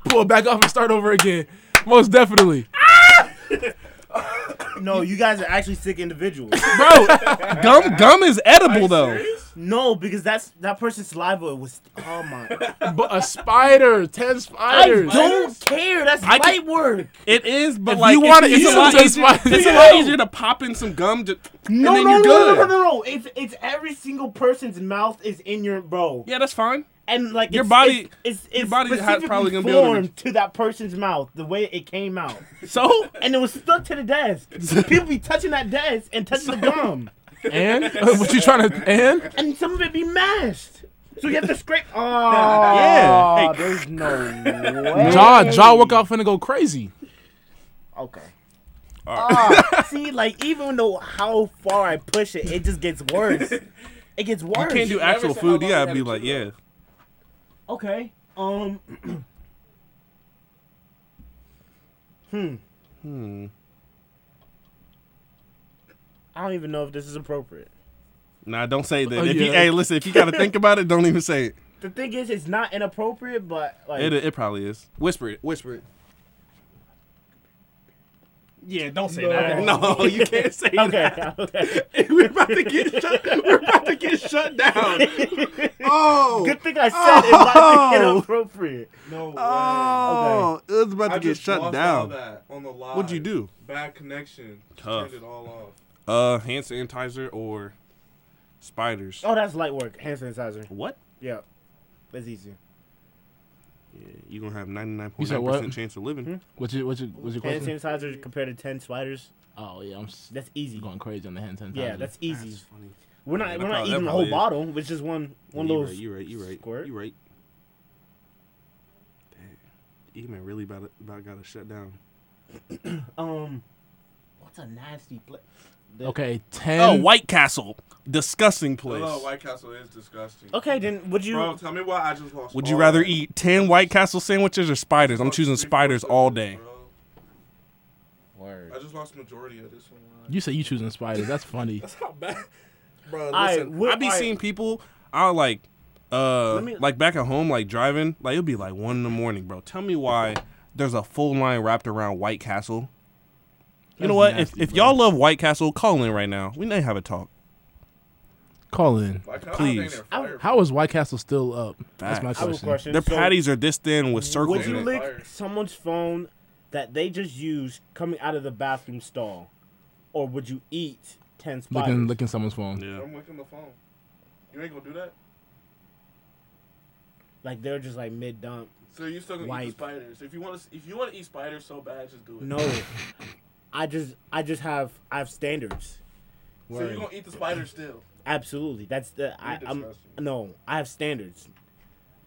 Speaker 1: pull it back up and start over again. Most definitely,
Speaker 3: No, you guys are actually sick individuals.
Speaker 2: Bro, gum gum is edible though.
Speaker 3: no, because that's that person's saliva was. Oh my!
Speaker 1: but a spider, ten
Speaker 3: I
Speaker 1: spiders.
Speaker 3: don't care. That's
Speaker 2: I
Speaker 3: light
Speaker 2: can-
Speaker 3: work.
Speaker 2: It is, but
Speaker 1: If
Speaker 2: like
Speaker 1: you
Speaker 2: if
Speaker 1: want it,
Speaker 2: it's
Speaker 1: you
Speaker 2: a lot
Speaker 1: just
Speaker 2: easier.
Speaker 1: want-
Speaker 2: It's a lot easier to pop in some gum, ju- and
Speaker 3: No,
Speaker 2: then
Speaker 3: no,
Speaker 2: you're
Speaker 3: no,
Speaker 2: good.
Speaker 3: no, no, no, no. If it's every single person's mouth is in your bro,
Speaker 2: Yeah, that's fine.
Speaker 3: and like
Speaker 2: Your
Speaker 3: it's,
Speaker 2: body-
Speaker 3: it's, it's, it's
Speaker 2: your body has
Speaker 3: specifically
Speaker 2: probably gonna be able to-
Speaker 3: formed to that person's mouth the way it came out,
Speaker 2: So
Speaker 3: and it was stuck to the desk. People be touching that desk and touching the gum,
Speaker 1: And what you trying to? And
Speaker 3: and some of it be mashed. So you have to scrape. Oh,
Speaker 2: Yeah. Hey.
Speaker 3: There's no way.
Speaker 1: jaw jaw workout finna go crazy.
Speaker 3: Okay. Ah, see, like even though how far I push it, it just gets worse. It gets worse.
Speaker 2: you can't do actual
Speaker 5: said how long
Speaker 2: food. You
Speaker 5: you
Speaker 2: gotta
Speaker 5: had
Speaker 2: be
Speaker 5: it
Speaker 2: like,
Speaker 5: too,
Speaker 2: yeah.
Speaker 3: Okay. Um. hmm.
Speaker 2: Hmm.
Speaker 3: I don't even know if this is appropriate.
Speaker 2: Nah, don't say that.
Speaker 1: Oh,
Speaker 2: if you,
Speaker 1: yeah.
Speaker 2: hey, listen, if you gotta think about it, don't even say it.
Speaker 3: The thing is, it's not inappropriate, but like,
Speaker 2: It, it probably is. Whisper it. Whisper it.
Speaker 7: Yeah, don't say
Speaker 3: that.
Speaker 7: that.
Speaker 2: No, you can't say that.
Speaker 3: okay, okay.
Speaker 2: We're about to get shut. We're about to get shut down. Oh.
Speaker 3: Good thing I said it might be inappropriate.
Speaker 5: No way.
Speaker 2: Oh, it was about to
Speaker 5: I
Speaker 2: get
Speaker 5: just
Speaker 2: shut
Speaker 5: lost all
Speaker 2: down.
Speaker 5: that on the live.
Speaker 2: What'd you do?
Speaker 5: Bad connection.
Speaker 2: Tough.
Speaker 5: Turned it all off.
Speaker 2: Uh, hand sanitizer or spiders?
Speaker 3: Oh, that's light work. Hand sanitizer.
Speaker 2: What?
Speaker 3: Yeah, that's easy.
Speaker 2: Yeah, you gonna have ninety nine
Speaker 1: You
Speaker 2: point
Speaker 1: said
Speaker 2: nine
Speaker 1: what?
Speaker 2: percent chance of living.
Speaker 1: What's your what's your what's your
Speaker 3: Hand
Speaker 1: question?
Speaker 3: sanitizer compared to ten spiders.
Speaker 1: Oh yeah, I'm s-
Speaker 3: That's easy.
Speaker 1: going crazy on the hand sanitizer.
Speaker 3: Yeah, that's easy.
Speaker 2: That's funny.
Speaker 3: We're not
Speaker 2: Yeah, that
Speaker 3: we're not
Speaker 2: probably- that
Speaker 3: eating the
Speaker 2: probably
Speaker 3: whole
Speaker 2: is.
Speaker 3: bottle, which is one one
Speaker 2: you
Speaker 3: little
Speaker 2: right, you right, you right,
Speaker 3: squirt.
Speaker 2: you right. Damn, E-Man really about about got to shut down.
Speaker 3: Um, what's a nasty place?
Speaker 1: Okay, ten.
Speaker 2: Oh, White Castle, disgusting place.
Speaker 5: Hello, White Castle is disgusting.
Speaker 3: Okay, then would you?
Speaker 5: Bro, tell me why I just lost.
Speaker 2: Would you
Speaker 5: all
Speaker 2: rather
Speaker 5: that.
Speaker 2: eat ten White Castle sandwiches or spiders? I'm
Speaker 5: Lost
Speaker 2: choosing
Speaker 5: three
Speaker 2: spiders
Speaker 5: quarters of
Speaker 2: all
Speaker 5: this,
Speaker 2: day.
Speaker 5: bro.
Speaker 1: Word.
Speaker 5: I just lost majority of this one.
Speaker 1: You say you choosing spiders? That's funny.
Speaker 7: That's not bad. Bro,
Speaker 3: I
Speaker 7: listen.
Speaker 3: would-
Speaker 2: I be
Speaker 3: I-
Speaker 2: seeing people. I like, uh,
Speaker 3: Let me-
Speaker 2: like back at home, like driving. Like it'll be like one in the morning, bro. Tell me why there's a full line wrapped around White Castle. You know
Speaker 1: That's
Speaker 2: what?
Speaker 1: nasty,
Speaker 2: if if
Speaker 1: bro.
Speaker 2: y'all love White Castle, call in right now. We need to have a talk.
Speaker 1: Call in.
Speaker 5: Like, how-
Speaker 2: Please.
Speaker 5: I think they're
Speaker 1: How is White Castle still up? That's my
Speaker 2: Facts. I
Speaker 3: have a
Speaker 1: question.
Speaker 3: question.
Speaker 2: Their
Speaker 3: So,
Speaker 2: patties are this thin with
Speaker 3: Would
Speaker 2: circles in
Speaker 3: you
Speaker 2: it.
Speaker 3: lick
Speaker 5: Fire.
Speaker 3: someone's phone that they just used coming out of the bathroom stall, or would you eat ten spiders?
Speaker 1: Looking looking someone's phone.
Speaker 2: yeah.
Speaker 5: I'm licking the phone. You ain't gonna do that.
Speaker 3: Like they're just like mid dump.
Speaker 5: So you still gonna eat
Speaker 3: Wipe.
Speaker 5: the spiders? If you want to, if you want to eat spiders so bad, just do it.
Speaker 3: No, I just I just have I have standards.
Speaker 5: So you're gonna eat the spider still?
Speaker 3: Absolutely, that's the I,
Speaker 5: You're
Speaker 3: I'm
Speaker 5: disgusting.
Speaker 3: no I have standards.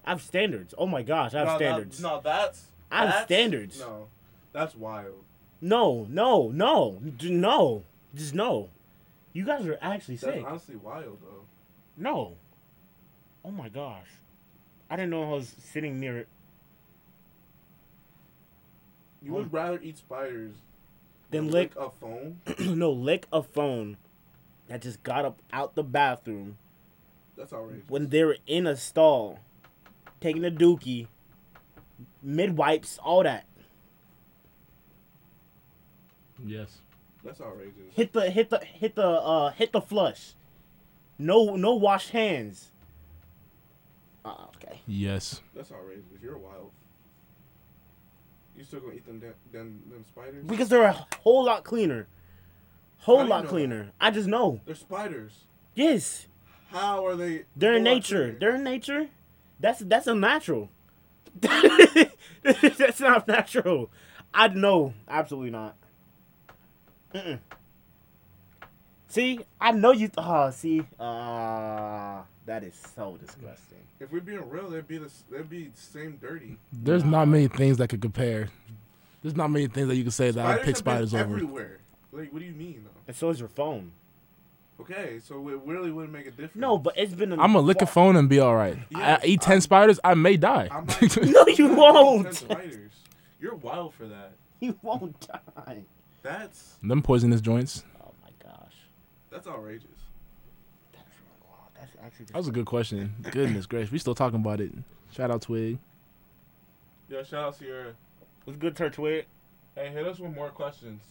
Speaker 3: I have standards. Oh my gosh, I have
Speaker 5: No, that-
Speaker 3: standards.
Speaker 5: no, that's.
Speaker 3: I have
Speaker 5: that's-
Speaker 3: standards.
Speaker 5: No, that's wild.
Speaker 3: No, no, no, d- no, just no. You guys are actually
Speaker 5: That's
Speaker 3: sick.
Speaker 5: honestly wild though.
Speaker 3: No. Oh my gosh, I didn't know I was sitting near it.
Speaker 5: You would rather eat spiders
Speaker 3: Oh. Then lick,
Speaker 5: a phone?
Speaker 3: no, lick a phone that just got up out the bathroom
Speaker 5: That's outrageous.
Speaker 3: when they were in a stall, taking a dookie, mid wipes, all that.
Speaker 1: Yes.
Speaker 5: That's outrageous.
Speaker 3: Hit the hit the hit the uh hit the flush. No no wash hands. Uh, okay.
Speaker 1: Yes.
Speaker 5: That's outrageous. You're wild. You still gonna eat them da- them, them spiders?
Speaker 3: Because they're a whole lot cleaner. Whole
Speaker 5: How do you
Speaker 3: lot
Speaker 5: know
Speaker 3: cleaner. I just know.
Speaker 5: They're spiders.
Speaker 3: Yes.
Speaker 5: How are they?
Speaker 3: They're in
Speaker 5: Oh, I
Speaker 3: nature.
Speaker 5: see.
Speaker 3: They're in nature. That's that's unnatural. that's not natural. I know. Absolutely not. Mm-mm. See, I know you. Ah, see, ah, that is so disgusting.
Speaker 5: If we're being real, they'd be the s- they'd be same dirty.
Speaker 1: There's not many things that could compare. There's not many things that you can say that I
Speaker 5: Spiders
Speaker 1: pick
Speaker 5: have been
Speaker 1: spiders over.
Speaker 5: everywhere. Like, what do you mean though?
Speaker 3: And so is your phone.
Speaker 5: Okay, so it really wouldn't make a difference.
Speaker 3: No, but it's been. A
Speaker 1: I'm gonna lick a phone and be all right.
Speaker 5: Yeah,
Speaker 1: I eat 10 spiders, I may die.
Speaker 5: I'm not-
Speaker 3: No, you
Speaker 5: That's
Speaker 3: won't.
Speaker 5: writers. You're wild for that.
Speaker 3: you won't die.
Speaker 5: That's
Speaker 1: Them poisonous joints.
Speaker 3: Oh my gosh.
Speaker 5: that's outrageous.
Speaker 3: That's, wow, that's actually.
Speaker 1: That was a good question. Goodness gracious, we still talking about it. Shout out Twig.
Speaker 5: Yo, shout out Sierra.
Speaker 3: What's good, Church Weird?
Speaker 5: Hey, hit us with more questions.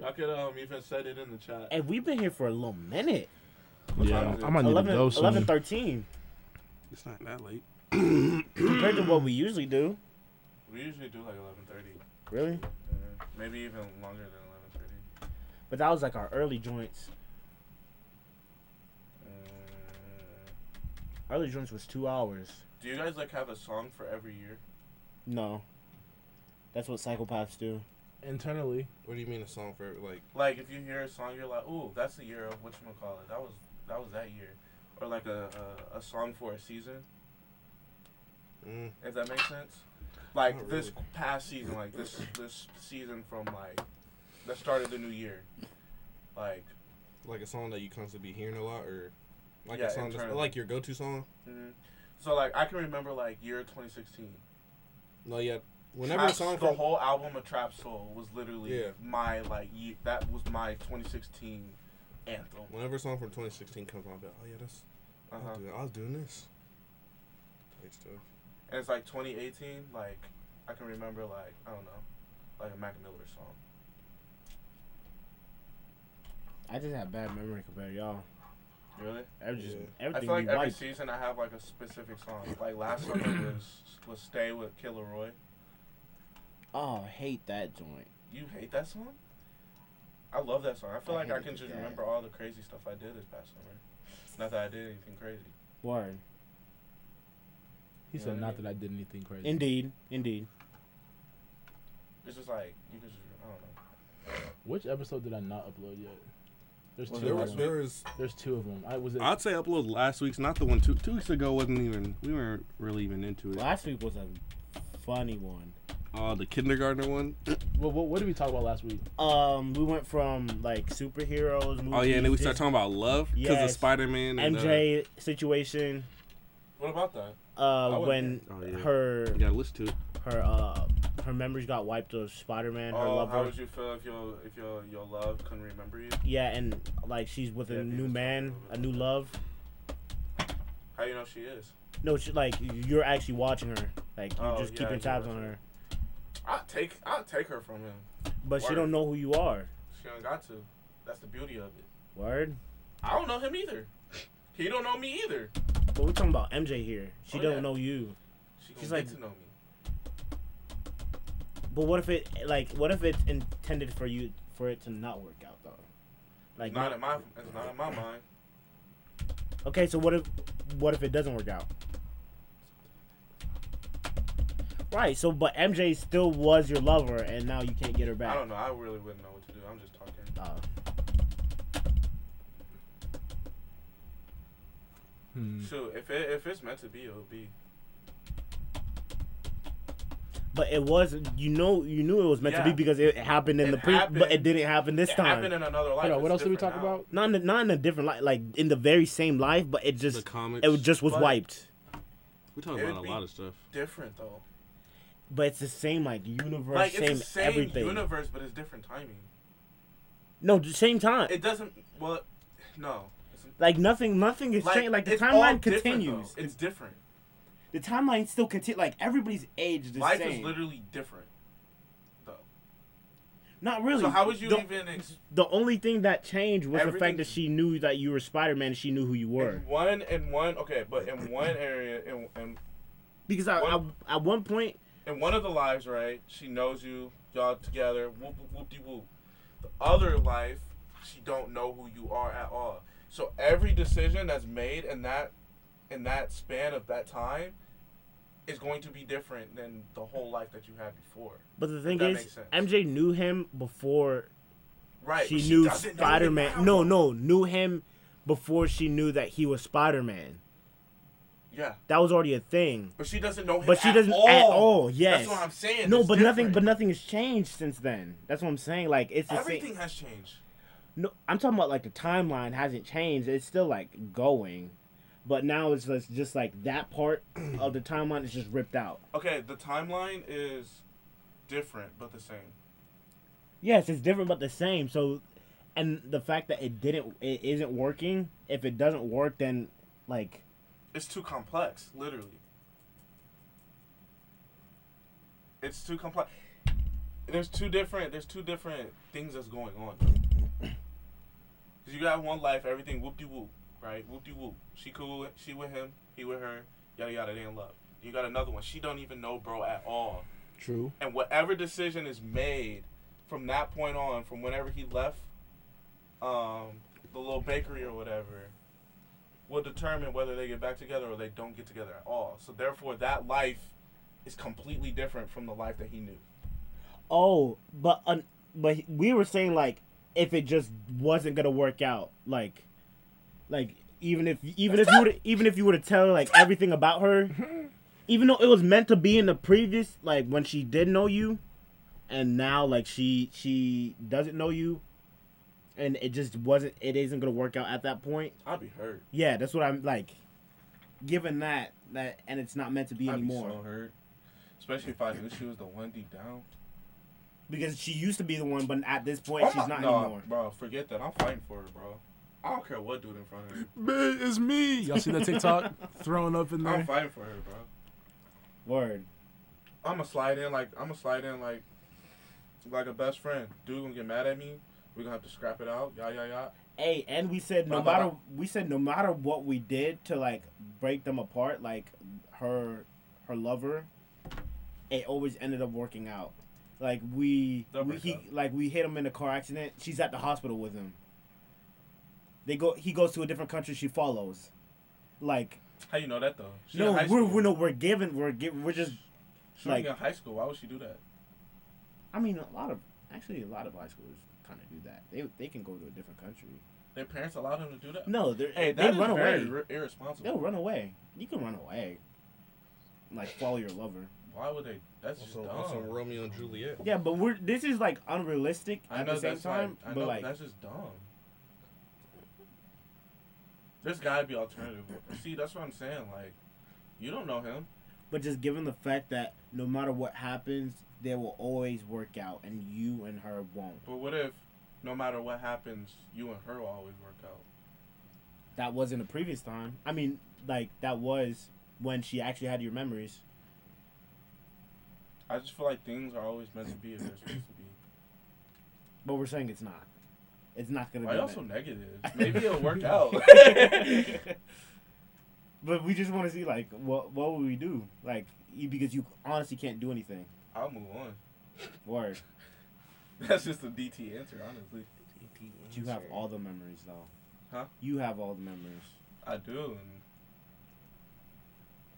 Speaker 5: Y'all could um even said it in the chat.
Speaker 3: Hey, we've been here for a little minute.
Speaker 1: Yeah, I might need to
Speaker 3: 11,
Speaker 1: go soon.
Speaker 3: 11 13.
Speaker 7: It's not that late.
Speaker 3: Compared to what
Speaker 5: Mm.
Speaker 3: we usually do.
Speaker 5: We usually do like eleven thirty,
Speaker 3: Really?
Speaker 5: maybe even longer than eleven thirty.
Speaker 3: But that was like our early joints. Early joints was two hours.
Speaker 5: Mm. Do you guys like have a song for every year?
Speaker 3: No. That's what psychopaths do.
Speaker 1: Internally,
Speaker 2: What do you mean a song for like?
Speaker 5: Like if you hear a song, you're like, "Ooh, that's the year of what you call it. That was that was that year," or like a, a a song for a season.
Speaker 2: Mm.
Speaker 5: If that makes sense. Like
Speaker 2: Not
Speaker 5: this past season, like this this season from like the start of the new year, like
Speaker 2: like a song that you constantly be hearing a lot, or like
Speaker 5: Yeah,
Speaker 2: a song just,
Speaker 5: internally.
Speaker 2: like your go-to song.
Speaker 5: mhm. so like I can remember like year 2016.
Speaker 2: No, yeah. Whenever
Speaker 5: Trap-
Speaker 2: a song
Speaker 5: the
Speaker 2: from
Speaker 5: whole album of Trap Soul was literally
Speaker 2: Yeah.
Speaker 5: my like ye- that was my 2016 anthem.
Speaker 2: whenever a song from 2016 comes on, I'll be like, oh yeah, that's
Speaker 5: Uh-huh.
Speaker 2: I, was doing, I was doing this. Type stuff.
Speaker 5: And it's like 2018, like I can remember like I don't know, like a Mac Miller song.
Speaker 3: I just have bad memory compared to y'all.
Speaker 5: Really?
Speaker 3: I was just,
Speaker 2: Yeah.
Speaker 5: I
Speaker 3: Everything
Speaker 5: feel like
Speaker 3: we
Speaker 5: every
Speaker 3: like.
Speaker 5: season I have like a specific song. Like last summer was was Stay with Killer Roy.
Speaker 3: Oh, I hate that joint.
Speaker 5: You hate that song? I love that song. I feel
Speaker 3: I
Speaker 5: like I
Speaker 3: hated
Speaker 5: can just
Speaker 3: that.
Speaker 5: remember all the crazy stuff I did this past summer. Not that I did anything crazy.
Speaker 3: Word.
Speaker 1: he said not that I did anything crazy.
Speaker 3: Indeed. Indeed.
Speaker 5: It's just like you can just I don't know.
Speaker 1: Which episode did I not upload yet? There's
Speaker 5: Was
Speaker 1: two.
Speaker 5: it
Speaker 2: There
Speaker 1: Of
Speaker 2: was
Speaker 1: them.
Speaker 2: there was
Speaker 1: There's two of them. I was. It,
Speaker 2: I'd say upload last week's, not the one two two weeks ago. wasn't even we weren't really even into it.
Speaker 3: Last week was a funny one.
Speaker 2: Uh, the kindergartner one.
Speaker 1: what, what, what did we talk about last week?
Speaker 3: Um, we went from like superheroes. Movies,
Speaker 2: Oh yeah, and then we started
Speaker 3: Dis-
Speaker 2: talking about love because of uh,
Speaker 3: Yes.
Speaker 2: Spider Man.
Speaker 3: MJ situation.
Speaker 5: What about that?
Speaker 3: Uh,
Speaker 5: wasn't
Speaker 3: when
Speaker 2: there. Oh, yeah.
Speaker 3: her
Speaker 2: You gotta listen to it.
Speaker 3: her uh her memories got wiped of Spider Man, her
Speaker 5: oh, how
Speaker 3: lover.
Speaker 5: would you feel if your if your your love couldn't remember you?
Speaker 3: Yeah, and like she's with
Speaker 5: Yeah,
Speaker 3: a
Speaker 5: he
Speaker 3: new
Speaker 5: was
Speaker 3: man,
Speaker 5: talking
Speaker 3: a
Speaker 5: about
Speaker 3: new
Speaker 5: that.
Speaker 3: love.
Speaker 5: How you know she is?
Speaker 3: No, she, like you're actually watching her. Like you're
Speaker 5: Oh,
Speaker 3: just
Speaker 5: yeah,
Speaker 3: keeping
Speaker 5: you're
Speaker 3: tabs on
Speaker 5: watching
Speaker 3: her,
Speaker 5: I'll take I'll take her from him.
Speaker 3: but she
Speaker 5: Word.
Speaker 3: don't know who you are.
Speaker 5: She don't got to. That's the beauty of it.
Speaker 3: Word.
Speaker 5: I don't know him either. He don't know me either.
Speaker 3: But we're talking about MJ here. She
Speaker 5: Oh,
Speaker 3: don't
Speaker 5: yeah.
Speaker 3: know you.
Speaker 5: She
Speaker 3: She's
Speaker 5: gonna
Speaker 3: like-
Speaker 5: get to know me.
Speaker 3: But what if it like what if it's intended for you for it to not work out though? Like
Speaker 5: not in my it's not in my mind.
Speaker 3: Okay, so what if what if it doesn't work out? Right. So, but MJ still was your lover, and now you can't get her back.
Speaker 5: I don't know. I really wouldn't know what to do. I'm just talking.
Speaker 3: Uh,
Speaker 1: Hmm.
Speaker 5: Shoot, if it if it's meant to be, it'll be.
Speaker 3: but it was you know you knew it was meant to be
Speaker 5: Yeah.
Speaker 3: because it happened in
Speaker 5: It
Speaker 3: the pre, but it
Speaker 5: happened.
Speaker 3: didn't happen this
Speaker 5: it
Speaker 3: time.
Speaker 5: happened in another life.
Speaker 1: Hold on, what
Speaker 5: It's
Speaker 1: else did we talk
Speaker 5: different now.
Speaker 1: about?
Speaker 3: not in, not in a different life, like in the very same life, but it
Speaker 2: The
Speaker 3: just
Speaker 2: comics.
Speaker 3: it just was
Speaker 5: But-
Speaker 3: wiped.
Speaker 2: we talked
Speaker 5: It would
Speaker 2: about a
Speaker 5: be-
Speaker 2: lot of stuff.
Speaker 5: Different though.
Speaker 3: But it's the same like universe,
Speaker 5: Like
Speaker 3: same,
Speaker 5: it's the same
Speaker 3: everything.
Speaker 5: universe, but it's different timing.
Speaker 3: no, the same time.
Speaker 5: It doesn't. Well, no. It's-
Speaker 3: like nothing, nothing is changed. Like the
Speaker 5: it's all
Speaker 3: timeline
Speaker 5: different,
Speaker 3: continues.
Speaker 5: though. It's different.
Speaker 3: The timeline still continues. Like everybody's age is the
Speaker 5: life
Speaker 3: same.
Speaker 5: is literally different. Though.
Speaker 3: Not really.
Speaker 5: So how would you
Speaker 3: the,
Speaker 5: even? Ex-
Speaker 3: The only thing that changed was the fact
Speaker 5: Everything-
Speaker 3: that she knew that you were Spider Man. She knew who you were.
Speaker 5: in one in one okay, but in one area in, in
Speaker 3: Because I, I,
Speaker 5: One-
Speaker 3: at one point,
Speaker 5: in one of the lives, right? She knows you, y'all together, whoop whoop whoop de whoop. The other life, she don't know who you are at all. So every decision that's made in that in that span of that time is going to be different than the whole life that you had before.
Speaker 3: but the thing
Speaker 5: That
Speaker 3: is,
Speaker 5: makes sense.
Speaker 3: MJ knew him before
Speaker 5: Right.
Speaker 3: she
Speaker 5: but
Speaker 3: knew
Speaker 5: doesn't know it
Speaker 3: Spider
Speaker 5: now.
Speaker 3: Man. No, no, knew him before she knew that he was Spider Man.
Speaker 5: Yeah.
Speaker 3: That was already a thing.
Speaker 5: But she doesn't know him
Speaker 3: But she doesn't
Speaker 5: all.
Speaker 3: at all. Yes.
Speaker 5: That's what I'm saying.
Speaker 3: No,
Speaker 5: It's
Speaker 3: but nothing.
Speaker 5: different.
Speaker 3: But nothing has changed since then. That's what I'm saying. Like it's the
Speaker 5: everything
Speaker 3: same.
Speaker 5: has changed.
Speaker 3: No, I'm talking about like the timeline hasn't changed. It's still like going, but now it's just, just like that part of the timeline is just ripped out.
Speaker 5: Okay, the timeline is different but the same.
Speaker 3: Yes, it's different but the same. So, and the fact that it didn't, it isn't working. If it doesn't work, then like
Speaker 5: It's too complex, literally. It's too complex. There's two different. There's two different things that's going on. 'Cause you got one life, everything whoop de whoop, right? Whoop de whoop. She cool. She with him. He with her. Yada yada. They in love. You got another one. She don't even know bro at all.
Speaker 1: True.
Speaker 5: And whatever decision is made from that point on, from whenever he left um, the little bakery or whatever, will determine whether they get back together or they don't get together at all. So therefore, that life is completely different from the life that he knew.
Speaker 3: oh, but uh, but we were saying like if it just wasn't gonna work out, like like even if even if you would even if you were to tell her like everything about her, even though it was meant to be in the previous like when she did know you, and now like she she doesn't know you, and it just wasn't it isn't gonna work out at that point.
Speaker 5: I'd be hurt.
Speaker 3: Yeah, that's what I'm like. Given that that and it's not meant to be
Speaker 5: I'd
Speaker 3: anymore
Speaker 5: be so hurt. Especially if I knew she was the one deep down.
Speaker 3: because she used to be the one, but at this point
Speaker 5: I'm
Speaker 3: she's not
Speaker 5: nah,
Speaker 3: anymore.
Speaker 5: Bro, forget that. I'm fighting for her, bro. I don't care what dude in front of her.
Speaker 1: Bitch, it's me. Y'all see that TikTok throwing up in
Speaker 5: I'm
Speaker 1: there?
Speaker 5: fighting for her, bro.
Speaker 3: Word.
Speaker 5: I'm gonna slide in like I'm gonna slide in like like a best friend. Dude gonna get mad at me. We gonna have to scrap it out. Yah yah yah.
Speaker 3: Hey, and we said no
Speaker 5: Blah, blah,
Speaker 3: matter we said no matter what we did to like break them apart, like her her lover, it always ended up working out. Like we,
Speaker 5: They'll
Speaker 3: we
Speaker 5: break
Speaker 3: he,
Speaker 5: up.
Speaker 3: like we hit him in a car accident. She's at the hospital with him. They go. He goes to a different country. She follows. Like
Speaker 5: How you know that though? She
Speaker 3: no,
Speaker 5: in high
Speaker 3: we're,
Speaker 5: school.
Speaker 3: we're no, we're given. We're given. We're just.
Speaker 5: She
Speaker 3: like-
Speaker 5: like, in high school. Why would she do that?
Speaker 3: I mean, a lot of actually a lot of high schoolers kind of do that. They they can go to a different country.
Speaker 5: Their parents allowed him to do that.
Speaker 3: No, they're
Speaker 5: Hey,
Speaker 3: they
Speaker 5: that is
Speaker 3: run away.
Speaker 5: very ir- irresponsible.
Speaker 3: They'll run away. You can run away. Like follow your lover.
Speaker 5: Why would they? That's just
Speaker 2: Also,
Speaker 5: dumb.
Speaker 2: also Romeo and Juliet.
Speaker 3: Yeah, but we're this is like unrealistic
Speaker 5: I
Speaker 3: at
Speaker 5: know
Speaker 3: the same
Speaker 5: that's
Speaker 3: time.
Speaker 5: like, I
Speaker 3: but
Speaker 5: know
Speaker 3: like
Speaker 5: that's just dumb. There's gotta be alternative. See, that's what I'm saying. Like, you don't know him.
Speaker 3: but just given the fact that no matter what happens, they will always work out and you and her won't.
Speaker 5: But what if, no matter what happens, you and her will always work out?
Speaker 3: That wasn't the previous time. I mean, like that was when she actually had your memories.
Speaker 5: I just feel like things are always meant to be if they're supposed to be.
Speaker 3: But we're saying it's not. It's not gonna
Speaker 5: Why
Speaker 3: be.
Speaker 5: y'all so
Speaker 3: that.
Speaker 5: negative? Maybe it'll work out.
Speaker 3: But we just wanna see like what what would we do? Like you, because you honestly can't do anything.
Speaker 5: I'll move on.
Speaker 3: Word.
Speaker 5: That's just a DT answer, honestly.
Speaker 3: You have all the memories though.
Speaker 5: Huh?
Speaker 3: You have all the memories.
Speaker 5: I do.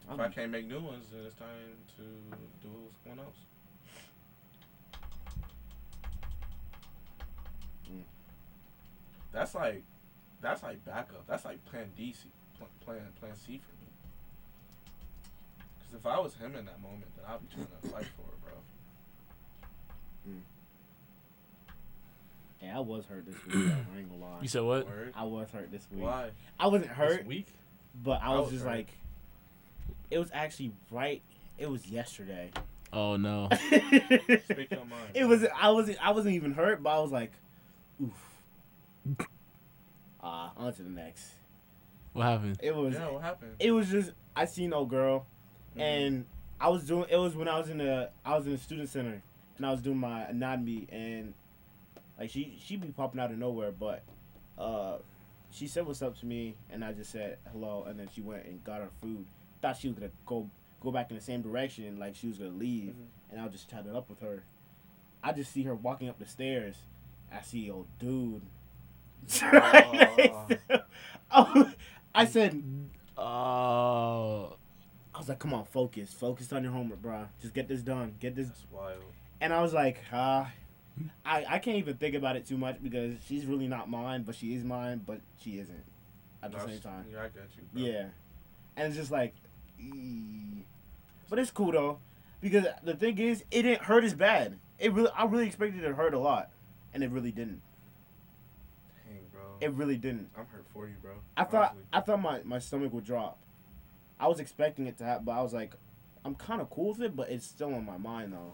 Speaker 5: And if I can't make new ones, then it's time to do it with someone else.
Speaker 3: Mm.
Speaker 5: That's like, that's like backup. That's like Plan D, C, pl- Plan Plan C for me. Because if I was him in that moment, then I'd be trying to fight for it, bro.
Speaker 3: Yeah, I was hurt this week. though, I ain't gonna lie.
Speaker 1: You said what?
Speaker 5: Word.
Speaker 3: I was hurt this week.
Speaker 5: Why?
Speaker 3: I wasn't
Speaker 2: This
Speaker 3: hurt,
Speaker 2: week?
Speaker 3: but I
Speaker 5: I
Speaker 3: was,
Speaker 5: was
Speaker 3: just
Speaker 5: hurt.
Speaker 3: like, it was actually right. It was yesterday.
Speaker 1: Oh no.
Speaker 5: Speak your mind.
Speaker 3: it was. I wasn't. I wasn't even hurt, but I was like, oof. Ah, on to the next.
Speaker 1: What happened?
Speaker 3: It was.
Speaker 5: Yeah, what happened?
Speaker 3: It was just. I seen no girl,
Speaker 5: Mhm.
Speaker 3: and I was doing. It was when I was in the. I was in the student center, and I was doing my anatomy, and like she she be popping out of nowhere, but uh, she said what's up to me, and I just said hello, and then she went and got her food. Thought she was gonna go go back in the same direction, like she was gonna leave,
Speaker 5: Mhm.
Speaker 3: and I just chatted up with her. I just see her walking up the stairs. I see old dude.
Speaker 5: Oh.
Speaker 3: Oh, I said,
Speaker 1: Oh.
Speaker 3: I was like, come on, focus. Focus on your homework, bro. Just get this done. Get this.
Speaker 5: Mm. That's wild.
Speaker 3: And I was like, ah, I, I can't even think about it too much because she's really not mine, but she is mine, but she isn't at the
Speaker 5: That's-
Speaker 3: same time.
Speaker 5: Yeah, I got you. Bro.
Speaker 3: Yeah. And it's just like, ee. but it's cool though because the thing is, it didn't hurt as bad. It really, I really expected it to hurt a lot, and it really didn't. It really didn't.
Speaker 5: I'm hurt for you, bro.
Speaker 3: I thought
Speaker 5: Honestly.
Speaker 3: I thought my, my stomach would drop. I was expecting it to happen, but I was like, I'm kind of cool with it, but it's still on my mind though.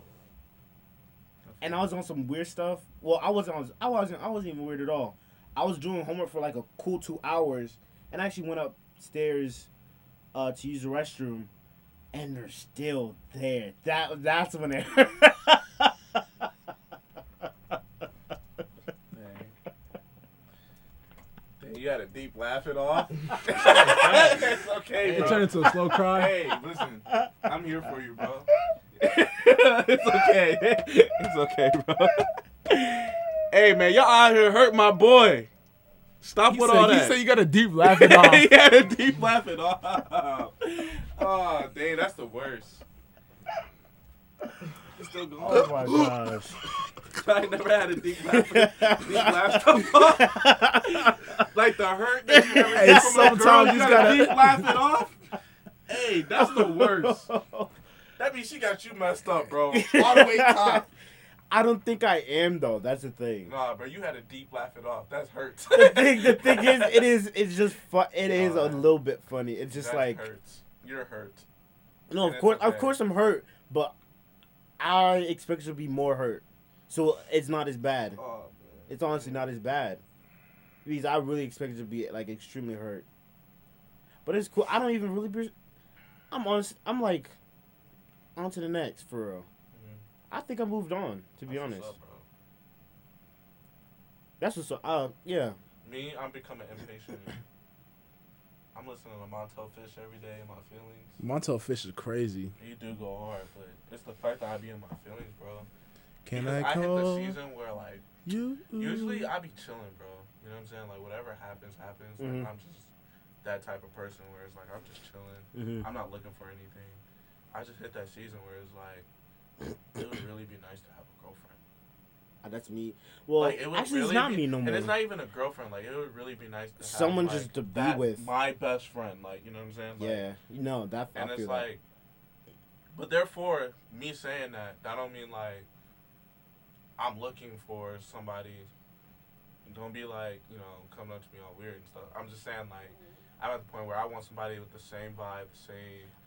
Speaker 3: And I was on some weird stuff. Well, I wasn't on. I wasn't. I wasn't even weird at all. I was doing homework for like a cool two hours, and I actually went upstairs uh, to use the restroom, and they're still there. That that's when it. hurt.
Speaker 5: Dang. Dang, you had a deep laugh it off. That's okay,
Speaker 1: It
Speaker 5: bro.
Speaker 1: turned into a slow cry.
Speaker 5: hey, listen, I'm here for you, bro. it's okay. It's okay, bro. Hey, man, y'all out here hurt my boy. Stop
Speaker 1: He
Speaker 5: with
Speaker 1: said-
Speaker 5: all
Speaker 1: he
Speaker 5: that.
Speaker 1: said you got a deep laugh at all.
Speaker 5: he had a deep laugh at all. Oh, dang, that's the worst. It's still going.
Speaker 3: oh my gosh.
Speaker 5: I never had a deep laugh. Deep laugh so far. like the hurt that you ever
Speaker 1: Hey,
Speaker 5: get from a girl,
Speaker 1: sometimes
Speaker 5: you
Speaker 1: you
Speaker 5: gotta
Speaker 1: gotta-
Speaker 5: deep laugh it off. Hey, that's the worst. That means she got you messed up, bro. All the way top.
Speaker 3: I don't think I am though. That's the thing.
Speaker 5: Nah, bro, you had a deep laugh it off. That's hurt.
Speaker 3: The thing, the thing is, it is, it's just fun. It is a
Speaker 5: Alright.
Speaker 3: little bit funny. It's just
Speaker 5: That
Speaker 3: like,
Speaker 5: hurts. You're hurt.
Speaker 3: no,
Speaker 5: and
Speaker 3: of
Speaker 5: it's
Speaker 3: course, of
Speaker 5: okay.
Speaker 3: course, I'm hurt, but I expect to be more hurt, so it's not as bad.
Speaker 5: Oh man.
Speaker 3: It's honestly not as bad because I really expected to be like extremely hurt. But it's cool. I don't even really. Pers- I'm honest. I'm like, on to the next for real. I think I moved on. To be
Speaker 5: Mm-hmm. That's what's
Speaker 3: honest,
Speaker 5: up, bro.
Speaker 3: that's what's up. Uh, yeah.
Speaker 5: Me, I'm becoming impatient. I'm listening to Montel Fish every day in my feelings.
Speaker 1: Montel Fish is crazy.
Speaker 5: You do go hard, but it's the fact that I be in my feelings, bro.
Speaker 1: Can
Speaker 5: Because
Speaker 1: I
Speaker 5: I hit the
Speaker 1: call
Speaker 5: season where like
Speaker 1: you?
Speaker 5: usually I be chilling, bro. You know what I'm saying? Like whatever happens, happens. Like,
Speaker 3: Mhm.
Speaker 5: I'm just that type of person where it's like I'm just chilling.
Speaker 3: Mm-hmm.
Speaker 5: I'm not looking for anything. I just hit that season where it's like it would really be nice to have a girlfriend.
Speaker 3: Uh, That's me. Well,
Speaker 5: like it would
Speaker 3: actually, it's
Speaker 5: really
Speaker 3: not
Speaker 5: be-
Speaker 3: me no
Speaker 5: And
Speaker 3: more.
Speaker 5: it's not even a girlfriend. Like it would really be nice to have,
Speaker 3: Someone
Speaker 5: like,
Speaker 3: just to be
Speaker 5: that-
Speaker 3: with.
Speaker 5: my best friend. Like you know what I'm saying? Like,
Speaker 3: yeah, no, that I
Speaker 5: and it's
Speaker 3: feel
Speaker 5: like,
Speaker 3: like
Speaker 5: but therefore, me saying that, that don't mean like I'm looking for somebody. Don't be like you know coming up to me all weird and stuff. I'm just saying like I'm at the point where I want somebody with the same vibe, the same.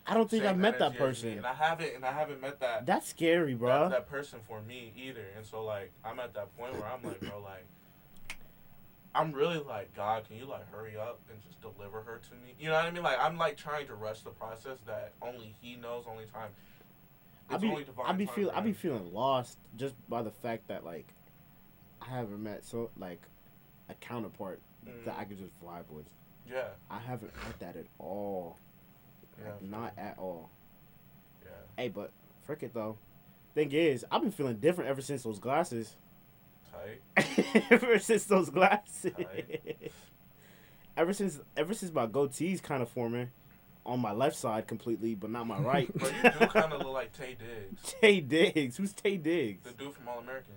Speaker 3: I don't think
Speaker 5: same
Speaker 3: I've met that
Speaker 5: energy as me,
Speaker 3: person.
Speaker 5: and I haven't, and I haven't met that
Speaker 3: That's scary,
Speaker 5: that,
Speaker 3: bro.
Speaker 5: that person for me either. And so like I'm at that point where I'm like, bro, like I'm really like, God, can you like hurry up and just deliver her to me? You know what I mean? Like I'm like trying to rush the process that only he knows, only time.
Speaker 3: I be,
Speaker 5: divine
Speaker 3: I be
Speaker 5: timing,
Speaker 3: feel, I be
Speaker 5: right?
Speaker 3: feeling lost just by the fact that like I haven't met so like a counterpart
Speaker 5: Mm,
Speaker 3: that I could just vibe with.
Speaker 5: yeah,
Speaker 3: I haven't met that at all.
Speaker 5: yeah,
Speaker 3: Like, not at all.
Speaker 5: yeah.
Speaker 3: Hey, but frick it though. Thing is, I've been feeling different ever since those glasses.
Speaker 5: Tight.
Speaker 3: ever since those glasses.
Speaker 5: Right.
Speaker 3: ever since ever since my goatee's kind of forming on my left side completely, but not my right.
Speaker 5: But you do kind of look like Tay Diggs,
Speaker 3: Tay Diggs, who's Tay Diggs?
Speaker 5: the dude from All American.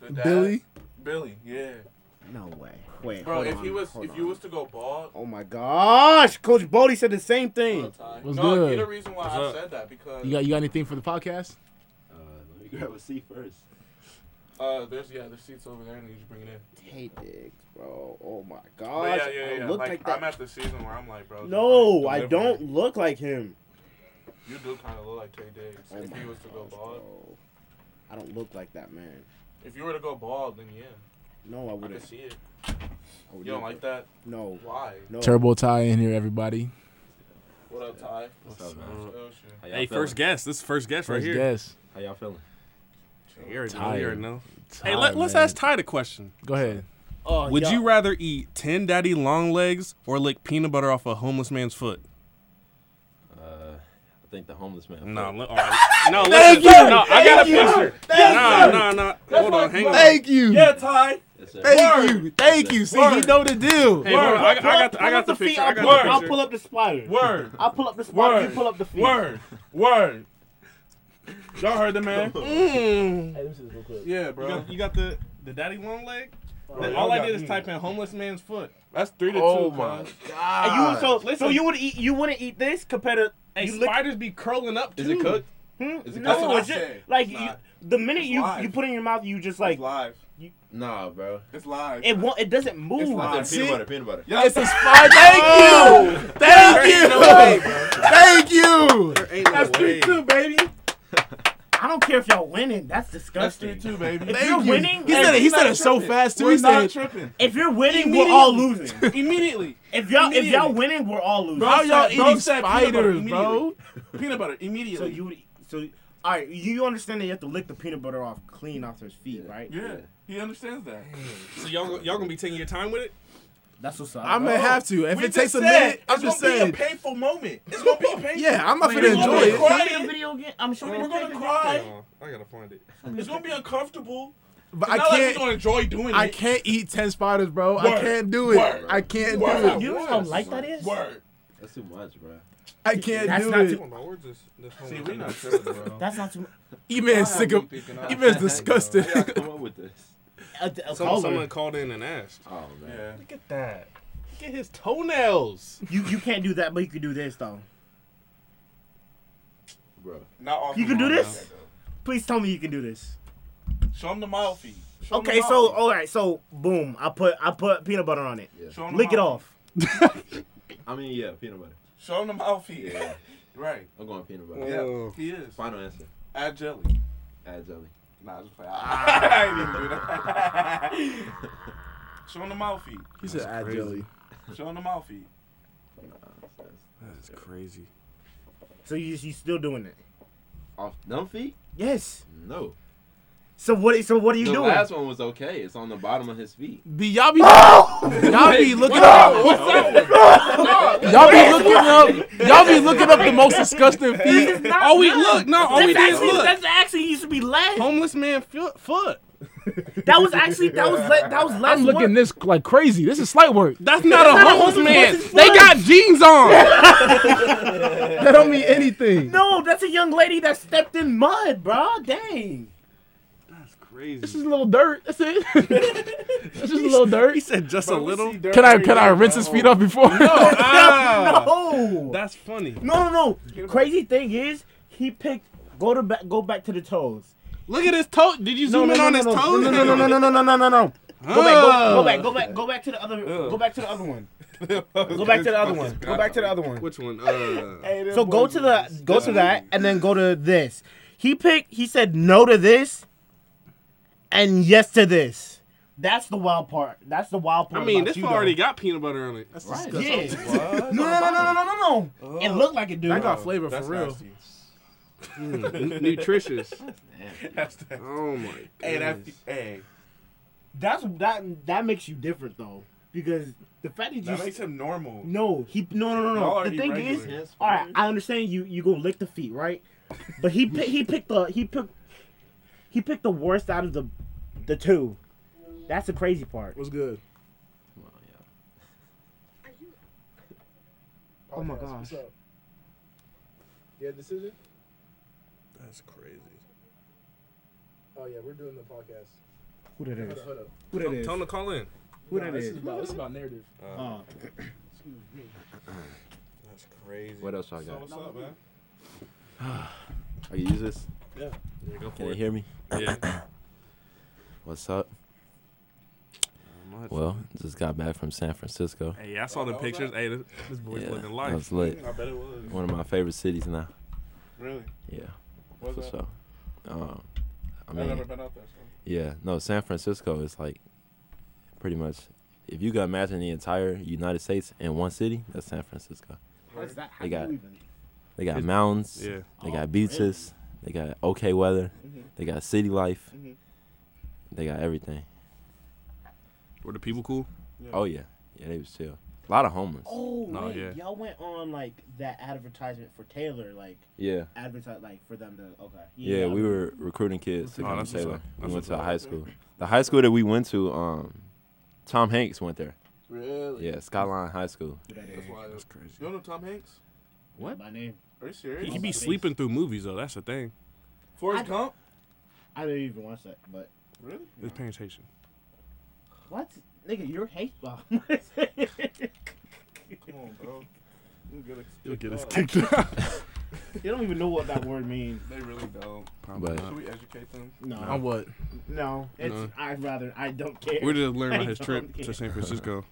Speaker 5: The dad.
Speaker 1: Billy?
Speaker 5: Billy, yeah.
Speaker 3: No way. Wait,
Speaker 5: Bro,
Speaker 3: hold
Speaker 5: if
Speaker 3: on,
Speaker 5: he was,
Speaker 3: hold
Speaker 5: if you
Speaker 3: on.
Speaker 5: was to go bald,
Speaker 3: Oh my gosh, Coach Bodie said the same thing.
Speaker 1: What's
Speaker 5: no,
Speaker 1: good?
Speaker 5: you're the reason why
Speaker 2: What's
Speaker 5: I
Speaker 2: up?
Speaker 5: said that because
Speaker 1: You got you got anything for the podcast?
Speaker 8: Uh, let me grab a seat first.
Speaker 5: Uh, there's yeah, there's seats over there, and you just bring it in.
Speaker 3: Tay Diggs, bro. Oh my
Speaker 5: But
Speaker 3: gosh,
Speaker 5: yeah, yeah, yeah.
Speaker 3: I Oh, look
Speaker 5: like,
Speaker 3: like, that.
Speaker 5: I'm at the season where I'm like, bro. just,
Speaker 3: no,
Speaker 5: like,
Speaker 3: I
Speaker 5: deliver.
Speaker 3: don't look like him.
Speaker 5: You do kind of look like Tay Diggs.
Speaker 3: Oh
Speaker 5: if
Speaker 3: my
Speaker 5: you was to go
Speaker 3: gosh,
Speaker 5: bald,
Speaker 3: bro. I don't look like that man.
Speaker 5: if you were to go bald, then yeah, I
Speaker 3: No, I
Speaker 5: can
Speaker 3: wouldn't.
Speaker 5: see it.
Speaker 3: I would
Speaker 5: You don't
Speaker 3: never.
Speaker 5: like that?
Speaker 3: No,
Speaker 5: Why?
Speaker 3: no.
Speaker 1: Oh. Turbo Ty in here, everybody.
Speaker 5: What up, Ty?
Speaker 8: What's up, man?
Speaker 5: Oh shit.
Speaker 8: How y'all
Speaker 2: Hey,
Speaker 8: feeling?
Speaker 2: first guess. This is first guess right
Speaker 1: First
Speaker 2: here.
Speaker 1: guess.
Speaker 8: How y'all feeling?
Speaker 2: You already know,
Speaker 1: Tired.
Speaker 2: you already know.
Speaker 1: Ty,
Speaker 2: Hey, let, let's
Speaker 1: man.
Speaker 2: ask Ty the question.
Speaker 1: Go ahead.
Speaker 3: Oh,
Speaker 2: Would
Speaker 3: yeah.
Speaker 2: you rather eat 10 daddy long legs or lick peanut butter off a homeless man's foot?
Speaker 8: Uh, I think the homeless man.
Speaker 2: No,
Speaker 8: first.
Speaker 2: li- all right. No, listen. No, I got a picture. No, no, no. Hold on, hang on.
Speaker 1: Thank you.
Speaker 5: Yeah, Ty.
Speaker 8: Yes, sir.
Speaker 1: Thank you. Thank you. See, he
Speaker 5: Word.
Speaker 1: know the deal.
Speaker 2: Hey, hold on. I, I
Speaker 3: Pull up-
Speaker 2: got the, I
Speaker 3: pull
Speaker 2: got
Speaker 3: up
Speaker 2: the
Speaker 3: feet,
Speaker 2: picture. I
Speaker 3: I'll
Speaker 2: got
Speaker 3: pull,
Speaker 2: the
Speaker 5: Word.
Speaker 2: picture.
Speaker 3: I'll pull up the spider.
Speaker 5: Word.
Speaker 3: I'll pull up the spider.
Speaker 5: Word.
Speaker 3: You pull up the feet.
Speaker 5: Word. Word. Y'all heard the man.
Speaker 2: Mm.
Speaker 3: Hey, this is real quick.
Speaker 5: Yeah,
Speaker 2: You
Speaker 5: bro.
Speaker 2: got, you got the, the daddy long leg?
Speaker 5: Bro,
Speaker 2: All
Speaker 5: y'all
Speaker 2: I
Speaker 5: got
Speaker 2: did is
Speaker 5: me.
Speaker 2: type in homeless man's foot.
Speaker 5: That's three to two.
Speaker 2: Oh my
Speaker 5: cuz.
Speaker 3: And you would- so so
Speaker 2: Listen.
Speaker 3: you would eat you wouldn't eat this compared to
Speaker 2: Hey,
Speaker 3: you lick-
Speaker 2: spiders be curling up too.
Speaker 8: Is it cooked?
Speaker 3: Hmm?
Speaker 8: Is it-
Speaker 3: no,
Speaker 5: That's what I
Speaker 3: it's just,
Speaker 5: said.
Speaker 3: like
Speaker 5: It's
Speaker 3: you,
Speaker 5: not.
Speaker 3: the minute you
Speaker 5: live.
Speaker 3: you put it in your mouth, you just
Speaker 5: It's
Speaker 3: like
Speaker 5: live.
Speaker 8: Nah, bro.
Speaker 6: It's live.
Speaker 3: It won't. It doesn't
Speaker 6: It's
Speaker 3: move.
Speaker 6: live.
Speaker 8: Peanut
Speaker 6: See?
Speaker 8: butter, peanut butter.
Speaker 6: Y'all
Speaker 1: It's a spy. Thank you. Thank you. Thank you.
Speaker 2: There ain't no
Speaker 1: That's three
Speaker 2: way.
Speaker 1: two, baby.
Speaker 3: I don't care if y'all winning. That's disgusting.
Speaker 5: too, baby.
Speaker 3: If you're winning, eh,
Speaker 1: He said it. He said it so fast too.
Speaker 6: We're
Speaker 1: He
Speaker 6: not
Speaker 1: said,
Speaker 6: tripping.
Speaker 3: if you're winning, we're all
Speaker 5: Immediately.
Speaker 3: losing.
Speaker 5: Immediately.
Speaker 3: If y'all if y'all
Speaker 5: Immediately.
Speaker 3: winning, we're all losing.
Speaker 1: "How y'all
Speaker 5: said- bro
Speaker 1: eating
Speaker 5: said peanut butter
Speaker 1: spiders, bro?"
Speaker 5: Peanut butter
Speaker 3: So
Speaker 5: immediately.
Speaker 3: you would- so all right. You understand that you have to lick the peanut butter off clean off his feet, right?
Speaker 5: yeah, he understands that.
Speaker 7: So y'all go- y'all gonna be taking your time with it?
Speaker 3: That's what's up.
Speaker 1: I'm gonna have to. If
Speaker 5: We
Speaker 1: it
Speaker 5: just
Speaker 1: takes a
Speaker 5: said
Speaker 1: minute, I'm
Speaker 5: it's
Speaker 1: just
Speaker 5: gonna
Speaker 1: saying.
Speaker 5: be a painful moment. It's gonna be painful.
Speaker 1: Yeah, I'm not
Speaker 5: Wait,
Speaker 1: gonna
Speaker 5: you
Speaker 1: enjoy
Speaker 5: gonna
Speaker 1: it.
Speaker 5: cry?
Speaker 3: a video game. I'm sure
Speaker 5: We're
Speaker 3: we're
Speaker 5: gonna
Speaker 7: Hold
Speaker 5: cry.
Speaker 7: on, I gotta find it.
Speaker 5: It's gonna be uncomfortable.
Speaker 1: But
Speaker 5: It's
Speaker 1: I
Speaker 5: not like he's
Speaker 1: can't.
Speaker 5: gonna enjoy doing
Speaker 1: I
Speaker 5: it.
Speaker 1: can't eat ten spiders, bro. I
Speaker 5: Word.
Speaker 1: can't do it.
Speaker 5: Word.
Speaker 1: I can't
Speaker 5: Word.
Speaker 1: do it.
Speaker 3: You know how light that is?
Speaker 5: Word.
Speaker 8: That's too much, bro.
Speaker 1: I can't
Speaker 3: That's
Speaker 1: do
Speaker 3: not
Speaker 1: it.
Speaker 3: too-
Speaker 7: Hold on, we're just- this whole-
Speaker 5: See, we not tripping, bro.
Speaker 3: That's not too much.
Speaker 1: E man's
Speaker 7: I
Speaker 1: sick
Speaker 7: haven't
Speaker 1: of.
Speaker 7: been picking up.
Speaker 1: E man's disgusted.
Speaker 8: How y'all come up with this?
Speaker 3: A, a- a
Speaker 7: Some-
Speaker 3: caller.
Speaker 7: someone called in and asked.
Speaker 8: Oh man.
Speaker 5: Yeah.
Speaker 2: Look at that. Look at his toenails.
Speaker 3: You you can't do that, but you can do this though.
Speaker 8: Bro.
Speaker 5: Not off.
Speaker 3: You
Speaker 5: the
Speaker 3: can do
Speaker 5: mile.
Speaker 3: this? Please tell me you can do this.
Speaker 5: Show him the mile feed. Show him the
Speaker 3: Okay,
Speaker 5: mile
Speaker 3: so
Speaker 5: feed.
Speaker 1: oh,
Speaker 3: all right, so boom, I put I put peanut butter on it.
Speaker 5: Show him the
Speaker 3: Lick it
Speaker 5: mile-
Speaker 3: off.
Speaker 8: I mean, yeah, peanut butter.
Speaker 5: Show him the mile feed.
Speaker 8: Yeah.
Speaker 5: Right.
Speaker 8: I'm going peanut butter.
Speaker 5: Yeah.
Speaker 7: Whoa.
Speaker 5: He is.
Speaker 8: Final answer.
Speaker 5: Add jelly.
Speaker 8: Add jelly.
Speaker 5: Nah, just play. I didn't even do that. Show him the mile feed.
Speaker 1: He said add jelly.
Speaker 5: Show him the mile feed.
Speaker 2: That's crazy.
Speaker 3: So you you still doing it?
Speaker 8: Off dumb feet?
Speaker 3: Yes.
Speaker 8: No.
Speaker 3: So what so what are you
Speaker 8: the
Speaker 3: doing?
Speaker 8: last one was okay. It's on the bottom of his feet.
Speaker 1: Be y'all be y'all be looking up y'all be looking up y'all be looking up the most disgusting feet.
Speaker 7: Oh, we look. No, all we
Speaker 3: That's
Speaker 7: did is
Speaker 3: actually,
Speaker 7: look.
Speaker 3: that's actually used to be last.
Speaker 7: Homeless man foot. foot.
Speaker 3: That was actually that was le- that was last.
Speaker 1: I'm looking
Speaker 3: one.
Speaker 1: this like crazy. This is slight work.
Speaker 7: That's not a homeless man. They got jeans on.
Speaker 1: That don't mean anything.
Speaker 3: No, that's a young lady that stepped in mud, bro. Dang.
Speaker 2: That's crazy.
Speaker 1: This is a little dirt. That's it. It's just a little dirt.
Speaker 2: said just a little.
Speaker 1: Can I can I rinse his feet off before?
Speaker 7: Ah.
Speaker 3: no.
Speaker 7: That's funny.
Speaker 3: no, no, no. Crazy thing is, he picked go to back go back to the toes.
Speaker 7: Look at his toe. Did you zoom in on his
Speaker 3: no,
Speaker 7: toes?
Speaker 3: no, no, no, no, no, no, no, no, no, no. Go back, go, go back, go back, go back to the other, go back to the other one. Go back to the other one. Go back to the other one.
Speaker 7: Which one? Uh,
Speaker 3: So go to the, go to that, and then go to this. He picked. He said no to this, and yes to this. That's the wild part. That's the wild part.
Speaker 7: I mean,
Speaker 3: about
Speaker 7: this
Speaker 3: you,
Speaker 7: one
Speaker 3: though.
Speaker 7: already got peanut butter on it.
Speaker 8: Right.
Speaker 3: Yeah. No, no, no, no, no, no, no. It looked like it, dude.
Speaker 1: I got flavor for real.
Speaker 5: nasty.
Speaker 7: Mm, nutritious.
Speaker 5: That's that.
Speaker 7: Oh my.
Speaker 5: Hey, that.
Speaker 7: goodness.
Speaker 5: Hey,
Speaker 3: That's that. That makes you different though, because the fact that you
Speaker 5: that makes him normal.
Speaker 3: no, he no, no,
Speaker 5: Y'all
Speaker 3: no, no. The
Speaker 5: already
Speaker 3: thing is,
Speaker 5: regular.
Speaker 3: all right, I understand you. You gonna lick the feet, right? But he pick, he picked the he picked he picked the worst out of the the two. That's the crazy part.
Speaker 1: What's good?
Speaker 8: Come on, yeah.
Speaker 3: Oh my gosh.
Speaker 9: Yeah, decision?
Speaker 2: That's crazy.
Speaker 9: Oh yeah, we're doing the podcast.
Speaker 3: Who that is?
Speaker 9: Hold up.
Speaker 3: Who that is?
Speaker 7: Tell him to call in.
Speaker 3: Who that
Speaker 9: This
Speaker 3: is?
Speaker 9: is about, this is about narrative.
Speaker 3: Uh,
Speaker 2: That's crazy.
Speaker 8: What else I
Speaker 5: So
Speaker 8: got?
Speaker 5: what's up, man?
Speaker 8: I can use this.
Speaker 7: Yeah, go
Speaker 8: Can
Speaker 7: for
Speaker 8: you
Speaker 7: it.
Speaker 8: hear me?
Speaker 7: Yeah.
Speaker 8: What's up? Well, just got back from San Francisco.
Speaker 7: Hey, I saw the pictures. Hey, this, this boy's
Speaker 8: yeah,
Speaker 7: living
Speaker 8: that
Speaker 7: life.
Speaker 8: was lit.
Speaker 5: I bet it was.
Speaker 8: One of my favorite cities now.
Speaker 5: Really?
Speaker 8: Yeah,
Speaker 5: What's
Speaker 8: for
Speaker 5: up?
Speaker 8: sure. Um, I
Speaker 5: I've never
Speaker 8: mean,
Speaker 5: been out there. So.
Speaker 8: yeah, no, San Francisco is like pretty much. If you could imagine the entire United States in one city, that's San Francisco.
Speaker 3: what is that? How
Speaker 8: They got-
Speaker 3: do you even-
Speaker 8: They got
Speaker 7: It's-
Speaker 8: mountains.
Speaker 7: Yeah.
Speaker 8: They
Speaker 3: Oh, Mm-hmm.
Speaker 8: got beaches. They got okay weather. They got city life.
Speaker 5: Mhm.
Speaker 8: They got everything.
Speaker 7: Were the people cool?
Speaker 8: Oh yeah, yeah, they was chill. A lot of homeless.
Speaker 3: Oh,
Speaker 7: No,
Speaker 3: wait,
Speaker 7: yeah.
Speaker 3: y'all went on like that advertisement for Taylor, like
Speaker 8: Yeah,
Speaker 3: advertise like for them to okay.
Speaker 8: yeah, we were recruiting kids to
Speaker 7: Oh,
Speaker 8: come
Speaker 7: that's
Speaker 8: to
Speaker 7: what's
Speaker 8: Taylor.
Speaker 7: up.
Speaker 8: We
Speaker 7: That's
Speaker 8: went
Speaker 7: what's
Speaker 8: to a
Speaker 7: up.
Speaker 8: high school. The high school that we went to, um, Tom Hanks went there.
Speaker 5: Really?
Speaker 8: Yeah, Skyline High School.
Speaker 5: That's why.
Speaker 7: That's
Speaker 5: You
Speaker 7: crazy.
Speaker 5: don't know Tom Hanks?
Speaker 3: What? My name.
Speaker 5: Are you serious?
Speaker 7: He be sleeping through movies though. That's the thing.
Speaker 5: Forrest
Speaker 3: I-
Speaker 5: Gump?
Speaker 3: I didn't even watch that, but
Speaker 5: Really?
Speaker 7: It's paying attention.
Speaker 3: what? Nigga, you're hate bomb.
Speaker 5: Come on, bro. You'll get us
Speaker 7: You'll get
Speaker 5: kicked
Speaker 7: us
Speaker 5: out.
Speaker 7: kicked out.
Speaker 3: They don't even know what that word means.
Speaker 5: They really don't.
Speaker 8: But
Speaker 5: Should we educate them?
Speaker 3: No,
Speaker 2: Uh,
Speaker 1: On what?
Speaker 3: no. It's
Speaker 2: No.
Speaker 3: I'd rather I don't care.
Speaker 2: We just learned
Speaker 3: I
Speaker 2: about his
Speaker 3: don't
Speaker 2: trip
Speaker 3: care.
Speaker 2: to San Francisco.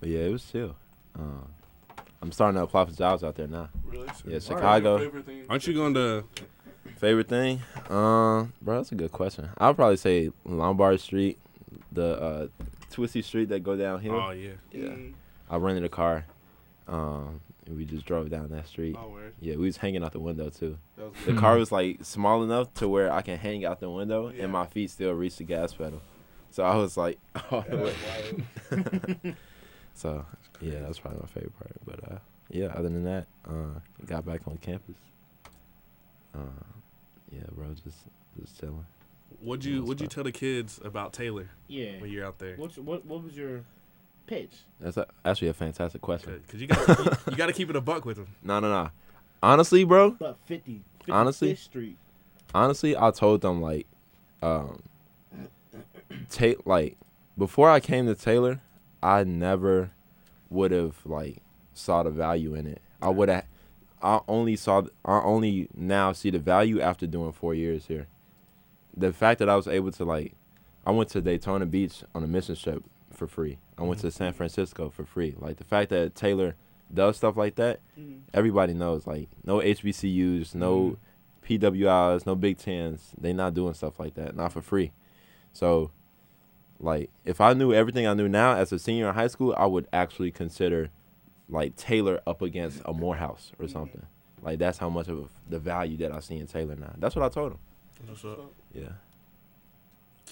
Speaker 8: But yeah, it was chill. Um, I'm starting to apply for jobs out there now.
Speaker 5: Really?
Speaker 8: Yeah,
Speaker 5: What are your
Speaker 8: Chicago.
Speaker 5: favorite things?
Speaker 2: Aren't you going to?
Speaker 8: Favorite thing? Um, bro, that's a good question. I'll probably say Lombard Street, the uh, twisty street that go downhill.
Speaker 2: Oh yeah.
Speaker 8: Yeah. I rented a car. Um, and we just drove down that street.
Speaker 5: Oh, word.
Speaker 8: Yeah, we was hanging out the window too.
Speaker 5: That was
Speaker 8: The car was like small enough to where I can hang out the window
Speaker 5: Yeah.
Speaker 8: and my feet still reach the gas pedal. So I was like, all the way. so yeah, that's probably my favorite part. But uh, yeah, other than that, uh, got back on campus. Uh, yeah, bro, just just chilling.
Speaker 2: What'd
Speaker 8: Yeah,
Speaker 2: you
Speaker 8: that's
Speaker 2: What'd you
Speaker 8: fine.
Speaker 2: tell the kids about Taylor
Speaker 3: Yeah.
Speaker 2: when you're out there?
Speaker 3: What's, what what was your pitch?
Speaker 8: That's a, actually a fantastic question.
Speaker 2: Because you got you got to keep it a buck with him.
Speaker 8: No, no, no. Honestly, bro,
Speaker 3: About 50.
Speaker 8: Honestly?
Speaker 3: 55th Street.
Speaker 8: honestly, I told them like, um, take like before I came to Taylor, I never would have like saw the value in it. I would have. I only saw. I only now see the value after doing four years here. The fact that I was able to like, I went to Daytona Beach on a mission trip for free. I went to San Francisco for free. Like the fact that Taylor does stuff like that,
Speaker 3: Mhm.
Speaker 8: everybody knows. Like no HBCUs, no PWIs, no Big Tens. They not doing stuff like that, not for free. So, like, if I knew everything I knew now as a senior in high school, I would actually consider, like, Taylor up against a Morehouse or something. Like, that's how much of the value that I see in Taylor now. That's what I told him.
Speaker 2: What's up?
Speaker 8: Yeah.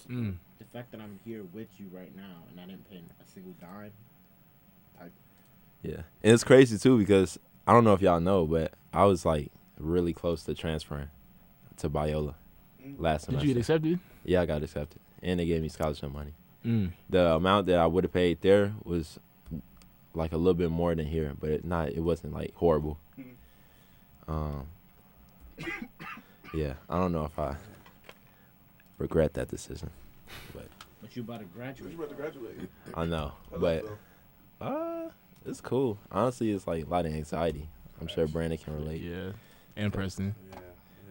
Speaker 2: Mm.
Speaker 3: The fact that I'm here with you right now and I didn't pay a single dime.
Speaker 8: Yeah. And it's crazy too because I don't know if y'all know, but I was like really close to transferring to Biola last
Speaker 1: Did
Speaker 8: semester.
Speaker 1: you get accepted?
Speaker 8: yeah, I got accepted. And they gave me scholarship money.
Speaker 1: Mm.
Speaker 8: The amount that I would have paid there was like a little bit more than here, but it not it wasn't like horrible. Um Yeah, I don't know if I regret that decision.
Speaker 3: But you about to graduate.
Speaker 5: You about to graduate.
Speaker 8: I know.
Speaker 5: I
Speaker 8: But
Speaker 5: love
Speaker 8: uh it's cool. Honestly it's like a lot of anxiety. I'm sure Brandon can relate.
Speaker 1: Yeah. And Preston.
Speaker 7: Yeah,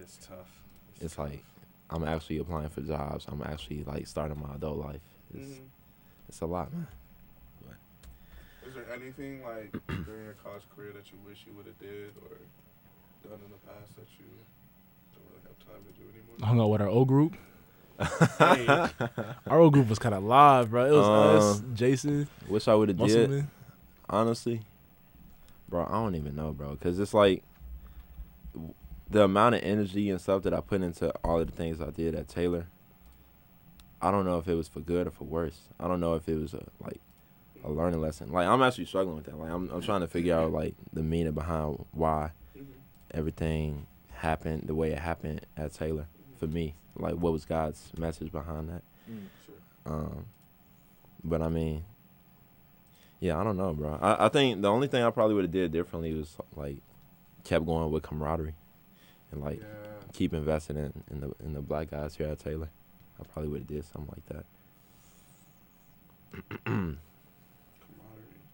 Speaker 7: it's tough.
Speaker 8: it's like I'm actually applying for jobs. I'm actually like starting my adult life.
Speaker 5: though.
Speaker 8: It's,
Speaker 5: Mhm.
Speaker 8: it's a lot, man.
Speaker 5: Is there anything like during your college career that you wish you would have did or done in the past that you don't really have time to do
Speaker 1: I
Speaker 5: anymore?
Speaker 1: hung out with our old group.
Speaker 5: Hey,
Speaker 1: Our old group was kind of live, bro. It was
Speaker 2: Uh,
Speaker 1: us, Jason,
Speaker 8: Wish I would have did
Speaker 1: Musselman.
Speaker 8: honestly, bro. I don't even know, bro, because it's like w- the amount of energy and stuff that I put into all of the things I did at Taylor. I don't know if it was for good or for worse. I don't know if it was a like a learning lesson. Like I'm actually struggling with that. Like I'm I'm trying to figure out like the meaning behind why everything happened the way it happened at Taylor for me. Like what was God's message behind that?
Speaker 3: Mm.
Speaker 5: sure.
Speaker 8: Um, but I mean, yeah, I don't know, bro. I, I think the only thing I probably would have did differently was like kept going with camaraderie and like
Speaker 5: Yeah.
Speaker 8: keep investing in, in the in the black guys here at Taylor. I probably would have did something like that.
Speaker 5: camaraderie.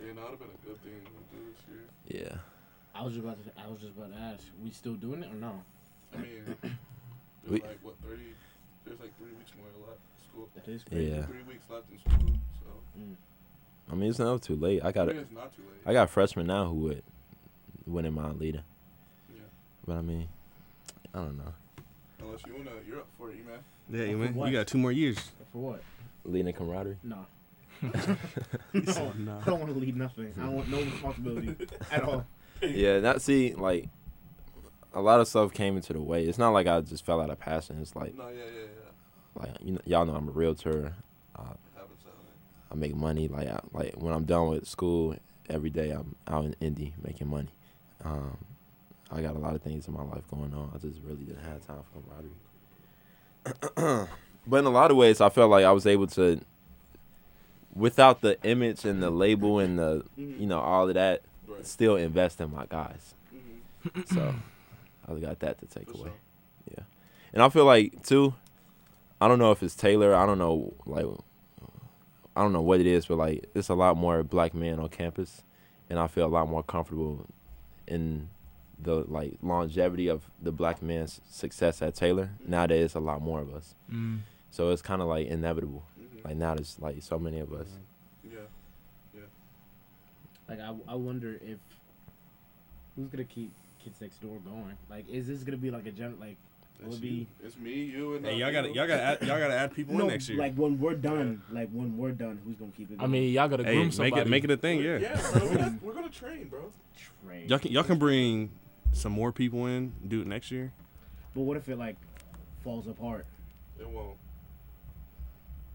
Speaker 5: Yeah, that would have been a good thing to do this year.
Speaker 8: Yeah.
Speaker 3: I was about to I was just about to ask, we still doing it or no?
Speaker 5: I mean, there's
Speaker 8: We-
Speaker 5: like what thirty? There's like three weeks more left. in School.
Speaker 3: That is
Speaker 8: Yeah.
Speaker 5: Three, three weeks left in school, so
Speaker 8: I mean, it's not too late. I
Speaker 5: I
Speaker 8: got
Speaker 5: mean, it's not too late.
Speaker 8: I got freshmen now who would wouldn't mind leading.
Speaker 5: Yeah.
Speaker 8: But I mean, I don't know.
Speaker 5: Unless you wanna, you're up for it, you man.
Speaker 2: Yeah, you
Speaker 3: man.
Speaker 2: man.
Speaker 3: You
Speaker 2: You
Speaker 3: got
Speaker 2: got two more years.
Speaker 3: For what?
Speaker 8: Leading camaraderie.
Speaker 3: No. no, I don't want to lead nothing. I don't want no responsibility at all.
Speaker 8: yeah, that see like a lot of stuff came into the way. It's not like I just fell out of passion. It's like
Speaker 5: No, yeah, yeah, yeah.
Speaker 8: like you know, y'all know I'm a realtor.
Speaker 5: Happens that way.
Speaker 8: I make money. Like I, like when I'm done with school, every day I'm out in Indy making money. Um, I got a lot of things in my life going on. I just really didn't have time for camaraderie. but in a lot of ways, I felt like I was able to, without the image and the label and the you know all of that,
Speaker 5: Right.
Speaker 8: still invest in my guys.
Speaker 5: Mhm.
Speaker 8: So I got that to take
Speaker 5: For
Speaker 8: away.
Speaker 5: sure.
Speaker 8: And I feel like too, I don't know if it's Taylor. I don't know like, I don't know what it is, but like it's a lot more black men on campus, and I feel a lot more comfortable in the like longevity of the black man's success at Taylor. Now there is a lot more of us,
Speaker 1: Mm.
Speaker 8: so it's kind of like inevitable.
Speaker 5: Mhm.
Speaker 8: Like now there's like so many of us.
Speaker 5: Yeah.
Speaker 10: Like I, I wonder if who's gonna keep Kids Next Door going. Like, is this gonna be like a general like will it be
Speaker 5: It's me, you, and
Speaker 2: Hey,
Speaker 5: uh,
Speaker 2: y'all gotta
Speaker 5: you.
Speaker 2: y'all gotta add, y'all gotta add people
Speaker 10: no,
Speaker 2: in next year.
Speaker 10: like when we're done, like when we're done, who's gonna keep it?
Speaker 1: I mean, y'all gotta
Speaker 2: hey,
Speaker 1: groom
Speaker 2: make
Speaker 1: somebody.
Speaker 2: it make it a thing. Yeah.
Speaker 5: Yeah, bro. We're gonna, we're gonna train, bro.
Speaker 10: Train.
Speaker 2: Y'all can y'all can bring some more people in. Do it next year.
Speaker 10: But what if it like falls apart?
Speaker 5: It won't.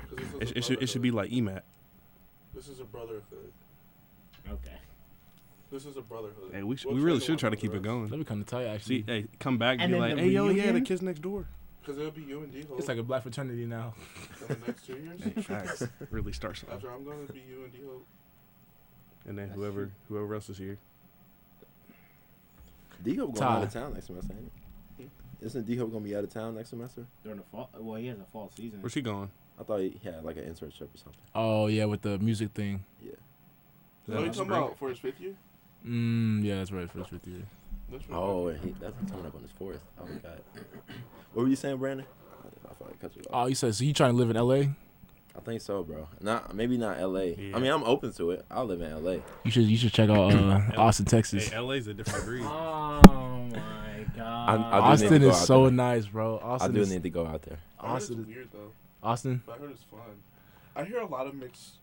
Speaker 5: 'Cause this
Speaker 2: It,
Speaker 5: is a
Speaker 2: it should it should be
Speaker 5: brotherhood.
Speaker 2: like E EMAT.
Speaker 5: This is a brotherhood.
Speaker 10: Okay.
Speaker 5: This is a brotherhood.
Speaker 2: Hey, we should,
Speaker 5: We'll
Speaker 2: we really
Speaker 5: train
Speaker 2: should try to
Speaker 5: along
Speaker 2: keep
Speaker 5: the
Speaker 2: it
Speaker 5: rest.
Speaker 2: going.
Speaker 1: That'd be kind of tight, actually.
Speaker 2: See, hey, come back and
Speaker 10: And
Speaker 2: be
Speaker 10: then
Speaker 2: like,
Speaker 10: the
Speaker 2: hey, yo, yeah, the
Speaker 10: reunion?
Speaker 2: kids next door.
Speaker 5: Cause it'll be you and D Ho
Speaker 1: it's like a black fraternity now.
Speaker 5: for the next two years.
Speaker 2: Hey, facts. really start something.
Speaker 5: After I'm gonna be you and D Ho.
Speaker 2: And then whoever whoever else is here.
Speaker 8: D Hope
Speaker 1: Ty.
Speaker 8: going out of town next semester, ain't it? Isn't D Hope gonna be out of town next semester?
Speaker 10: During the fall, well, he has a fall season.
Speaker 2: Where's he going?
Speaker 8: I thought he had like an internship or something.
Speaker 1: Oh yeah, with the music thing.
Speaker 2: Is
Speaker 5: What are you
Speaker 2: that
Speaker 5: talking
Speaker 2: spring?
Speaker 5: about for his fifth year?
Speaker 1: Mm, yeah, that's right. First with you.
Speaker 5: That's right.
Speaker 8: Oh, and he, that's coming up on his fourth. Oh my god. What were you saying, Brandon? I, I thought I cut you off.
Speaker 1: Oh, you said so? You trying to live in L.A.?
Speaker 8: I think so, bro. Not maybe not L.A.
Speaker 2: Yeah.
Speaker 8: I mean, I'm open to it. I live in L.A.
Speaker 1: You should you should check out uh, Austin, Texas.
Speaker 2: Hey, LA's a different breed.
Speaker 10: Oh my god.
Speaker 8: I do need to
Speaker 1: Austin
Speaker 8: go
Speaker 1: is
Speaker 8: out
Speaker 1: so
Speaker 8: there.
Speaker 1: nice, bro. Austin,
Speaker 8: I do
Speaker 1: is,
Speaker 8: need to go out there.
Speaker 5: I heard it's
Speaker 1: Austin.
Speaker 5: weird though.
Speaker 1: Austin.
Speaker 5: But I heard it's fun. I hear a lot of mixed.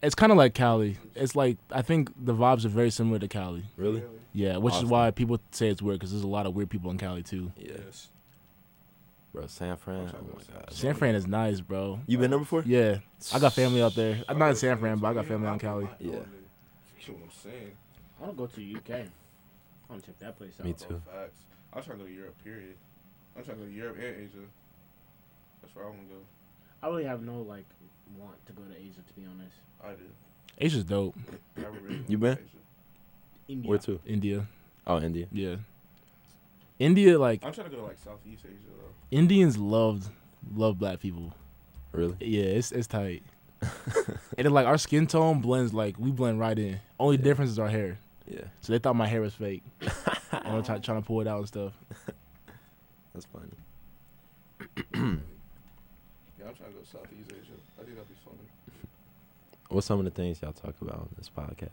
Speaker 1: It's kind of like Cali. It's like I think the vibes are very similar to Cali.
Speaker 8: Really?
Speaker 5: feelings.
Speaker 1: Yeah, which
Speaker 8: Austin.
Speaker 1: is why people say it's weird because there's a lot of weird people in Cali too.
Speaker 8: Yeah,
Speaker 2: Yes.
Speaker 8: bro. San Fran.
Speaker 5: sorry,
Speaker 8: Oh
Speaker 5: I'm
Speaker 8: my god.
Speaker 1: San Fran is nice, bro.
Speaker 8: You been there before?
Speaker 1: Yeah, I got family out there. I'm not in San Fran, but I got
Speaker 5: Yeah,
Speaker 1: family out
Speaker 5: I'm
Speaker 1: in Cali.
Speaker 5: not
Speaker 8: Yeah.
Speaker 5: going there. You know what I'm saying?
Speaker 10: I want to go to UK. I want to check that place out.
Speaker 8: Me
Speaker 5: Bro,
Speaker 8: too.
Speaker 5: Facts. I'm trying to go to Europe. Period. I'm trying to go to Europe and Asia. That's where I want to go.
Speaker 10: I really have no like want to go to Asia to be honest.
Speaker 5: I do.
Speaker 1: Asia's dope.
Speaker 5: I really want to
Speaker 8: You
Speaker 5: go
Speaker 8: been?
Speaker 5: to Asia.
Speaker 10: India.
Speaker 8: Where to?
Speaker 1: India.
Speaker 8: Oh, India.
Speaker 1: Yeah. India, like
Speaker 5: I'm trying to go to like Southeast Asia though.
Speaker 1: Indians loved love black people.
Speaker 8: Really?
Speaker 1: Yeah, it's it's tight. and then like our skin tone blends like we blend right in. Only
Speaker 8: Yeah.
Speaker 1: difference is our hair.
Speaker 8: Yeah,
Speaker 1: So they thought my hair was fake. and I'm try, trying to pull it out and stuff.
Speaker 8: that's funny.
Speaker 5: Yeah, I'm trying to go to Southeast Asia. I think that'd be funny.
Speaker 8: What's some of the things y'all talk about on this podcast?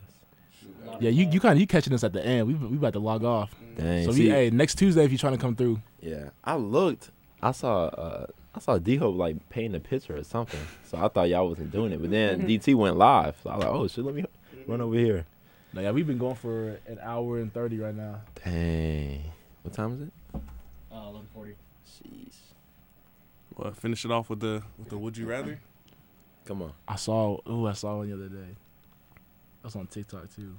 Speaker 5: Shoot, Mm.
Speaker 10: Yeah.
Speaker 5: that'd
Speaker 1: Yeah, you you kind of you catching us at the end. We we about to log off.
Speaker 8: Dang.
Speaker 1: so
Speaker 8: see-
Speaker 1: we, hey, next Tuesday if you're trying to come through.
Speaker 8: Yeah, I looked. I saw. Uh, I saw D Hope like painting a picture or something. So I thought y'all wasn't doing it, but then DT went live. So I was like, oh shit, let me run over here.
Speaker 1: No, yeah, we've been going for an hour and thirty right now.
Speaker 8: Dang. What time is it?
Speaker 10: Uh, 1140.
Speaker 8: Jeez.
Speaker 2: Well, finish it off with the with the would you rather.
Speaker 8: Come on.
Speaker 1: I saw oh I saw one the other day. That's on TikTok too.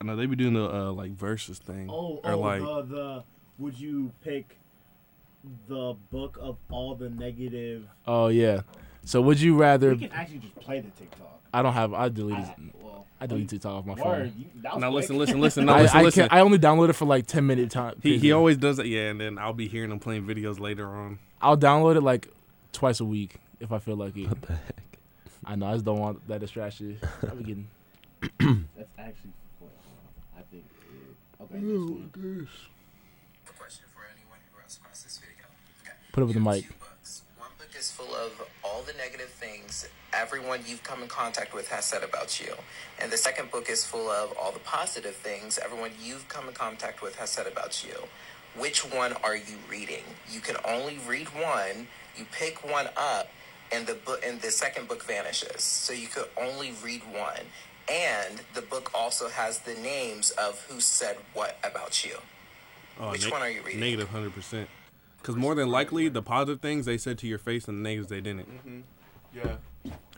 Speaker 2: I know they be doing the uh, like versus thing.
Speaker 10: Oh,
Speaker 2: or
Speaker 10: oh,
Speaker 2: like
Speaker 10: the, the would you pick the book of all the negative?
Speaker 1: Oh yeah. So would you rather?
Speaker 10: We can actually just play the TikTok.
Speaker 1: I don't have. I deleted.
Speaker 10: I, well,
Speaker 1: I deleted TikTok off my
Speaker 10: word,
Speaker 1: phone.
Speaker 10: you, that was
Speaker 2: now
Speaker 10: quick.
Speaker 2: listen, listen, listen, now
Speaker 1: I,
Speaker 2: listen,
Speaker 1: I,
Speaker 2: listen.
Speaker 1: can, I only downloaded for like ten minute time.
Speaker 2: he he
Speaker 1: period.
Speaker 2: always does that, yeah, and then I'll be hearing him playing videos later on.
Speaker 1: I'll download it like twice a week if I feel like it.
Speaker 8: What the heck?
Speaker 1: I know I just don't want that distraction. I'll be getting.
Speaker 10: That's actually. Well, I think. Okay. this one.
Speaker 1: Put up with the mic.
Speaker 11: Two books. One book is full of all the negative things everyone you've come in contact with has said about you. And the second book is full of all the positive things everyone you've come in contact with has said about you. Which one are you reading? You can only read one. You pick one up and the book and the second book vanishes. So you could only read one. And the book also has the names of who said what about you.
Speaker 2: Oh,
Speaker 11: Which one are you reading?
Speaker 2: Negative hundred percent. Because more than likely, the positive things they said to your face and the negatives they didn't.
Speaker 5: Yeah.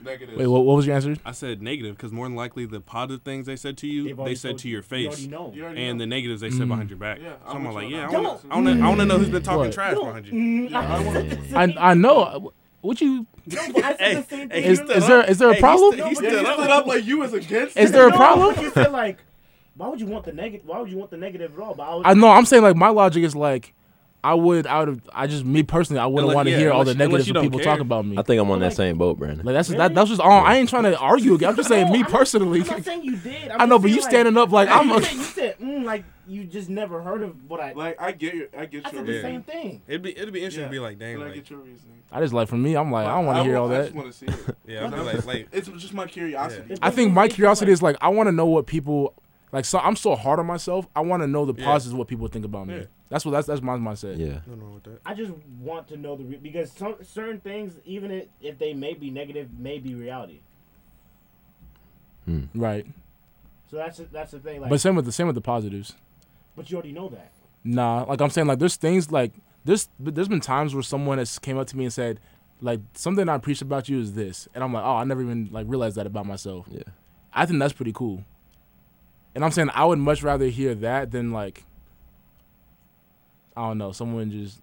Speaker 5: Negative.
Speaker 1: Wait, what, what was your answer?
Speaker 2: I said negative because more than likely, the positive things they said to you,
Speaker 10: They've
Speaker 2: they
Speaker 10: already
Speaker 2: said
Speaker 10: told
Speaker 2: to
Speaker 10: you.
Speaker 2: your
Speaker 10: You
Speaker 2: face,
Speaker 10: already know.
Speaker 5: You already
Speaker 2: and
Speaker 5: know.
Speaker 2: the negatives they said behind your back.
Speaker 5: Yeah,
Speaker 2: so I'm
Speaker 5: I'm with
Speaker 2: like,
Speaker 5: you
Speaker 2: yeah,
Speaker 5: on
Speaker 2: I
Speaker 5: that.
Speaker 2: want to, I want to, I want to know who's been talking
Speaker 1: What?
Speaker 2: trash behind you.
Speaker 5: Yeah, I wanna-
Speaker 1: I I know. What you?
Speaker 10: I said the same thing.
Speaker 1: Is, is there is there a problem?
Speaker 2: He
Speaker 5: Yeah,
Speaker 2: stood
Speaker 5: you
Speaker 2: up.
Speaker 5: stood up like you was against
Speaker 1: Is
Speaker 5: it.
Speaker 1: there a
Speaker 10: No,
Speaker 1: problem?
Speaker 10: but You said like, why would you want the negative? Why would you want the negative at all? But I was
Speaker 1: I know. I'm saying like my logic is like, I would I would I just me personally I wouldn't
Speaker 2: Unless-
Speaker 1: want to
Speaker 2: yeah,
Speaker 1: hear all
Speaker 2: unless
Speaker 1: the
Speaker 2: you- unless
Speaker 1: negatives
Speaker 2: you
Speaker 1: that
Speaker 2: don't
Speaker 1: people talk
Speaker 2: care.
Speaker 1: about me.
Speaker 8: I think I'm on
Speaker 10: Well,
Speaker 8: that
Speaker 10: like-
Speaker 8: same boat, Brandon.
Speaker 1: Like that's that,
Speaker 10: Really?
Speaker 1: that's just all. I ain't trying to argue. again. I'm just saying
Speaker 10: No,
Speaker 1: me
Speaker 10: I'm not-
Speaker 1: personally.
Speaker 10: I'm not saying you did. I'm
Speaker 1: I know,
Speaker 10: just
Speaker 1: but you
Speaker 10: saying, like-
Speaker 1: standing up like I'm.
Speaker 10: you
Speaker 1: A,
Speaker 10: said, you said mm, like
Speaker 3: you just never heard of what I.
Speaker 5: Like I get your, I get
Speaker 3: I
Speaker 5: your
Speaker 3: said the
Speaker 5: reasoning.
Speaker 3: same thing.
Speaker 7: It'd be it'd be interesting
Speaker 5: Yeah.
Speaker 7: to be like, dang,
Speaker 5: But I
Speaker 7: like,
Speaker 5: get your reasoning.
Speaker 1: I just like for me, I'm like I don't want to hear
Speaker 5: will-
Speaker 1: all
Speaker 5: I
Speaker 1: that.
Speaker 5: just want to see it.
Speaker 7: yeah, I'd be like, like,
Speaker 5: It's just my curiosity.
Speaker 1: I think my curiosity is like I want to know what people like. So I'm so hard on myself. I want to know the
Speaker 7: Yeah.
Speaker 1: positives what people think about me.
Speaker 5: Yeah.
Speaker 1: That's what that's that's my mindset.
Speaker 8: Yeah.
Speaker 7: nothing wrong with that.
Speaker 3: I just want to know the re- because some certain things, even if, if they may be negative, may be reality.
Speaker 1: Right.
Speaker 3: So that's that's the thing. Like,
Speaker 1: but
Speaker 3: but,
Speaker 1: same with the same with the positives.
Speaker 3: you already know that.
Speaker 1: Nah, like I'm saying, like there's things like there's there's been times where someone has came up to me and said, like something I appreciate about you is this, and I'm like, oh, I never even like realized that about myself.
Speaker 8: Yeah.
Speaker 1: I think that's pretty cool. And I'm saying I would much rather hear that than like, I don't know, someone just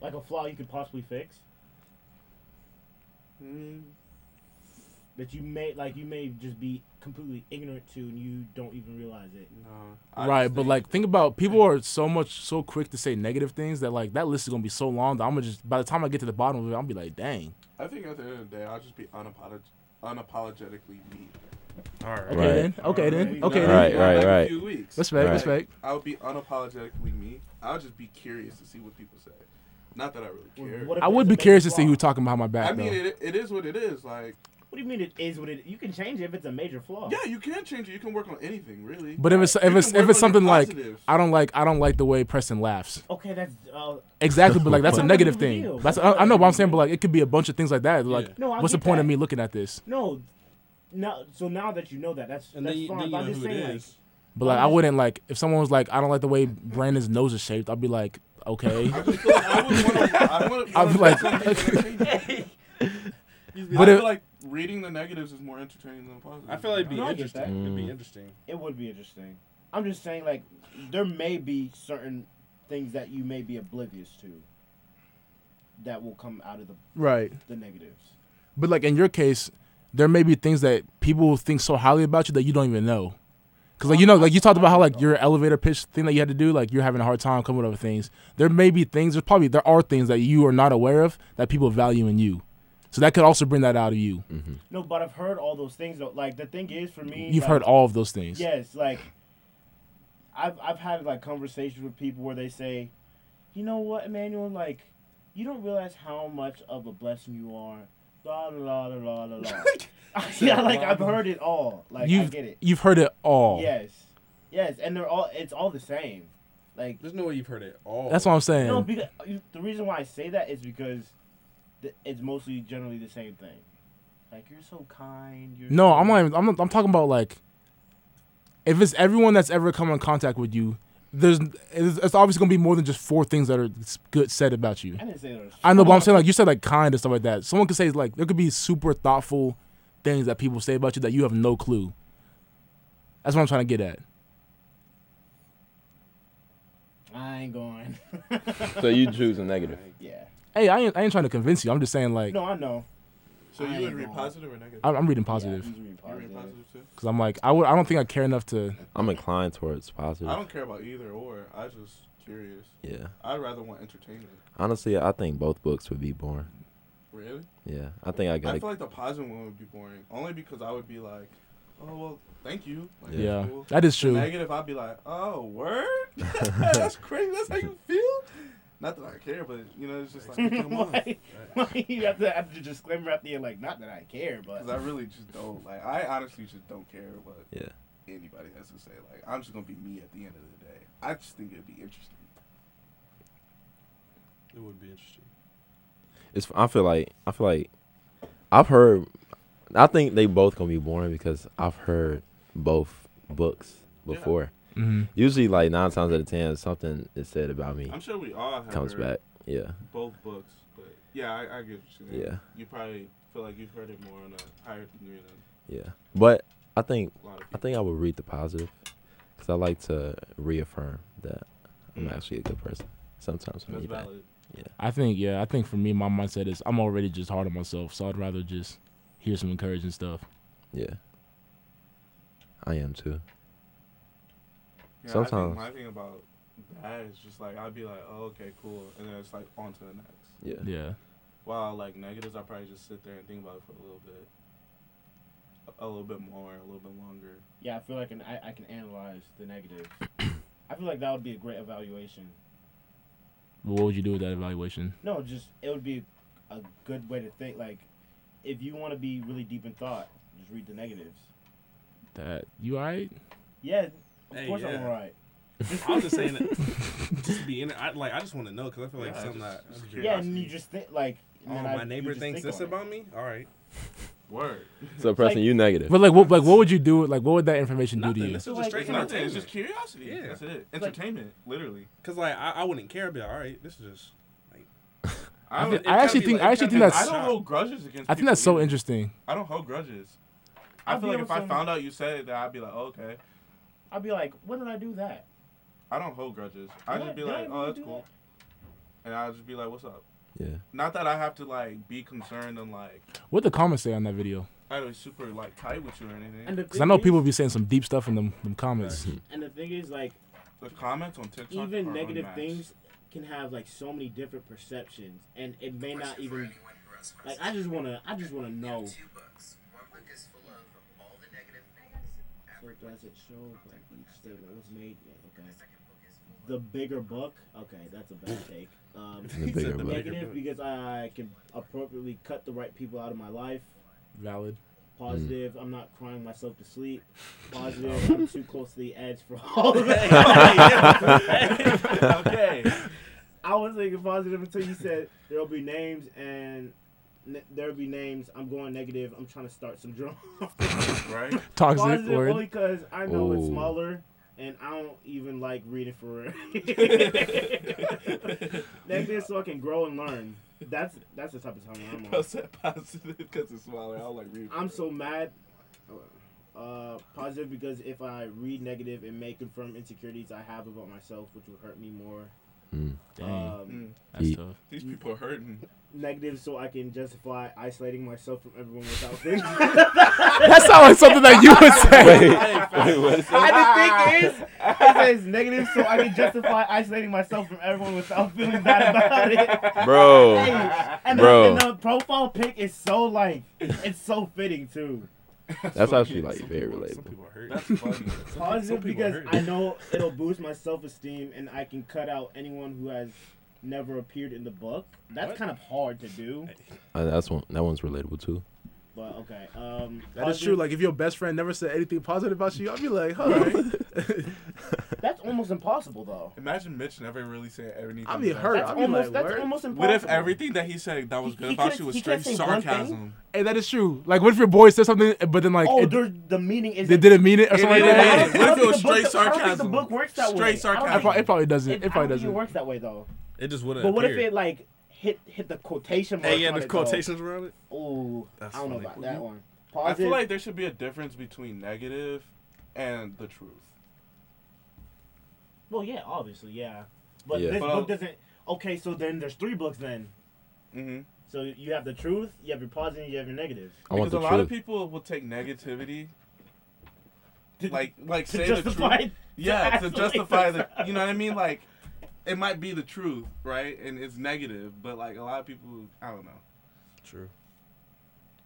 Speaker 3: Like a flaw you could possibly fix. That you may like you may just be completely ignorant to, and you don't even realize it.
Speaker 5: No, I
Speaker 1: right,
Speaker 5: just
Speaker 1: but
Speaker 5: think-
Speaker 1: like think about people are so much so quick to say negative things that like that list is gonna be so long that I'm gonna just by the time I get to the bottom of it, I'm gonna be like, dang.
Speaker 5: I think at the end of the day, I'll just be unapolog- unapologetically me.
Speaker 7: All right.
Speaker 1: Okay
Speaker 8: Right.
Speaker 1: then, okay then,
Speaker 5: Maybe
Speaker 1: okay
Speaker 5: not
Speaker 1: then.
Speaker 8: Right,
Speaker 5: for,
Speaker 8: right,
Speaker 5: like, A
Speaker 8: right.
Speaker 5: few weeks.
Speaker 1: Respect,
Speaker 8: Right.
Speaker 1: respect.
Speaker 5: I would be unapologetically me. I'll just be curious to see what people say. Not that I really care.
Speaker 3: What if
Speaker 1: I would
Speaker 3: it's
Speaker 1: be
Speaker 3: a
Speaker 1: curious to
Speaker 3: major
Speaker 1: see who
Speaker 3: flaw?
Speaker 1: talking behind my back
Speaker 5: I mean,
Speaker 1: though.
Speaker 5: it, it is what it is. Like,
Speaker 3: What do you mean it is what it? You can change it if it's a major flaw.
Speaker 5: yeah, you can change it. You can work on anything, really.
Speaker 1: But if it's
Speaker 5: You
Speaker 1: if
Speaker 5: can
Speaker 1: it's
Speaker 5: work
Speaker 1: if it's
Speaker 5: on your
Speaker 1: something like
Speaker 5: positives.
Speaker 1: I don't like I don't like the way Preston laughs.
Speaker 3: Okay, that's uh,
Speaker 1: Exactly, but like that's a
Speaker 3: Well,
Speaker 1: negative
Speaker 3: that's a
Speaker 1: thing.
Speaker 3: deal.
Speaker 1: That's I, I know what I'm saying, but like it could be a bunch of things like that. Like,
Speaker 3: No, I
Speaker 1: what's the
Speaker 3: get
Speaker 1: point of
Speaker 3: that.
Speaker 1: me looking at this?
Speaker 3: no, no. So now that you know that, that's
Speaker 7: And
Speaker 3: that's
Speaker 7: then you,
Speaker 3: fine.
Speaker 7: then you
Speaker 3: but
Speaker 7: know
Speaker 3: I'm just
Speaker 7: who it
Speaker 3: saying, like,
Speaker 7: is.
Speaker 1: But like I wouldn't like if someone was like I don't like the way Brandon's nose is shaped. I'd be like, okay.
Speaker 5: I just feel like I would want to. I would
Speaker 1: I'd be
Speaker 5: like.
Speaker 1: like- But
Speaker 5: I
Speaker 1: if-
Speaker 5: feel like reading the negatives is more entertaining than the positives.
Speaker 7: I feel like it'd be
Speaker 3: No, I get
Speaker 7: interesting.
Speaker 3: that.
Speaker 7: It'd be
Speaker 8: Mm.
Speaker 7: interesting.
Speaker 3: It would be interesting. I'm just saying, like, there may be certain things that you may be oblivious to that will come out of the,
Speaker 1: right.
Speaker 3: the negatives.
Speaker 1: But like in your case, there may be things that people think so highly about you that you don't even know. Cause like you know, like you talked about how like your elevator pitch thing that you had to do, like you're having a hard time coming up with things. There may be things, there's probably there are things that you are not aware of that people value in you. So that could also bring that out of you.
Speaker 3: No, but I've heard all those things. Though. Like, the thing is for me.
Speaker 1: You've
Speaker 3: like,
Speaker 1: heard all of those things.
Speaker 3: Yes, like, I've, I've had, like, conversations with people where they say, you know what, Emmanuel, like, you don't realize how much of a blessing you are. Blah, blah, blah, blah, blah, blah. yeah, like, I've heard it all. Like, I
Speaker 1: you've
Speaker 3: get it.
Speaker 1: you've heard it all.
Speaker 3: Yes, yes, and they're all. It's all the same. Like
Speaker 7: There's no way you've heard it all.
Speaker 1: That's what I'm saying.
Speaker 3: no, because uh, the reason why I say that is because th- it's mostly generally the same thing. Like you're so kind. You're
Speaker 1: No,
Speaker 3: so-
Speaker 1: I'm not. Even, I'm not. I'm talking about like, if it's everyone that's ever come in contact with you, there's it's, it's obviously gonna be more than just four things that are s- good said about you.
Speaker 3: I didn't say that.
Speaker 1: I know, but I'm saying like you said like kind and stuff like that. Someone could say like there could be super thoughtful things that people say about you that you have no clue. That's what I'm trying to get at.
Speaker 3: I ain't going.
Speaker 8: So you choose a negative.
Speaker 3: yeah.
Speaker 1: Hey, I ain't, I ain't trying to convince you. I'm just saying like
Speaker 3: No, I know.
Speaker 5: So
Speaker 3: I
Speaker 5: you would
Speaker 3: ain't
Speaker 5: read
Speaker 3: going.
Speaker 5: positive or negative?
Speaker 1: I'm, I'm reading
Speaker 3: Yeah,
Speaker 1: positive
Speaker 3: he's really
Speaker 5: You read
Speaker 3: positive.
Speaker 5: positive too.
Speaker 1: because I'm like I would I don't think I care enough to.
Speaker 8: I'm inclined towards positive.
Speaker 5: I don't care about either or. I just curious.
Speaker 8: yeah.
Speaker 5: I'd rather want entertainment.
Speaker 8: Honestly, I think both books would be boring.
Speaker 5: Really?
Speaker 8: Yeah. I think I got
Speaker 5: I
Speaker 8: to
Speaker 5: feel like the positive one would be boring, only because I would be like, "Oh well, thank you." Like, that's
Speaker 1: Yeah,
Speaker 5: cool.
Speaker 1: that is
Speaker 5: The
Speaker 1: true.
Speaker 5: negative, I'd be like, "Oh word, that's crazy. That's how you feel." Not that I care, but you know, it's just like, come on,
Speaker 3: why, why you have to have to disclaimer at the end? Like, not that I care, but
Speaker 5: because I really just don't like. I honestly just don't care what
Speaker 8: Yeah.
Speaker 5: anybody has to say. Like, I'm just gonna be me at the end of the day. I just think it'd be interesting.
Speaker 7: It would be interesting.
Speaker 8: It's I feel like I feel like I've heard I think they both going to be boring because I've heard both books before.
Speaker 1: hmm
Speaker 8: Usually like 9 times out of 10 something is said about me
Speaker 5: I'm sure we all have
Speaker 8: comes
Speaker 5: heard
Speaker 8: back. Yeah.
Speaker 5: both books, but yeah, I, I get what you're saying.
Speaker 8: Yeah.
Speaker 5: you probably feel like you've heard it more on a higher degree than
Speaker 8: Yeah. But I think
Speaker 5: a lot of people.
Speaker 8: I think I would read the positive cuz I like to reaffirm that I'm
Speaker 5: Mm.
Speaker 8: actually a good person. Sometimes I
Speaker 5: That's
Speaker 8: need that.
Speaker 5: valid.
Speaker 1: I think yeah, I think for me my mindset is I'm already just hard on myself, so I'd rather just hear some encouraging stuff.
Speaker 8: Yeah. I am too.
Speaker 5: Yeah, I
Speaker 8: Sometimes.
Speaker 5: think my thing about that is just like I'd be like, oh, okay, cool, and then it's like on to the next.
Speaker 8: Yeah.
Speaker 1: Yeah.
Speaker 5: While like negatives, I probably just sit there and think about it for a little bit, a- a little bit more, a little bit longer.
Speaker 3: yeah, I feel like an, I I can analyze the negatives. I feel like that would be a great evaluation.
Speaker 1: But what would you do with that evaluation?
Speaker 3: No, just it would be a good way to think. Like, if you want to be really deep in thought, just read the negatives.
Speaker 1: That you alright?
Speaker 3: Yeah, of
Speaker 2: Hey,
Speaker 3: course I'm
Speaker 2: yeah.
Speaker 3: alright.
Speaker 2: I'm just saying it. just to be in it. I, like I just want to know because I feel like
Speaker 3: Yeah,
Speaker 2: something
Speaker 3: just-
Speaker 2: that. I'm
Speaker 3: Yeah,
Speaker 2: curious.
Speaker 3: and you just think like. and
Speaker 2: Oh,
Speaker 3: then I-
Speaker 2: my
Speaker 3: you
Speaker 2: neighbor
Speaker 3: just
Speaker 2: thinks
Speaker 3: think
Speaker 2: this
Speaker 3: on it.
Speaker 2: about me. All right.
Speaker 5: Word.
Speaker 8: So pressing
Speaker 3: like-
Speaker 8: you negative.
Speaker 1: But like, what like what would you do? Like, what would that information do to
Speaker 2: Nothing.
Speaker 1: you?
Speaker 2: This is
Speaker 3: Like,
Speaker 2: just straight
Speaker 3: it's not-
Speaker 5: Nothing. It's
Speaker 2: entertainment.
Speaker 5: just curiosity.
Speaker 2: Yeah.
Speaker 5: That's it. Entertainment, literally.
Speaker 2: Cause like I, I wouldn't care about. All right, this is just.
Speaker 1: I,
Speaker 5: don't-
Speaker 1: think-
Speaker 5: it
Speaker 1: I
Speaker 5: kinda
Speaker 1: actually
Speaker 2: be
Speaker 1: think
Speaker 2: like-
Speaker 1: I
Speaker 2: it
Speaker 1: actually think
Speaker 2: kinda be
Speaker 1: that's
Speaker 5: I
Speaker 2: like-
Speaker 5: don't hold grudges against.
Speaker 1: I think
Speaker 5: people
Speaker 1: that's so
Speaker 5: either.
Speaker 1: interesting.
Speaker 5: I don't hold grudges.
Speaker 3: I'd
Speaker 5: I
Speaker 3: be
Speaker 5: feel like
Speaker 3: able
Speaker 5: if I
Speaker 3: to-
Speaker 5: found out you said it, that I'd be like, oh, okay.
Speaker 3: I'd be like, when did I do that?
Speaker 5: I don't hold grudges. I
Speaker 3: Did
Speaker 5: just be
Speaker 3: did
Speaker 5: like,
Speaker 3: ever
Speaker 5: oh, that's
Speaker 3: do
Speaker 5: cool, and I'll just be like, what's up?
Speaker 8: Yeah.
Speaker 5: Not that I have to like be concerned and like
Speaker 1: What the comments say on that video?
Speaker 5: I was super like tight with you or anything.
Speaker 3: that? And the
Speaker 1: Because I know
Speaker 3: thing
Speaker 1: people
Speaker 3: is-
Speaker 1: be saying some deep stuff in them, them comments.
Speaker 3: And the thing is, like,
Speaker 5: the comments on TikTok,
Speaker 3: even
Speaker 5: are
Speaker 3: negative
Speaker 5: unmatched.
Speaker 3: things can have like so many different perceptions, and it may not
Speaker 11: Question for
Speaker 3: even
Speaker 11: anyone who has
Speaker 3: like. I just wanna, I just wanna know.
Speaker 11: Two books. One book is full of all the negative things.
Speaker 3: So
Speaker 11: Every
Speaker 3: does it show like each statement was made? Yeah, okay.
Speaker 11: second book is full
Speaker 3: The bigger book. Okay, that's a bad take. Um,
Speaker 8: The bigger
Speaker 2: the
Speaker 8: book.
Speaker 2: bigger-
Speaker 3: negative because I can appropriately cut the right people out of my life.
Speaker 1: Valid.
Speaker 3: Positive, I'm not crying myself to sleep. Positive, I'm too close to the edge for all of that.
Speaker 5: okay.
Speaker 3: I was thinking positive until you said there'll be names and ne- there'll be names. I'm going negative. I'm trying to start some drama.
Speaker 5: Right?
Speaker 1: Toxic
Speaker 3: positive
Speaker 1: word.
Speaker 3: only because I know it's
Speaker 8: Ooh.
Speaker 3: smaller and I don't even like reading for real. negative so I can grow and learn. That's that's the type of time I'm on.
Speaker 5: That's that positive because it's smaller. I don't like reading.
Speaker 3: I'm so mad. Uh, positive because if I read negative, it may confirm insecurities I have about myself, which would hurt me more.
Speaker 1: Dang,
Speaker 3: Um,
Speaker 5: Mm,
Speaker 1: that's
Speaker 8: Ye-
Speaker 1: tough.
Speaker 5: these people are hurting.
Speaker 3: negative so I can justify isolating myself from everyone without thinking.
Speaker 1: That sounds like something that you would say.
Speaker 8: Wait, what is that?
Speaker 3: I the thing is, it says negative so I can justify isolating myself from everyone without feeling bad about it.
Speaker 8: Bro.
Speaker 3: Hey, and,
Speaker 8: Bro.
Speaker 3: The, and the profile pic is so like, it's so fitting too.
Speaker 8: That's
Speaker 2: Some
Speaker 8: actually
Speaker 2: people-
Speaker 8: like
Speaker 2: some
Speaker 8: very
Speaker 2: people- Some
Speaker 8: relatable.
Speaker 2: people are hurt.
Speaker 5: That's funny.
Speaker 3: Positive
Speaker 2: people
Speaker 3: because
Speaker 2: hurt.
Speaker 3: I know it'll boost my self esteem and I can cut out anyone who has never appeared in the book. That's
Speaker 2: What?
Speaker 3: kind of hard to do,
Speaker 8: Uh, that's one. That one's relatable too.
Speaker 3: but okay. Um,
Speaker 1: That is
Speaker 3: positive-
Speaker 1: true. Like if your best friend never said anything positive about you, I'd be like, huh?
Speaker 3: that's almost impossible though.
Speaker 5: Imagine Mitch never really saying anything.
Speaker 1: I'd be
Speaker 5: bad.
Speaker 1: hurt.
Speaker 3: That's
Speaker 1: I'd be
Speaker 3: almost.
Speaker 1: like,
Speaker 3: That's
Speaker 1: word.
Speaker 3: almost impossible.
Speaker 5: What if everything that he said that was
Speaker 3: He-
Speaker 5: good
Speaker 3: he
Speaker 5: about
Speaker 3: can't-
Speaker 5: you was
Speaker 3: he can't
Speaker 5: straight
Speaker 3: say one thing?
Speaker 5: sarcasm?
Speaker 1: Hey, that is true. Like what if your boy said something, but then like
Speaker 3: Oh,
Speaker 1: it,
Speaker 3: there- the meaning is.
Speaker 1: they didn't mean it or something like
Speaker 5: didn't
Speaker 3: I
Speaker 1: that?
Speaker 5: mean
Speaker 3: don't-
Speaker 5: What
Speaker 3: I
Speaker 5: if it
Speaker 3: don't
Speaker 5: was
Speaker 3: think the book-
Speaker 5: straight
Speaker 3: I don't think the
Speaker 5: sarcasm?
Speaker 3: book works that
Speaker 5: Straight
Speaker 3: way. I don't
Speaker 5: sarcasm.
Speaker 3: think-
Speaker 1: It probably, it probably doesn't.
Speaker 3: It,
Speaker 1: It,
Speaker 3: I
Speaker 1: probably
Speaker 3: don't think
Speaker 1: doesn't.
Speaker 3: it works that way though.
Speaker 2: It just wouldn't.
Speaker 3: But what if
Speaker 2: appear.
Speaker 3: it like hit hit the quotation mark?
Speaker 2: Hey, yeah,
Speaker 3: on
Speaker 2: there's
Speaker 3: it, though?
Speaker 2: quotations around it.
Speaker 3: Ooh,
Speaker 2: That's
Speaker 3: I don't know
Speaker 2: funny.
Speaker 3: about that one.
Speaker 5: I
Speaker 3: Positive.
Speaker 5: feel like there should be a difference between negative and the truth.
Speaker 3: well, yeah, obviously, yeah. But
Speaker 8: Yeah.
Speaker 3: this
Speaker 5: Well-
Speaker 3: book doesn't. Okay, so then there's three books then.
Speaker 5: Mm-hmm.
Speaker 3: So you have the truth, you have your positive, you have your negative.
Speaker 8: I want
Speaker 5: Because a
Speaker 8: the
Speaker 5: lot
Speaker 8: truth.
Speaker 5: of people will take negativity,
Speaker 3: To-
Speaker 5: like like
Speaker 3: to
Speaker 5: say the
Speaker 3: justify.
Speaker 5: truth. Yeah, to
Speaker 3: isolate
Speaker 5: justify the,
Speaker 3: themselves.
Speaker 5: you know what I mean? Like, it might be the truth, right? And it's negative, but like a lot of people, I don't know.
Speaker 2: True.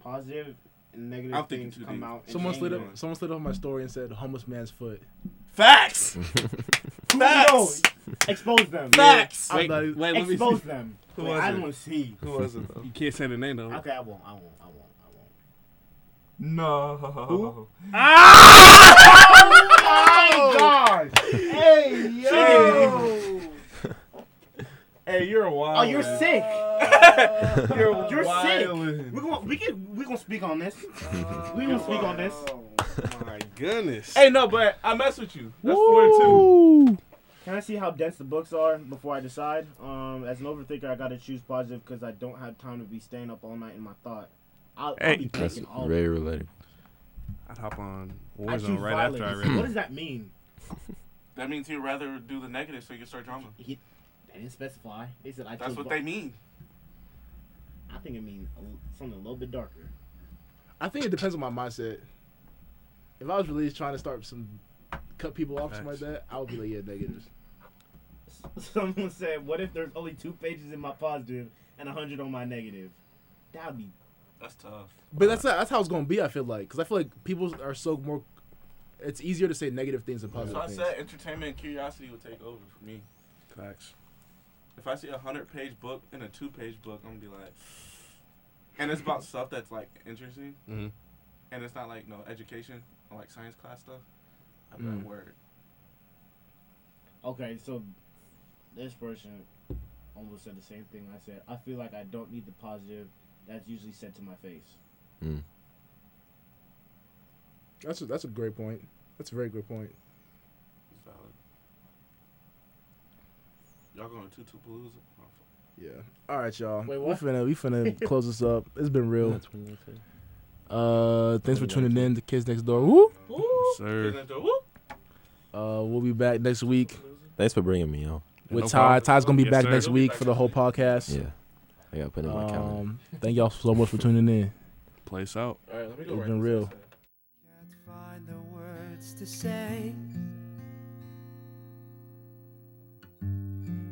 Speaker 3: Positive and negative
Speaker 5: I'm thinking
Speaker 3: things
Speaker 5: too
Speaker 3: come
Speaker 5: deep.
Speaker 3: out. and
Speaker 1: Someone slid
Speaker 3: change
Speaker 1: up.
Speaker 3: it.
Speaker 1: Someone slid up my story and said homeless man's foot.
Speaker 5: Facts. Facts.
Speaker 3: No, expose them.
Speaker 5: Facts.
Speaker 1: I'm
Speaker 2: Wait,
Speaker 1: not-
Speaker 2: wait, let me.
Speaker 3: Expose
Speaker 2: See.
Speaker 3: them.
Speaker 2: Who
Speaker 3: Wait,
Speaker 2: was
Speaker 3: I
Speaker 2: it?
Speaker 3: don't want to see.
Speaker 2: Who was it though? You can't say the name though.
Speaker 3: Okay, I won't. I won't. I won't. I won't.
Speaker 5: No.
Speaker 3: Oh God! Hey yo!
Speaker 5: Hey, you're a wild.
Speaker 3: Oh, you're sick.
Speaker 5: You're,
Speaker 3: You're sick.
Speaker 5: wildin'.
Speaker 3: We're gonna we can we gonna speak on this. We gonna speak on this.
Speaker 2: My goodness.
Speaker 5: Hey, no, but I mess with you. That's four two.
Speaker 3: Can I see how dense the books are before I decide? Um, as an overthinker, I gotta choose positive because I don't have time to be staying up all night in my thought. I'll, I'll be
Speaker 8: That's
Speaker 3: thinking all.
Speaker 8: very relatable.
Speaker 2: I'd hop on
Speaker 3: I
Speaker 2: Warzone
Speaker 3: choose
Speaker 2: right
Speaker 3: violence.
Speaker 2: after I read.
Speaker 3: What
Speaker 2: it.
Speaker 3: does that mean?
Speaker 5: That means he'd rather do the negative so you can start drama.
Speaker 3: He, they didn't specify. They said I
Speaker 5: That's
Speaker 3: chose
Speaker 5: what
Speaker 3: vi-
Speaker 5: they mean.
Speaker 3: I think it means a l- something a little bit darker.
Speaker 1: I think it depends on my mindset. If I was really trying to start some cut people off or something like that, I would be like, yeah, negatives.
Speaker 3: Someone said, "What if there's only two pages in my positive and a hundred on my negative? That would be
Speaker 5: That's tough.
Speaker 1: But that's that's how it's gonna be. I feel like because I feel like people are so more it's easier to say negative things than positive
Speaker 5: So I
Speaker 1: things.
Speaker 5: said entertainment and curiosity would take over for me.
Speaker 2: Facts.
Speaker 5: If I see a hundred page book and a two page book, I'm gonna be like, and it's about stuff that's like interesting,
Speaker 2: Mm-hmm.
Speaker 5: and it's not like no education or like science class stuff. I'm
Speaker 1: Mm.
Speaker 5: like, word.
Speaker 10: Okay, so this person almost said the same thing I said. I feel like I don't need the positive. That's usually said to my face.
Speaker 1: That's a, that's a great point. That's a very good point.
Speaker 5: It's valid. Y'all going to Tutu Blues?
Speaker 1: Yeah. All right, y'all.
Speaker 10: Wait,
Speaker 1: We
Speaker 10: what?
Speaker 1: finna we finna close this up. It's been real. Uh, thanks for tuning in to Kids Next Door. Woo.
Speaker 2: Sir.
Speaker 1: Uh, we'll be back next week
Speaker 8: Thanks for bringing me on.
Speaker 1: with
Speaker 2: No
Speaker 1: Ty.
Speaker 2: problem.
Speaker 1: Ty's gonna be
Speaker 2: Yes,
Speaker 1: back
Speaker 2: sir.
Speaker 1: next
Speaker 2: He'll
Speaker 1: week for the whole podcast.
Speaker 8: Yeah. I got to put it in
Speaker 5: Oh.
Speaker 8: my calendar.
Speaker 1: Um, thank y'all so much for tuning in.
Speaker 2: Place out.
Speaker 5: All right, let me go.
Speaker 1: It's
Speaker 5: write
Speaker 1: been
Speaker 5: this
Speaker 1: real.
Speaker 5: down.
Speaker 12: Can't find the words to say.